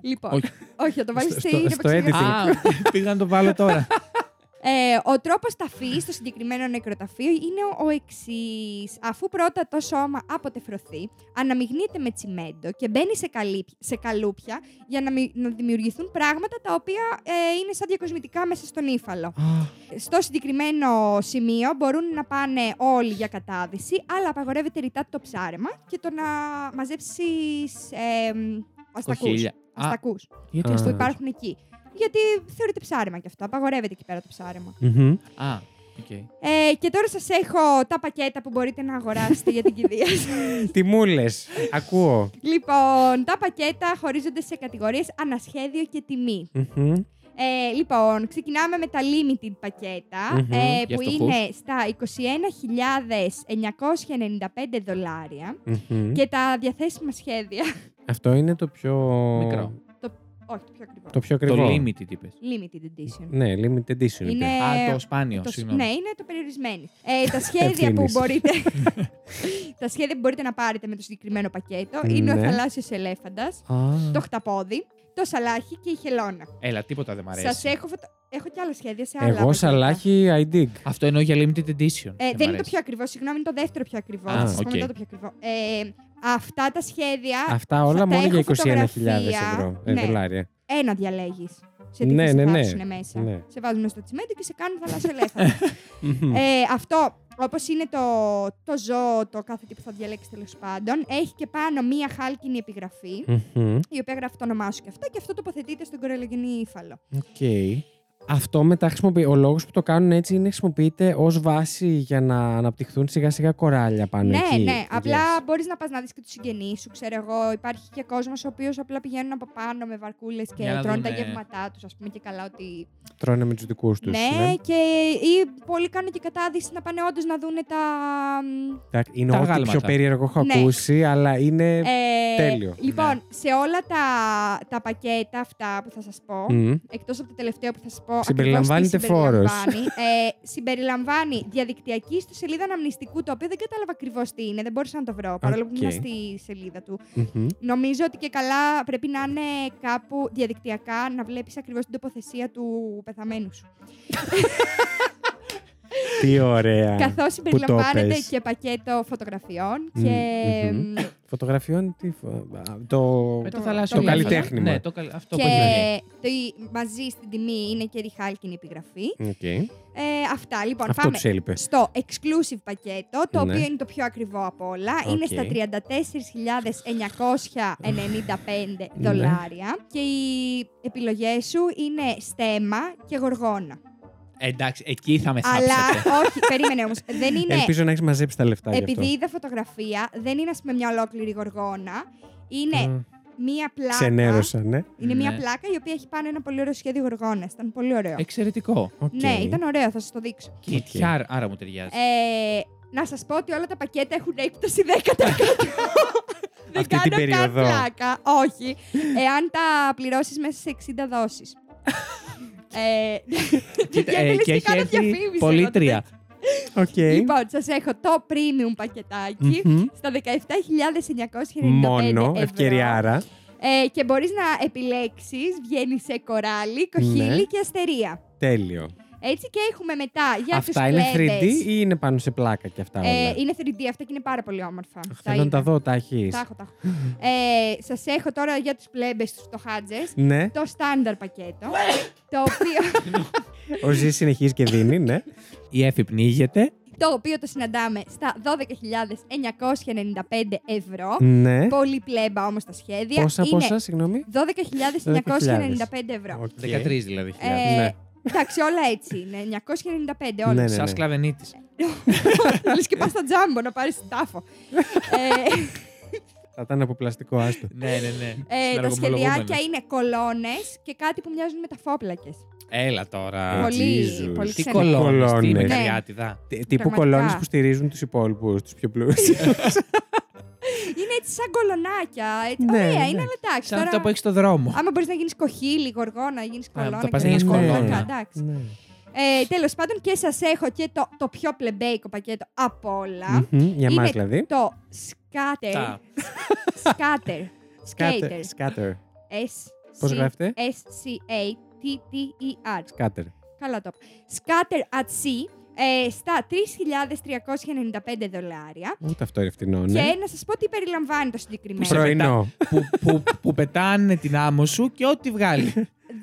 Speaker 2: Λοιπόν, *laughs*
Speaker 4: Όχι.
Speaker 2: όχι, θα το βάλεις
Speaker 3: Στο-
Speaker 2: σε
Speaker 3: στο-
Speaker 2: ήρεμο
Speaker 3: στο
Speaker 2: ξεγρα-
Speaker 3: editing.
Speaker 4: Α, πήγα να το βάλω
Speaker 2: *laughs*
Speaker 4: τώρα.
Speaker 2: Ε, ο τρόπος ταφής στο συγκεκριμένο νεκροταφείο είναι ο- ο εξής. Αφού πρώτα το σώμα αποτεφρωθεί, αναμειγνύεται με τσιμέντο και μπαίνει σε, καλύπ- σε καλούπια για να, μη- να δημιουργηθούν πράγματα τα οποία ε, είναι σαν διακοσμητικά μέσα στον ύφαλο. Στο συγκεκριμένο σημείο μπορούν να πάνε όλοι για κατάδυση, αλλά απαγορεύεται ρητά το ψάρεμα και το να μαζέψεις ε, μ, αστακούς.
Speaker 4: Κοχύλια. Α,
Speaker 2: Αστακούς
Speaker 4: Γιατί
Speaker 3: Α.
Speaker 2: που
Speaker 4: αστακούς?
Speaker 2: υπάρχουν εκεί. Γιατί θεωρείται ψάρεμα και αυτό. Απαγορεύεται εκεί πέρα το ψάρεμα.
Speaker 3: Μμμ.
Speaker 4: Α, οκ.
Speaker 2: Ε, και τώρα σας έχω τα πακέτα που μπορείτε να αγοράσετε για την κηδεία σας.
Speaker 3: *laughs* Τι μου λες, ακούω.
Speaker 2: λοιπόν, τα πακέτα χωρίζονται σε κατηγορίες ανασχέδιο και τιμή.
Speaker 3: Μμμ.
Speaker 2: Ε, λοιπόν, ξεκινάμε με τα limited πακετα
Speaker 3: Μμμ,
Speaker 2: ε,
Speaker 4: για
Speaker 2: που
Speaker 4: φτωχούς.
Speaker 2: είναι στα 21.995 δολάρια
Speaker 3: Μμμ.
Speaker 2: και τα διαθέσιμα σχέδια.
Speaker 3: Αυτό είναι το πιο.
Speaker 4: Μικρό.
Speaker 2: Όχι, το πιο ακριβό.
Speaker 3: Το πιο
Speaker 4: Το
Speaker 3: ακριβό.
Speaker 4: limited είπες.
Speaker 2: Limited edition.
Speaker 3: Ναι, limited edition.
Speaker 2: Είναι
Speaker 4: Α, το σπάνιο,
Speaker 2: Ε, Το-
Speaker 4: συγγνώμη.
Speaker 2: ναι, είναι το περιορισμένο. Ε,
Speaker 4: *laughs*
Speaker 2: τα σχέδια που
Speaker 3: Ευθύνης.
Speaker 2: μπορείτε. τα σχέδια που μπορείτε να πάρετε με το συγκεκριμένο πακέτο είναι
Speaker 3: Ναι.
Speaker 2: ο θαλάσσιος ελέφαντας,
Speaker 3: Α.
Speaker 2: το χταπόδι, το σαλάχι και η χελώνα.
Speaker 4: Έλα, τίποτα δεν μ' αρέσει.
Speaker 2: Σας έχω, φωτο- έχω και άλλα σχέδια σε άλλα.
Speaker 3: Εγώ
Speaker 2: πακέτα.
Speaker 3: σαλάχι I dig.
Speaker 4: Αυτό εννοώ για limited edition.
Speaker 2: Ε,
Speaker 4: μ'
Speaker 2: δεν είναι το
Speaker 4: αρέσει.
Speaker 2: πιο ακριβό, συγγνώμη, είναι το δεύτερο πιο ακριβό.
Speaker 4: Α,
Speaker 2: Θα σα πω
Speaker 4: οκ.
Speaker 2: μετά το πιο ακριβό. Ε, αυτά τα σχέδια,
Speaker 3: Αυτά
Speaker 2: θα
Speaker 3: όλα
Speaker 2: τα
Speaker 3: μόνο
Speaker 2: έχω
Speaker 3: για 21.000
Speaker 2: φωτογραφία.
Speaker 3: ευρώ. ε,
Speaker 2: Ναι.
Speaker 3: δολάρια.
Speaker 2: ένα διαλέγεις. Σε τι
Speaker 3: Ναι,
Speaker 2: ναι,
Speaker 3: ναι, ναι.
Speaker 2: μέσα.
Speaker 3: Ναι.
Speaker 2: Σε βάζουν στο τσιμέντο και σε κάνουν
Speaker 3: *laughs*
Speaker 2: θαλάσσιο ελέφαντα.
Speaker 3: Μμμ.
Speaker 2: Ε, αυτό, όπως είναι το, το ζώο, το κάθε τι που θα διαλέξεις τέλος πάντων, έχει και πάνω μία χάλκινη επιγραφή,
Speaker 3: Μμμ.
Speaker 2: η οποία γράφει το όνομά σου και αυτά, και αυτό τοποθετείται στον κορελογενή ύφαλο.
Speaker 3: Οκ. Αυτό μετά χρησιμοποιεί. Ο λόγος που το κάνουν έτσι είναι χρησιμοποιείται ως βάση για να αναπτυχθούν σιγά σιγά κοράλια πάνω
Speaker 2: ναι,
Speaker 3: εκεί.
Speaker 2: ναι.
Speaker 3: Yes.
Speaker 2: Απλά μπορείς να πας να δεις και τους συγγενείς σου, ξέρω εγώ. Υπάρχει και κόσμος ο οποίος απλά πηγαίνουν από πάνω με βαρκούλες και
Speaker 4: Για να
Speaker 2: τρώνε τα
Speaker 4: δουνε.
Speaker 2: γεύματά τους, ας πούμε, και καλά ότι...
Speaker 3: Τρώνε με τους δικούς τους.
Speaker 2: ναι, και ή πολλοί κάνουν και κατάδυση να πάνε όντως να δούνε τα...
Speaker 3: Είναι
Speaker 4: Τα
Speaker 3: ό,τι
Speaker 4: γάλματα.
Speaker 3: πιο περίεργο έχω
Speaker 2: Ναι.
Speaker 3: ακούσει, αλλά είναι.
Speaker 2: Ε,
Speaker 3: τέλειο. Ναι.
Speaker 2: Λοιπόν, σε όλα τα, τα πακέτα αυτά που θα σας πω,
Speaker 3: Μμ.
Speaker 2: Εκτός από το τελευταίο που θα σας πω.
Speaker 3: Συμπεριλαμβάνεται
Speaker 2: ακριβώς τι
Speaker 3: φόρος.
Speaker 2: συμπεριλαμβάνει. Ε, συμπεριλαμβάνει διαδικτυακή ιστοσελίδα αναμνηστικού, το οποίο δεν κατάλαβα ακριβώς τι είναι, δεν μπόρεσα να το βρω, παρόλο που
Speaker 3: Οκ.
Speaker 2: ήμουν στη σελίδα του.
Speaker 3: Μμμ.
Speaker 2: Νομίζω ότι και καλά πρέπει να είναι κάπου διαδικτυακά να βλέπεις ακριβώς την τοποθεσία του πεθαμένου σου.
Speaker 3: Τι ωραία.
Speaker 2: Καθώς συμπεριλαμβάνεται
Speaker 3: Ναι. πες.
Speaker 2: και πακέτο φωτογραφιών
Speaker 3: Μμ,
Speaker 2: και.
Speaker 3: μμμ. Φωτογραφιών, τι. φο- α, Το.
Speaker 4: Με το
Speaker 2: Το-
Speaker 4: θαλάσσιο
Speaker 2: το
Speaker 4: ύφαλο.
Speaker 3: καλλιτέχνημα.
Speaker 4: Ναι, το καλ- αυτό που έχει βγει.
Speaker 3: ναι.
Speaker 2: Και το- μαζί στην τιμή είναι και η χάλκινη επιγραφή.
Speaker 3: Οκ.
Speaker 2: Ε, αυτά λοιπόν.
Speaker 3: Αυτό
Speaker 2: πάμε.
Speaker 3: του έλειπε.
Speaker 2: στο exclusive πακέτο, το
Speaker 3: Ναι.
Speaker 2: οποίο είναι το πιο ακριβό από όλα.
Speaker 3: Οκ.
Speaker 2: Είναι στα 34.995
Speaker 3: Ναι.
Speaker 2: δολάρια. Και οι επιλογές σου είναι στέμα και γοργόνα.
Speaker 4: Εντάξει, εκεί θα με θάψετε.
Speaker 2: Αλλά όχι, περίμενε όμως. Ε,
Speaker 3: *laughs*
Speaker 2: Δεν
Speaker 3: Ε,
Speaker 2: είναι.
Speaker 3: Ελπίζω να έχεις μαζέψει τα λεφτά γι' αυτό.
Speaker 2: Επειδή είδα φωτογραφία, δεν είναι ας πούμε μια ολόκληρη γοργόνα. Είναι
Speaker 3: Α,
Speaker 2: μία πλάκα.
Speaker 3: Ξενέρωσα, ναι. Ε,
Speaker 2: Είναι μία
Speaker 4: Ναι.
Speaker 2: πλάκα η οποία έχει πάνω ένα πολύ ωραίο σχέδιο γοργόνας. Ήταν πολύ ωραίο.
Speaker 4: Εξαιρετικό.
Speaker 3: Οκ.
Speaker 2: Ναι, ήταν ωραίο, θα σας το δείξω.
Speaker 4: Κιτιάρ, άρα μου ταιριάζει.
Speaker 2: Ε, να σας πω ότι όλα τα πακέτα έχουν έκπτωση 10%. Δεν
Speaker 3: Αυτή την
Speaker 2: κάνω καν
Speaker 3: περίοδο.
Speaker 2: πλάκα. Όχι. Εάν τα πληρώσεις μέσα σε 60 δόσεις. ε,
Speaker 4: Κοίτα,
Speaker 2: γιατί
Speaker 4: ε,
Speaker 2: λες
Speaker 4: και έχει
Speaker 2: κάνω
Speaker 4: έρθει
Speaker 2: διαφήμιση εγώ
Speaker 4: πολύτρια.
Speaker 3: Οκ.
Speaker 2: Λοιπόν, σας έχω το premium πακετάκι
Speaker 3: Ε? Μμμ.
Speaker 2: στα 17.995
Speaker 3: Μόνο,
Speaker 2: ευρώ.
Speaker 3: ευκαιριάρα.
Speaker 2: Ε, και μπορείς να επιλέξεις, βγαίνει σε κοράλι, κοχύλι
Speaker 3: Ναι.
Speaker 2: και αστερία.
Speaker 3: Τέλειο.
Speaker 2: Έτσι και έχουμε μετά για
Speaker 3: αυτά
Speaker 2: τους
Speaker 3: είναι 3D
Speaker 2: κλέφτες.
Speaker 3: ή είναι πάνω σε πλάκα και αυτά όλα.
Speaker 2: Ε, είναι 3D αυτά και είναι πάρα πολύ όμορφα.
Speaker 3: Αχ,
Speaker 2: Τα
Speaker 3: Θέλω να
Speaker 2: είδα.
Speaker 3: τα δω, τα έχεις.
Speaker 2: Τα έχω, τα έχω. ε, σας έχω τώρα για τους πλέμπες, τους φτωχάτζες,
Speaker 3: Ναι,
Speaker 2: το στάνταρ πακέτο, το οποίο,
Speaker 3: ο Ζή συνεχίζει και δίνει, ναι.
Speaker 4: Η Εφη πνίγεται.
Speaker 2: το οποίο το συναντάμε στα 12.995 ευρώ.
Speaker 3: ναι.
Speaker 2: Πολύ πλέμπα όμως τα σχέδια.
Speaker 3: Πόσα,
Speaker 2: Είναι
Speaker 3: πόσα, συγγνώμη.
Speaker 2: 12.995 ευρώ.
Speaker 3: Οκ.
Speaker 4: 13 δηλαδή.
Speaker 2: Ε,
Speaker 3: ναι.
Speaker 2: Εντάξει, όλα έτσι είναι. 995 όλα.
Speaker 3: Ναι, ναι.
Speaker 4: Σαν σκλαβενή της.
Speaker 2: Λες και πας στα τζάμπο να πάρεις τάφο. ε,
Speaker 3: Θα ήταν από πλαστικό, άστο.
Speaker 4: Ναι, ναι, ναι.
Speaker 2: ε, τα
Speaker 4: Συναργομολογούμενος.
Speaker 2: σχεδιάκια είναι κολόνες και κάτι που μοιάζουν με ταφόπλακες.
Speaker 4: Έλα τώρα.
Speaker 3: Πολύ- Jesus.
Speaker 2: πολύ Ναι.
Speaker 4: Τι
Speaker 2: ξενικό.
Speaker 4: κολόνες, τι
Speaker 3: Κολόνες.
Speaker 4: μεγαριάτιδα.
Speaker 3: Τι- Τύπου
Speaker 2: Πραγματικά.
Speaker 3: κολόνες που στηρίζουν τους υπόλοιπους, τους πιο πλούσιους.
Speaker 2: Είναι έτσι σαν κολονάκια. Έτσι.
Speaker 3: Ναι,
Speaker 2: Ωραία,
Speaker 3: ναι.
Speaker 2: είναι, αλλά εντάξει.
Speaker 4: Σαν
Speaker 2: Τώρα,
Speaker 4: αυτό που έχεις στο δρόμο.
Speaker 2: Άμα μπορείς να γίνεις κοχύλι, γοργόνα, γίνει κολόνα.
Speaker 4: τα πας
Speaker 2: και
Speaker 4: να
Speaker 2: τα
Speaker 4: γίνεις
Speaker 2: λοιπά,
Speaker 4: κολόνα.
Speaker 2: εντάξει.
Speaker 3: *laughs* Ναι.
Speaker 2: Ε, Τέλος πάντων, και σας έχω και το, το πιο πλεμπέικο πακέτο από όλα.
Speaker 3: Μμμ, Για
Speaker 2: Είναι
Speaker 3: μας δηλαδή.
Speaker 2: Το σκάτερ.
Speaker 4: Τα.
Speaker 2: Σκάτερ. Skater.
Speaker 3: Scatter.
Speaker 2: S.
Speaker 3: Πώς γράφεται?
Speaker 2: S-C-A-T-T-E-R.
Speaker 3: Scatter.
Speaker 2: Καλά το είπα. Scatter at sea ε, στα 3.395 δολάρια.
Speaker 3: Ούτε αυτό είναι φτηνό, ναι.
Speaker 2: Και να σας πω τι περιλαμβάνει το συγκεκριμένο.
Speaker 4: σε Προ-
Speaker 3: Πρωινό.
Speaker 4: που, που, που πετάνε την άμμο σου και ό,τι βγάλει.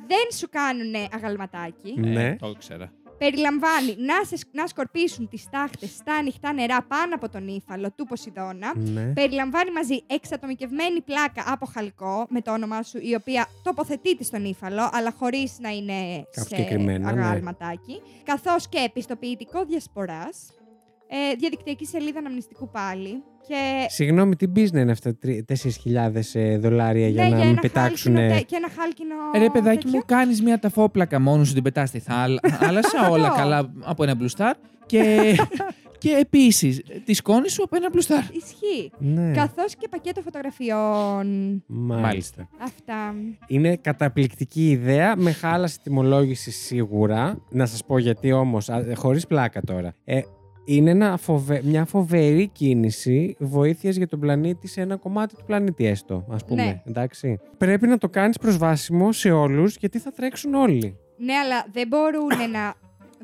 Speaker 2: Δεν σου κάνουν αγαλματάκι.
Speaker 3: Ναι.
Speaker 4: το ήξερα.
Speaker 2: Περιλαμβάνει να, σε, να σκορπίσουν τις τάχτες στα ανοιχτά νερά πάνω από τον ύφαλο του Ποσειδώνα.
Speaker 3: Ναι.
Speaker 2: Περιλαμβάνει μαζί εξατομικευμένη πλάκα από χαλκό με το όνομά σου, η οποία τοποθετείται στον ύφαλο, αλλά χωρίς να είναι σε
Speaker 3: Συγκεκριμένα, ναι.
Speaker 2: αγάλματάκι. Καθώς και επιστοποιητικό διασποράς, ε, διαδικτυακή σελίδα αναμνηστικού πάλι. Και
Speaker 3: Συγγνώμη, τι business είναι αυτά 4.000 ε, δολάρια για
Speaker 2: ναι,
Speaker 3: να μην
Speaker 2: ένα
Speaker 3: πετάξουν.
Speaker 2: χάλκινο τε- και ένα χάλκινο.
Speaker 4: Ε, Ρε παιδάκι
Speaker 2: τέτοιο.
Speaker 4: μου, κάνεις μια ταφόπλακα μόνος σου, την πετάς στη θάλα-
Speaker 2: *laughs*
Speaker 4: θάλασσα, όλα
Speaker 2: Αυτό.
Speaker 4: καλά από ένα μπλουστάρ. Και, και επίσης, τη σκόνη σου από ένα μπλουστάρ.
Speaker 2: Ισχύει.
Speaker 3: Ναι.
Speaker 2: Καθώς και πακέτο φωτογραφιών.
Speaker 3: Μάλιστα.
Speaker 2: Αυτά.
Speaker 3: Είναι καταπληκτική ιδέα, με χάλασε τιμολόγηση σίγουρα. Να σας πω γιατί όμως, α, χωρίς πλάκα τώρα. Ε, είναι ένα φοβε- μια φοβερή κίνηση βοήθειας για τον πλανήτη σε ένα κομμάτι του πλανήτη έστω, ας πούμε.
Speaker 2: Ναι.
Speaker 3: Εντάξει. Πρέπει να το κάνεις προσβάσιμο σε όλους, γιατί θα τρέξουν όλοι.
Speaker 2: Ναι, αλλά δεν μπορούν να,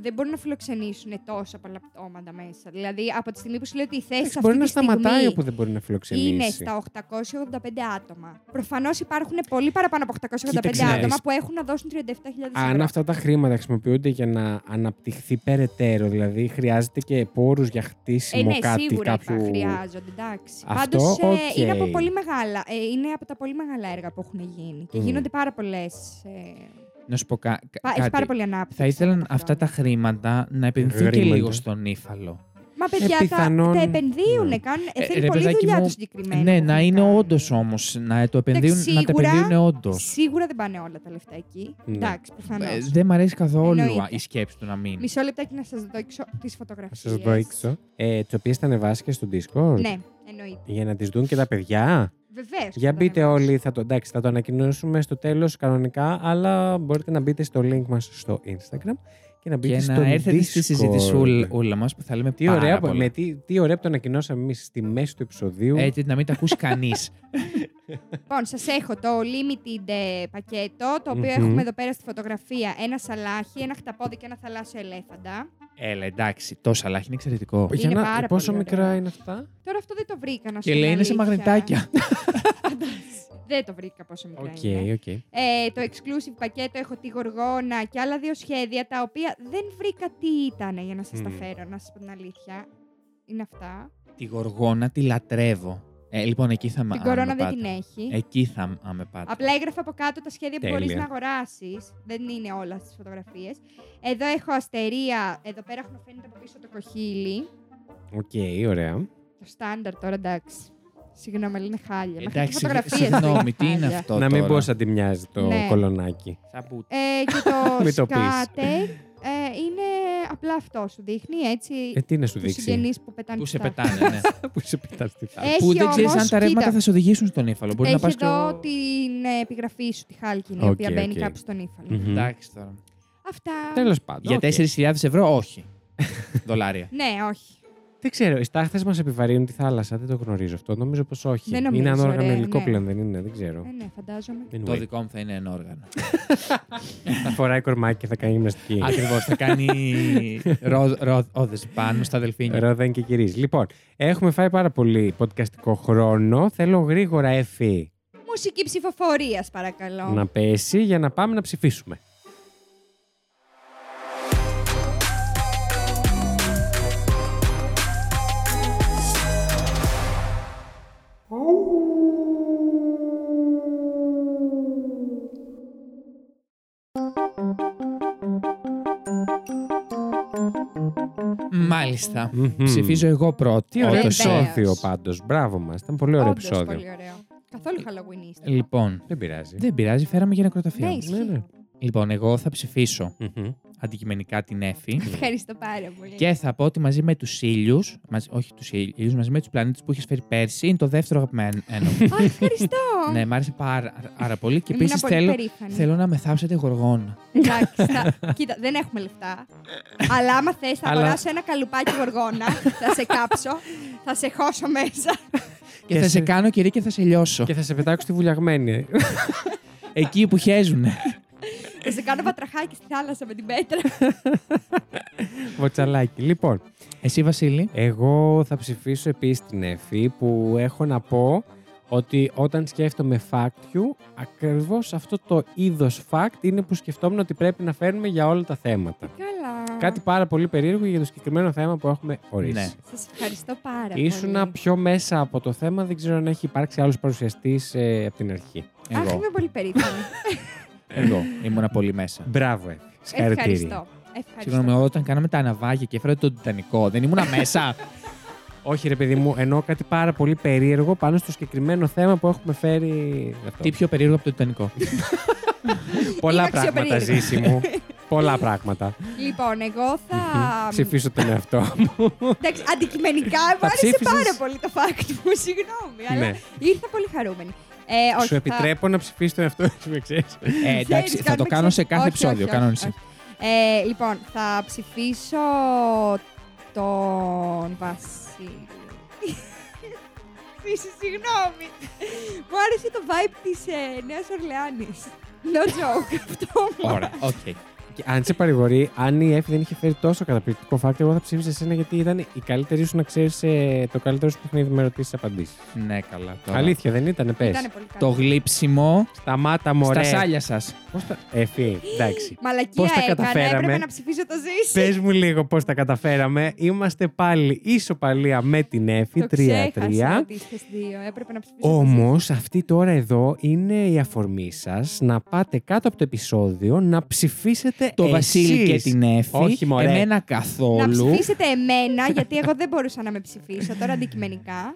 Speaker 2: δεν μπορούν να φιλοξενήσουν τόσα πολλά πτώματα μέσα. Δηλαδή, από τη στιγμή που σου λέω ότι η θέση
Speaker 3: Εντάξει,
Speaker 2: Ε, αυτή
Speaker 3: μπορεί να
Speaker 2: τη
Speaker 3: σταματάει όπου
Speaker 2: στιγμή
Speaker 3: δεν μπορεί να φιλοξενήσει.
Speaker 2: είναι στα 885 άτομα. Προφανώς υπάρχουν πολύ παραπάνω από 885
Speaker 3: Κοίταξε να
Speaker 2: άτομα
Speaker 3: δεις.
Speaker 2: που έχουν να δώσουν 37.000 ευρώ.
Speaker 3: Αν αυτά τα χρήματα χρησιμοποιούνται για να αναπτυχθεί περαιτέρω, δηλαδή χρειάζεται και πόρους για
Speaker 2: ε,
Speaker 3: χτίσιμο
Speaker 2: ναι,
Speaker 3: κάτι
Speaker 2: σίγουρα
Speaker 3: κάποιου...
Speaker 2: θα χρειάζονται, εντάξει.
Speaker 3: Αυτό,
Speaker 2: Πάντως, ε,
Speaker 3: οκ.
Speaker 2: είναι, από πολύ μεγάλα, ε, είναι από τα πολύ μεγάλα έργα που έχουν γίνει. Και
Speaker 3: Μμμ.
Speaker 2: γίνονται πάρα πολλές. Ε,
Speaker 4: Να σου πω κα- κα-
Speaker 2: πα- έχει
Speaker 4: κάτι.
Speaker 2: πάρα πολύ ανάπτυξη.
Speaker 4: Θα ήθελαν
Speaker 2: από τα
Speaker 4: αυτά τα
Speaker 2: χρόνια.
Speaker 4: χρήματα να επενδυθεί και
Speaker 3: Γρήγορα.
Speaker 4: λίγο στον ύφαλο.
Speaker 2: Μα παιδιά,
Speaker 3: Ε,
Speaker 2: τα,
Speaker 3: πιθανόν-
Speaker 2: τα επενδύουν,
Speaker 3: Ναι.
Speaker 2: κάνουν.
Speaker 4: Ε,
Speaker 2: θέλει
Speaker 4: ρε,
Speaker 2: πολύ
Speaker 4: παιδάκι
Speaker 2: δουλειά
Speaker 4: μου,
Speaker 2: το συγκεκριμένο.
Speaker 4: ναι,
Speaker 2: που
Speaker 4: να
Speaker 2: έχουν
Speaker 4: είναι
Speaker 2: κάνει.
Speaker 4: όντως όμως. Να, το επενδύουν, να τα
Speaker 2: σίγουρα-
Speaker 4: επενδύουν όντως.
Speaker 2: Σίγουρα δεν πάνε όλα τα λεφτά εκεί.
Speaker 3: Ναι.
Speaker 2: Εντάξει, προφανώς.
Speaker 4: Ε, δεν μ' αρέσει καθόλου
Speaker 2: Εννοείται.
Speaker 4: α, η σκέψη του να μείνει.
Speaker 2: Μισό λεπτάκι να σας δείξω τι φωτογραφίε.
Speaker 3: Σα το έξω. Ε, τις οποίες θα ανεβάσει στο Discord.
Speaker 2: Ναι, εννοείται.
Speaker 3: Για να τις δουν και τα παιδιά.
Speaker 2: Βεβαίως.
Speaker 3: Για μπείτε όλοι, θα το, εντάξει, θα το ανακοινώσουμε στο τέλος κανονικά, αλλά μπορείτε να μπείτε στο link μας στο Instagram και να μπείτε
Speaker 4: Και
Speaker 3: στο
Speaker 4: να έρθετε στη
Speaker 3: Discord.
Speaker 4: συζητησούλα μας που θα λέμε
Speaker 3: Τι
Speaker 4: πάρα
Speaker 3: ωραία, που-
Speaker 4: πολλά.
Speaker 3: με, τι, τι ωραία που το ανακοινώσαμε εμείς στη μέση του επεισοδίου.
Speaker 4: Έτσι, να μην τα ακούσει κανείς.
Speaker 2: *laughs* Λοιπόν, σας έχω το limited ε, πακέτο, το οποιο
Speaker 3: Μμμ.
Speaker 2: έχουμε εδώ πέρα στη φωτογραφία. Ένα σαλάχι, ένα χταπόδι και ένα θαλάσσιο ελέφαντα.
Speaker 4: Έλα, εντάξει, το σαλάχι είναι εξαιρετικό.
Speaker 3: Για
Speaker 2: είναι
Speaker 3: να-
Speaker 2: πάρα
Speaker 3: πόσο
Speaker 2: πολύ
Speaker 3: μικρά
Speaker 2: ωραία.
Speaker 3: είναι αυτά.
Speaker 2: Τώρα αυτό δεν το βρήκα, να σου
Speaker 4: Και λέει
Speaker 2: την
Speaker 4: είναι σε
Speaker 2: αλήθεια.
Speaker 4: μαγνητάκια.
Speaker 2: Δεν το βρήκα πόσο μικρά
Speaker 3: Οκ,
Speaker 2: είναι.
Speaker 3: οκ.
Speaker 2: Ε, το exclusive πακέτο έχω τη Γοργόνα και άλλα δύο σχέδια τα οποία δεν βρήκα τι ήταν για να σας τα
Speaker 3: Μμμ.
Speaker 2: φέρω, να σας πω την αλήθεια. Είναι αυτά.
Speaker 4: Τη γοργόνα τη λατρεύω. Ε, λοιπόν, εκεί θα με
Speaker 2: την κορώνα
Speaker 4: με
Speaker 2: δεν
Speaker 4: πάτε.
Speaker 2: την έχει.
Speaker 4: Εκεί θα μ- α, με πάτε.
Speaker 2: Απλά έγραφα από κάτω τα σχέδια
Speaker 3: Τέλεια.
Speaker 2: που μπορείς να αγοράσεις. Δεν είναι όλα στις φωτογραφίες. Εδώ έχω αστερία, εδώ πέρα έχουν φαίνεται από πίσω το κοχύλι.
Speaker 3: Οκ, ωραία.
Speaker 2: Το στάνταρ τώρα, εντάξει. Συγγνώμη, αλλά είναι χάλια. Μέχρι και
Speaker 4: Εντάξει,
Speaker 2: φωτογραφίες του
Speaker 4: συγγνώμη, τι είναι
Speaker 2: χάλια.
Speaker 4: αυτό.
Speaker 3: να μην
Speaker 4: τώρα.
Speaker 3: πω σαν τη μοιάζει το
Speaker 2: Ναι.
Speaker 3: κολονάκι.
Speaker 4: Σαμπούτι.
Speaker 2: Ε, και το
Speaker 3: Μην το πεις.
Speaker 2: σκάτερ ε, είναι απλά αυτό σου δείχνει, έτσι.
Speaker 3: Ε, τι να σου
Speaker 2: Τους
Speaker 3: δείξει.
Speaker 2: συγγενείς που πετάνε
Speaker 4: Που σε
Speaker 2: τα-
Speaker 4: πετάνε, ναι.
Speaker 3: Που σε πετάς στη φάση.
Speaker 2: *laughs* Έχει
Speaker 4: που δεν ξέρεις αν
Speaker 2: όμως,
Speaker 4: τα ρεύματα
Speaker 2: κοίτα.
Speaker 4: θα σε οδηγήσουν στον ύφαλο. *laughs* Μπορεί να
Speaker 2: Έχει
Speaker 4: πας
Speaker 2: εδώ την ε, επιγραφή σου, τη χάλκινη, η
Speaker 3: Οκ,
Speaker 2: οποία μπαίνει
Speaker 3: οκ.
Speaker 2: κάπου στον ύφαλο.
Speaker 3: Μμμ.
Speaker 4: Εντάξει τώρα.
Speaker 2: Αυτά.
Speaker 3: Τέλος πάντων.
Speaker 4: Για
Speaker 3: οκ.
Speaker 4: 4.000 ευρώ,
Speaker 2: *laughs*
Speaker 4: όχι. Δολάρια.
Speaker 2: Ναι, όχι.
Speaker 3: Δεν ξέρω, οι στάχτες μας επιβαρύνουν τη θάλασσα. Δεν το γνωρίζω αυτό. Νομίζω πως όχι.
Speaker 2: Δεν νομίζω,
Speaker 3: είναι ανόργανο
Speaker 2: ρε,
Speaker 3: υλικό
Speaker 2: ναι.
Speaker 3: πλέον, δεν είναι. Δεν ξέρω.
Speaker 2: Ε, ναι, φαντάζομαι.
Speaker 4: Το
Speaker 3: Anyway,
Speaker 4: δικό μου θα είναι ένα όργανο.
Speaker 3: θα φοράει κορμάκι και θα κάνει γυμναστική.
Speaker 4: Ακριβώς. Θα
Speaker 3: *laughs*
Speaker 4: κάνει ρόδες πάνω στα δελφίνια.
Speaker 3: Ρόδα είναι και κυρίζεις. Λοιπόν, έχουμε φάει πάρα πολύ podcastικό χρόνο. Θέλω γρήγορα, Εφη,
Speaker 2: Μουσική ψηφοφορίας, παρακαλώ.
Speaker 3: να πέσει για να πάμε να ψηφίσουμε.
Speaker 4: Μάλιστα.
Speaker 3: Μμμ.
Speaker 4: Ψηφίζω εγώ
Speaker 3: Τι
Speaker 4: πρώτη.
Speaker 3: ωραίο
Speaker 4: όντως, ε.
Speaker 2: Βεβαίως.
Speaker 3: επεισόδιο πάντως. Μπράβο μας. Ήταν πολύ ωραίο
Speaker 2: Όντως,
Speaker 3: επεισόδιο.
Speaker 2: πολύ ωραίο. Καθόλου χαλαγουινίστικο.
Speaker 4: Λοιπόν,
Speaker 3: Δεν πειράζει.
Speaker 4: δεν πειράζει, φέραμε για νεκροταφείο.
Speaker 2: Ναι, ισχύει.
Speaker 3: ναι.
Speaker 4: Λοιπόν, εγώ θα ψηφίσω
Speaker 3: Μμμ.
Speaker 4: αντικειμενικά την Εφη.
Speaker 2: Ευχαριστώ πάρα πολύ.
Speaker 4: Και θα πω ότι μαζί με τους ήλιους, μαζί, όχι τους ήλιους, μαζί με τους πλανήτες που είχε φέρει πέρσι, είναι το δεύτερο
Speaker 2: *laughs*
Speaker 4: αγαπημένο. μου.
Speaker 2: Α, ευχαριστώ.
Speaker 4: ναι, μ' άρεσε πάρα, πάρα πολύ. Και
Speaker 2: Ήμουν
Speaker 4: επίσης
Speaker 2: πολύ
Speaker 4: θέλω,
Speaker 2: περήφανη.
Speaker 4: θέλω να μεθάψετε γοργόνα.
Speaker 2: Εντάξει, θα- κοίτα, δεν έχουμε λεφτά. Αλλά άμα θες, θα
Speaker 4: Αλλά-
Speaker 2: αγοράσω ένα καλουπάκι γοργόνα, θα σε κάψω, θα σε χώσω μέσα.
Speaker 4: Και,
Speaker 3: Και σε-
Speaker 4: θα σε κάνω κυρία και θα σε λιώσω.
Speaker 3: Και θα σε πετάξω στη βουλιαγμένη.
Speaker 4: Εκεί που χέζουνε.
Speaker 3: *laughs*
Speaker 2: θα σε κάνω πατραχάκι στη θάλασσα με την πέτρα.
Speaker 3: Βοτσαλάκι. Λοιπόν,
Speaker 4: Εσύ, Βασίλη.
Speaker 3: εγώ θα ψηφίσω επίσης την Εφη που έχω να πω ότι όταν σκέφτομαι fact you, ακριβώς αυτό το είδος fact είναι που σκεφτόμουν ότι πρέπει να φέρνουμε για όλα τα θέματα.
Speaker 2: Καλά.
Speaker 3: Κάτι πάρα πολύ περίεργο για το συγκεκριμένο θέμα που έχουμε ορίσει.
Speaker 4: Ναι.
Speaker 2: Σας ευχαριστώ πάρα
Speaker 3: Ήσουνα
Speaker 2: πολύ.
Speaker 3: πιο μέσα από το θέμα, δεν ξέρω αν έχει υπάρξει άλλος παρουσιαστής από την αρχή.
Speaker 2: Αχ,
Speaker 4: Εγώ.
Speaker 2: είμαι πολύ περήφανη.
Speaker 4: Εγώ. Ήμουνα πολύ μέσα.
Speaker 3: Μπράβο, Εφη. *laughs* Συγχαρητήρια.
Speaker 2: Ευχαριστώ. Ευχαριστώ.
Speaker 4: Συγγνώμη, όταν κάναμε τα ναυάγια και έφερα τον Τιτανικό, δεν ήμουνα μέσα.
Speaker 3: Όχι, ρε παιδί μου, εννοώ κάτι πάρα πολύ περίεργο πάνω στο συγκεκριμένο θέμα που έχουμε φέρει. αυτό.
Speaker 4: Τι πιο περίεργο από τον Τιτανικό.
Speaker 3: Πολλά
Speaker 2: είναι
Speaker 3: πράγματα
Speaker 2: αξιοπερίεργο.
Speaker 3: ζήσει μου. Πολλά πράγματα.
Speaker 2: Λοιπόν, εγώ θα.
Speaker 3: Ψηφίσω τον εαυτό μου.
Speaker 2: Εντάξει, αντικειμενικά μου άρεσε
Speaker 3: ψήφισες?
Speaker 2: πάρα πολύ το fact μου, συγγνώμη. Αλλά
Speaker 3: Ναι.
Speaker 2: ήρθα πολύ χαρούμενη. Ε, όχι,
Speaker 3: Σου
Speaker 2: θα-
Speaker 3: επιτρέπω να ψηφίσει τον εαυτό σου, με ξέρεις.
Speaker 4: Ε, εντάξει,
Speaker 2: Ξέρεις,
Speaker 4: θα το
Speaker 2: κάνουμε
Speaker 4: κάνω σε
Speaker 2: ξέ-
Speaker 4: κάθε
Speaker 2: όχι, όχι,
Speaker 4: επεισόδιο.
Speaker 2: όχι,
Speaker 4: Κανόνισε.
Speaker 2: όχι. Ε, λοιπόν, θα ψηφίσω τον Βασίλη. *laughs* Φύση, συγγνώμη. Μου άρεσε το vibe της ε, Νέας Ορλεάνης. No joke *laughs* αυτό μου.
Speaker 4: Ωραία, οκ.
Speaker 3: Και αν σε παρηγορεί, αν η Εφη δεν είχε φέρει τόσο καταπληκτικό φάκελο, εγώ θα ψήφισα εσένα γιατί ήταν η καλύτερη σου να ξέρεις το καλύτερο σου παιχνίδι με ρωτήσεις απαντήσεις.
Speaker 4: Ναι, καλά. τώρα.
Speaker 3: Αλήθεια, δεν ήταν, ε, πες.
Speaker 2: Ήτανε πολύ καλό.
Speaker 4: Το γλύψιμο
Speaker 3: Σταμάτα, μωρέ.
Speaker 4: στα σάλια σας.
Speaker 3: Πώς τα... Εφη, εντάξει.
Speaker 2: Μαλακία
Speaker 3: Πώς τα
Speaker 2: έκανα,
Speaker 3: καταφέραμε?
Speaker 2: έπρεπε να ψηφίσω το ζήσει.
Speaker 3: Πες μου λίγο πώς τα καταφέραμε. Είμαστε πάλι ισοπαλία με την Εφη,
Speaker 2: Το
Speaker 3: 3-3.
Speaker 2: ξέχασα ότι είστε δύο. Έπρεπε να ψηφίσω το
Speaker 3: Όμως, αυτή τώρα εδώ είναι η αφορμή σας να πάτε κάτω από το επεισόδιο να ψηφίσετε
Speaker 4: Το Βασίλη και
Speaker 3: εσείς.
Speaker 4: την Εφη.
Speaker 3: Όχι, μωρέ.
Speaker 4: Εμένα
Speaker 2: Να
Speaker 4: καθόλου.
Speaker 2: ψηφίσετε εμένα, γιατί εγώ δεν μπορούσα να με ψηφίσω τώρα αντικειμενικά.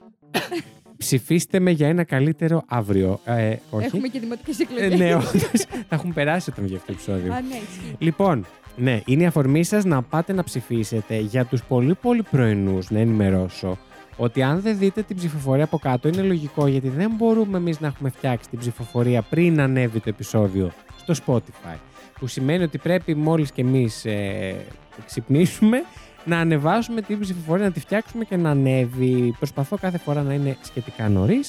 Speaker 3: Ψηφίστε με για ένα καλύτερο αύριο. Ε, όχι.
Speaker 2: Έχουμε και δημοτικές εκλογέ.
Speaker 3: Ε, ναι, όντως. *laughs* θα έχουν περάσει όταν βγει αυτό το επεισόδιο.
Speaker 2: Α, ναι, ισχύει.
Speaker 3: λοιπόν, ναι, είναι η αφορμή σας να πάτε να ψηφίσετε για τους πολύ πολύ πρωινούς να ενημερώσω ότι αν δεν δείτε την ψηφοφορία από κάτω είναι λογικό γιατί δεν μπορούμε εμείς να έχουμε φτιάξει την ψηφοφορία πριν ανέβει το επεισόδιο στο Spotify. Που σημαίνει ότι πρέπει μόλις και εμείς ε, ξυπνήσουμε να ανεβάσουμε την ψηφοφορία, να τη φτιάξουμε και να ανέβει. Προσπαθώ κάθε φορά να είναι σχετικά νωρίς.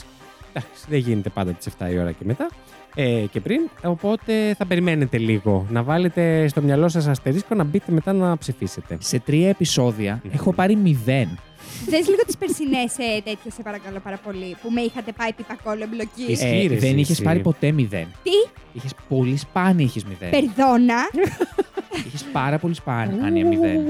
Speaker 3: Εντάξει, δεν γίνεται πάντα τις 7 η ώρα και μετά ε, και πριν. Οπότε θα περιμένετε λίγο. Να βάλετε στο μυαλό σας αστερίσκο να μπείτε μετά να ψηφίσετε.
Speaker 4: Σε τρία επεισόδια
Speaker 3: Μμμ.
Speaker 4: έχω πάρει μηδέν. Ε,
Speaker 2: Δες λίγο τις περσινές ε, τέτοιες, σε παρακαλώ πάρα πολύ, που με είχατε πάει πιπακόλο εμπλοκή.
Speaker 3: Ισχύει. Ισχύει, ρε,
Speaker 4: δεν
Speaker 3: εσύ,
Speaker 4: είχες
Speaker 3: εσύ.
Speaker 4: πάρει ποτέ μηδέν.
Speaker 2: Τι?
Speaker 4: Είχες πολύ σπάνια είχες μηδέν. *laughs*
Speaker 2: Περδόνα.
Speaker 4: Είχες πάρα πολύ σπάνια μηδέν.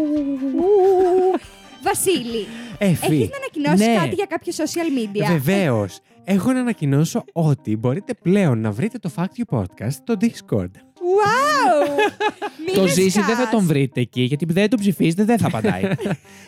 Speaker 2: Ου. Βασίλη, έχει
Speaker 3: Εφή.
Speaker 2: να ανακοινώσεις
Speaker 4: Ναι.
Speaker 2: κάτι για κάποιο social media.
Speaker 3: Βεβαίως. Έχω να ανακοινώσω ότι μπορείτε πλέον να βρείτε το Fact You Podcast στο Discord.
Speaker 2: Wow! Μην
Speaker 4: *laughs* Το
Speaker 2: με
Speaker 4: ζήσει δεν θα
Speaker 2: σκάς.
Speaker 4: τον βρείτε εκεί, γιατί δεν τον ψηφίζετε δεν θα απαντάει.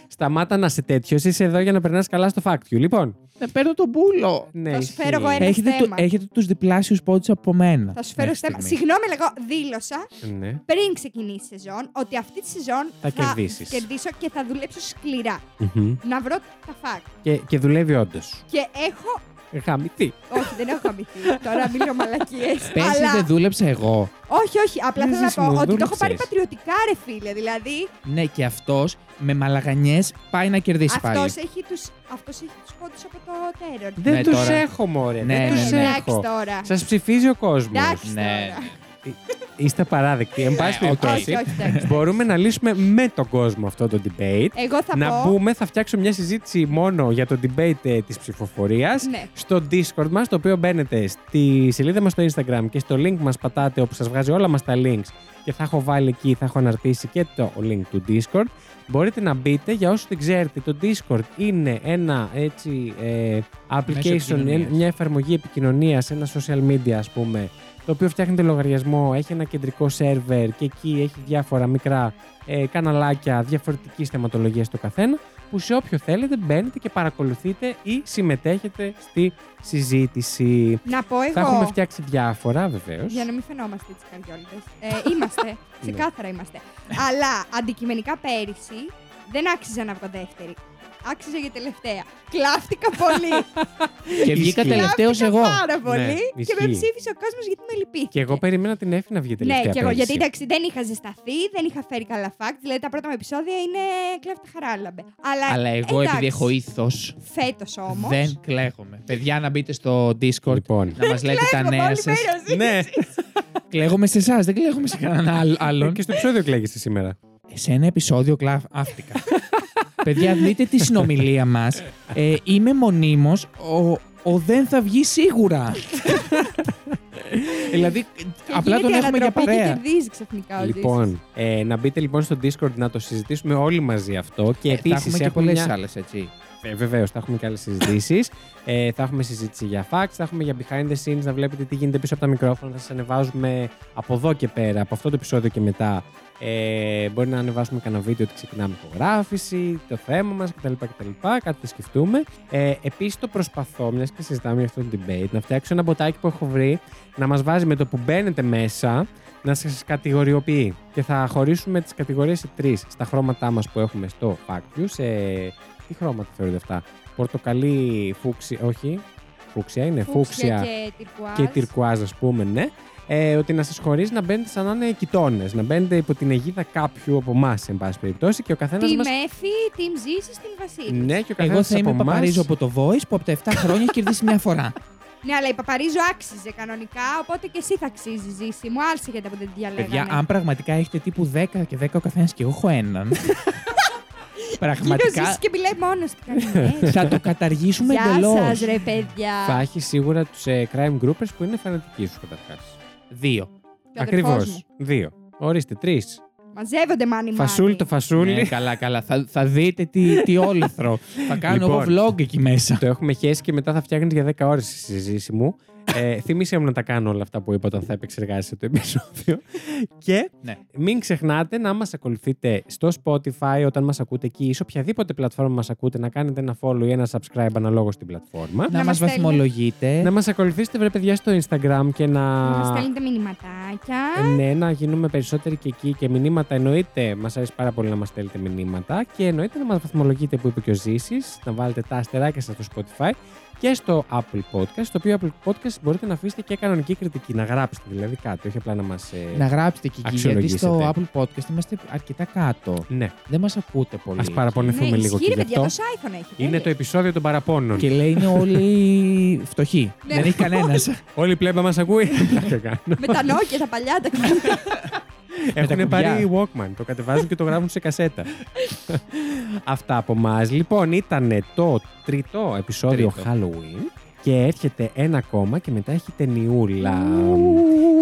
Speaker 3: Σταμάτα να είσαι τέτοιο. Είσαι εδώ για να περνάς καλά στο Fact You. Λοιπόν.
Speaker 4: Δεν παίρνω τον πούλο.
Speaker 3: Ναι,
Speaker 2: Θα σου
Speaker 3: ισχύει.
Speaker 2: φέρω εγώ ένα
Speaker 4: Έχετε, το,
Speaker 2: θέμα.
Speaker 4: έχετε τους διπλάσιους πόντους από μένα.
Speaker 2: Θα σου φέρω
Speaker 4: μέχρι
Speaker 2: θέμα.
Speaker 4: στιγμής.
Speaker 2: Συγγνώμη, αλλά εγώ δήλωσα
Speaker 3: Ναι.
Speaker 2: πριν ξεκινήσει η σεζόν ότι αυτή τη σεζόν
Speaker 3: Θα κερδίσεις.
Speaker 2: κερδίσω και θα δουλέψω σκληρά.
Speaker 3: Μμμ.
Speaker 2: Να βρω τα φακ.
Speaker 3: Και, και δουλεύει όντως.
Speaker 2: Και έχω.
Speaker 3: Χαμητή.
Speaker 2: Όχι, δεν έχω αμυθεί. Τώρα μιλώ μαλακίες.
Speaker 4: Πέρσι
Speaker 2: αλλά...
Speaker 4: δεν δούλεψα εγώ.
Speaker 2: Όχι, όχι. Απλά
Speaker 3: Μην
Speaker 2: θέλω να
Speaker 3: ζεις μου,
Speaker 2: πω ότι το έχω
Speaker 3: δούλεψες.
Speaker 2: πάρει πατριωτικά, ρε φίλε. Δηλαδή,
Speaker 4: Ναι, και αυτός με μαλαγανιές πάει να κερδίσει
Speaker 2: αυτός
Speaker 4: πάλι.
Speaker 2: έχει τους αυτός έχει τους πόντους από το τέρορ.
Speaker 3: Δεν
Speaker 4: Ναι,
Speaker 3: τους
Speaker 4: τώρα.
Speaker 3: έχω, μωρέ.
Speaker 4: Ναι,
Speaker 3: δεν
Speaker 4: ναι,
Speaker 3: τους
Speaker 4: ναι.
Speaker 2: Εντάξει
Speaker 3: έχω.
Speaker 2: τώρα.
Speaker 3: Σας ψηφίζει ο κόσμος.
Speaker 2: Εντάξει
Speaker 4: Ναι.
Speaker 2: τώρα.
Speaker 3: Είστε παράδεκτοι. Εν πάση
Speaker 4: Ναι, οκ.
Speaker 3: περιπτώσει,
Speaker 2: Όχι, όχι, εντάξει.
Speaker 3: μπορούμε να λύσουμε με τον κόσμο αυτό το debate.
Speaker 2: Εγώ θα
Speaker 3: να
Speaker 2: πω.
Speaker 3: μπούμε, θα φτιάξω μια συζήτηση μόνο για το debate ε, της ψηφοφορίας
Speaker 2: Ναι.
Speaker 3: στο Discord μας, το οποίο μπαίνετε στη σελίδα μας στο Instagram και στο link μας πατάτε όπου σας βγάζει όλα μας τα links και θα έχω βάλει εκεί, θα έχω αναρτήσει και το link του Discord. Μπορείτε να μπείτε, για όσους δεν ξέρετε, το Discord είναι ένα έτσι ε, application,
Speaker 4: επικοινωνίας.
Speaker 3: μια εφαρμογή επικοινωνίας, ένα social media ας πούμε, το οποίο φτιάχνεται λογαριασμό, έχει ένα κεντρικό σερβερ και εκεί έχει διάφορα μικρά ε, καναλάκια διαφορετικής θεματολογίας το καθένα, που σε όποιο θέλετε μπαίνετε και παρακολουθείτε ή συμμετέχετε στη συζήτηση.
Speaker 2: Να πω εγώ.
Speaker 3: Θα έχουμε φτιάξει διάφορα βεβαίως.
Speaker 2: Για να μην φαινόμαστε έτσι καριόλιδες.
Speaker 3: *laughs*
Speaker 2: Ε,
Speaker 3: Ναι.
Speaker 2: είμαστε. ξεκάθαρα είμαστε. Αλλά αντικειμενικά πέρυσι δεν άξιζε να βγω δεύτερη. Άξιζε για τελευταία. Κλάφτηκα πολύ.
Speaker 4: Και βγήκα
Speaker 3: Ισχύει.
Speaker 4: τελευταίος
Speaker 2: Κλάφτηκα
Speaker 4: εγώ.
Speaker 2: Πάρα πολύ.
Speaker 3: Ναι,
Speaker 2: και με
Speaker 3: ισχύει.
Speaker 2: ψήφισε ο κόσμος γιατί με λυπήθηκε.
Speaker 3: Και εγώ περίμενα την Εφη να βγει
Speaker 2: Ναι,
Speaker 3: τελευταία.
Speaker 2: και εγώ. Γιατί
Speaker 3: πέρυσι.
Speaker 2: εντάξει, δεν είχα ζεσταθεί, δεν είχα φέρει καλά facts. Δηλαδή τα πρώτα μου επεισόδια είναι κλέφτα χαράλαμπε. Αλλά,
Speaker 4: Αλλά εγώ επειδή έχω ήθος,
Speaker 2: Φέτος όμως.
Speaker 4: δεν κλαίγομαι. Παιδιά, να μπείτε στο Discord
Speaker 3: Λοιπόν.
Speaker 4: να μας λέτε τα νέα σα.
Speaker 3: Ναι,
Speaker 4: Κλαίγομαι σε εσάς, δεν κλαίγομαι σε κανέναν άλλ- άλλον.
Speaker 3: και στο επεισόδιο κλαίγεσαι σήμερα.
Speaker 4: σε ένα επεισόδιο κλαφτήκα. Παιδιά, δείτε τη συνομιλία μας. Ε, είμαι μονίμως. Ο, ο δεν θα βγει σίγουρα. δηλαδή, απλά τον έχουμε για
Speaker 2: Και
Speaker 4: παρέα.
Speaker 2: κερδίζει ξαφνικά ο Ζήσης.
Speaker 3: Λοιπόν, ε, να μπείτε λοιπόν στο Discord να το συζητήσουμε όλοι μαζί αυτό. Και
Speaker 4: Ε, θα
Speaker 3: επίσης
Speaker 4: έχουμε και πολλέ άλλες, έτσι.
Speaker 3: Ε, Βεβαίως, θα έχουμε και άλλες συζητήσεις. Ε, θα έχουμε συζήτηση για facts, θα έχουμε για behind the scenes, να βλέπετε τι γίνεται πίσω από τα μικρόφωνα. Θα σας ανεβάζουμε από εδώ και πέρα, από αυτό το επεισόδιο και μετά. Ε, μπορεί να ανεβάσουμε κανένα βίντεο ότι ξεκινάμε ηχογράφηση, το θέμα μας κτλ, κτλ. Κάτι θα σκεφτούμε. Ε, Επίσης, το προσπαθώ, μιας και συζητάμε για αυτό το debate, να φτιάξω ένα μποτάκι που έχω βρει να μας βάζει με το που μπαίνετε μέσα να σας κατηγοριοποιεί. Και θα χωρίσουμε τις κατηγορίες σε τρεις στα χρώματά μας που έχουμε στο Fact You, σε τι χρώματα θεωρείτε αυτά. Πορτοκαλί, φούξι, όχι. Φούξια είναι, ναι, φούξια,
Speaker 2: και τυρκουάζ.
Speaker 3: και τυρκουάζ, ας πούμε, ναι. Ε, ότι να σας χωρίζει να μπαίνετε σαν να είναι κοιτώνε. Να μπαίνετε υπό την αιγίδα κάποιου από εμάς, εν πάση περιπτώσει, και ο καθένας
Speaker 2: Team
Speaker 3: μα.
Speaker 2: Εφη, Team Ζήση, Team Βασίλης.
Speaker 3: Ναι, και ο καθένα
Speaker 4: Εγώ θα
Speaker 3: από
Speaker 4: είμαι
Speaker 3: εμάς-
Speaker 4: Παπαρίζο από το Voice που από τα 7 χρόνια έχει κερδίσει μια φορά.
Speaker 2: Ναι, αλλά η Παπαρίζο άξιζε κανονικά, οπότε και εσύ θα αξίζει Ζήση. Μου άλσε γιατί που δεν τη διαλέγανε.
Speaker 4: Παιδιά, αν πραγματικά έχετε τύπου 10 και 10 ο καθένας και εγώ έχω
Speaker 2: *laughs*
Speaker 4: έναν.
Speaker 2: Κύριο
Speaker 4: πραγματικά
Speaker 2: Ζήσης και μιλάει μόνος του. κανονικά.
Speaker 4: *laughs* θα το καταργήσουμε
Speaker 2: Γεια
Speaker 4: εντελώς.
Speaker 2: σας ρε παιδιά.
Speaker 3: Θα έχει σίγουρα τους crime groupers που είναι φανατικοί σου καταρχάς.
Speaker 4: Δύο.
Speaker 2: Και ο αδερφός
Speaker 3: Ακριβώς.
Speaker 2: μου.
Speaker 3: Δύο. Ορίστε, τρεις.
Speaker 2: Μαζεύονται μάνι
Speaker 3: Φασούλη το φασούλι.
Speaker 4: Ναι, καλά, καλά. Θα, θα δείτε τι, τι όλυθρο. θα κάνω εγώ
Speaker 3: Λοιπόν.
Speaker 4: vlog εκεί μέσα.
Speaker 3: Το έχουμε χέσει και μετά θα φτιάχνεις για 10 ώρες τη συζήτηση μου. Ε, θύμισε μου να τα κάνω όλα αυτά που είπα όταν θα επεξεργάσετε το επεισόδιο. Και
Speaker 4: Ναι.
Speaker 3: μην ξεχνάτε να μας ακολουθείτε στο Spotify όταν μας ακούτε εκεί ή σε οποιαδήποτε πλατφόρμα μας ακούτε να κάνετε ένα follow ή ένα subscribe αναλόγως στην πλατφόρμα.
Speaker 4: Να,
Speaker 2: μας
Speaker 4: μας
Speaker 2: στέλνετε.
Speaker 4: βαθμολογείτε.
Speaker 3: Να μας ακολουθήσετε, βρε παιδιά, στο Instagram και να.
Speaker 2: Μας στέλνετε μηνυματάκια.
Speaker 3: Ε, Ναι, να γίνουμε περισσότεροι και εκεί και μηνύματα εννοείται. Μας αρέσει πάρα πολύ να μας στέλνετε μηνύματα και εννοείται να μας βαθμολογείτε που είπε και ο Ζήσης, να βάλετε τα αστεράκια σας στο Spotify και στο Apple Podcast. Το οποίο Apple Podcast μπορείτε να αφήσετε και κανονική κριτική, να γράψετε δηλαδή κάτι, όχι απλά να ε, μα.
Speaker 4: Να γράψετε και εκεί, γιατί στο
Speaker 3: Αξιολογήσετε.
Speaker 4: Apple Podcast είμαστε αρκετά κάτω.
Speaker 3: Ναι,
Speaker 4: Δεν μας ακούτε πολύ.
Speaker 3: ας παραπονεθούμε
Speaker 2: ναι,
Speaker 3: λίγο
Speaker 2: ισχύει,
Speaker 3: και
Speaker 2: ρε,
Speaker 3: γι'
Speaker 2: παιδιά,
Speaker 3: αυτό.
Speaker 2: το iPhone έχει.
Speaker 3: Είναι
Speaker 2: τέλεια.
Speaker 3: το επεισόδιο των παραπώνων.
Speaker 4: Και λέει είναι όλοι φτωχοί.
Speaker 2: Ναι.
Speaker 4: Δεν έχει κανένας.
Speaker 3: Όλη η πλέμπα μας
Speaker 2: *laughs*
Speaker 3: ακούει.
Speaker 2: Με τα Nokia, τα παλιά,
Speaker 3: *laughs*
Speaker 2: τα
Speaker 4: κουμπιά.
Speaker 3: Έχουν πάρει Walkman. Το κατεβάζουν και το γράφουν σε
Speaker 4: *laughs*
Speaker 3: κασέτα. Αυτά από εμά. Λοιπόν, ήταν το τρίτο επεισόδιο
Speaker 4: Τρίτο.
Speaker 3: Halloween. Και έρχεται ένα ακόμα και μετά έχει ταινιούλα.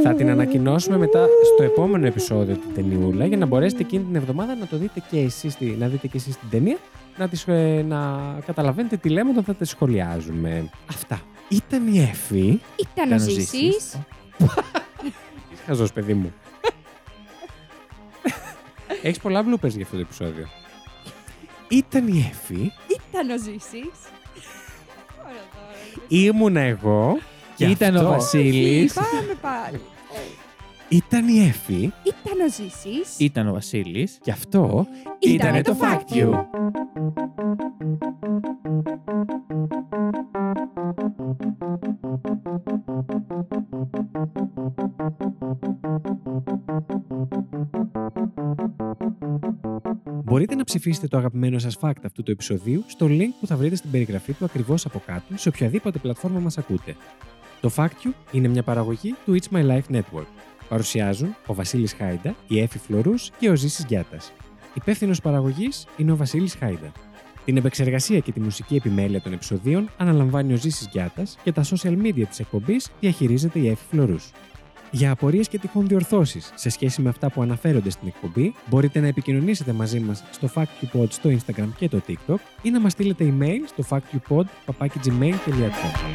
Speaker 3: Θα την ανακοινώσουμε μετά στο επόμενο επεισόδιο την ταινιούλα για να μπορέσετε εκείνη την εβδομάδα να το δείτε και εσείς, τη- να δείτε και εσείς την ταινία να, τις, ε, να καταλαβαίνετε τι λέμε όταν θα τη σχολιάζουμε. Αυτά. Ήταν η Εφη.
Speaker 2: Ήταν ο Ζήσης.
Speaker 3: Είσαι χαζός παιδί μου. Έχεις πολλά bloopers για αυτό το επεισόδιο. Ήταν η Εφη,
Speaker 2: Ήταν ο Ζήσης. Ωραία τώρα, λοιπόν. ρε.
Speaker 3: ήμουνα εγώ και
Speaker 4: Ήταν ο
Speaker 3: αυτό
Speaker 4: Βασίλης.
Speaker 2: Όχι, Πάμε πάλι.
Speaker 3: Ήταν η Εφη
Speaker 2: Ήταν ο Ζήσης.
Speaker 4: Ήταν ο Βασίλης.
Speaker 3: και αυτό
Speaker 2: Ήτανε το Fact You.
Speaker 3: Μπορείτε να ψηφίσετε το αγαπημένο σας fact αυτού του επεισοδίου στο link που θα βρείτε στην περιγραφή του ακριβώς από κάτω σε οποιαδήποτε πλατφόρμα μας ακούτε. Το Fact You είναι μια παραγωγή του It's My Life Network. Παρουσιάζουν ο Βασίλης Χάιντα, η Έφη Φλωρούς και ο Ζήσης Γιάτας. Υπεύθυνος παραγωγής είναι ο Βασίλης Χάιντα. Την επεξεργασία και τη μουσική επιμέλεια των επεισοδίων αναλαμβάνει ο Ζήσης Γιάτας και τα social media της εκπομπής διαχειρίζεται η Έφη Φλωρούς. Για απορίες και τυχόν διορθώσεις σε σχέση με αυτά που αναφέρονται στην εκπομπή, μπορείτε να επικοινωνήσετε μαζί μας στο FactQpod στο Instagram και το TikTok ή να μας στείλετε email στο factqpod.gmail.com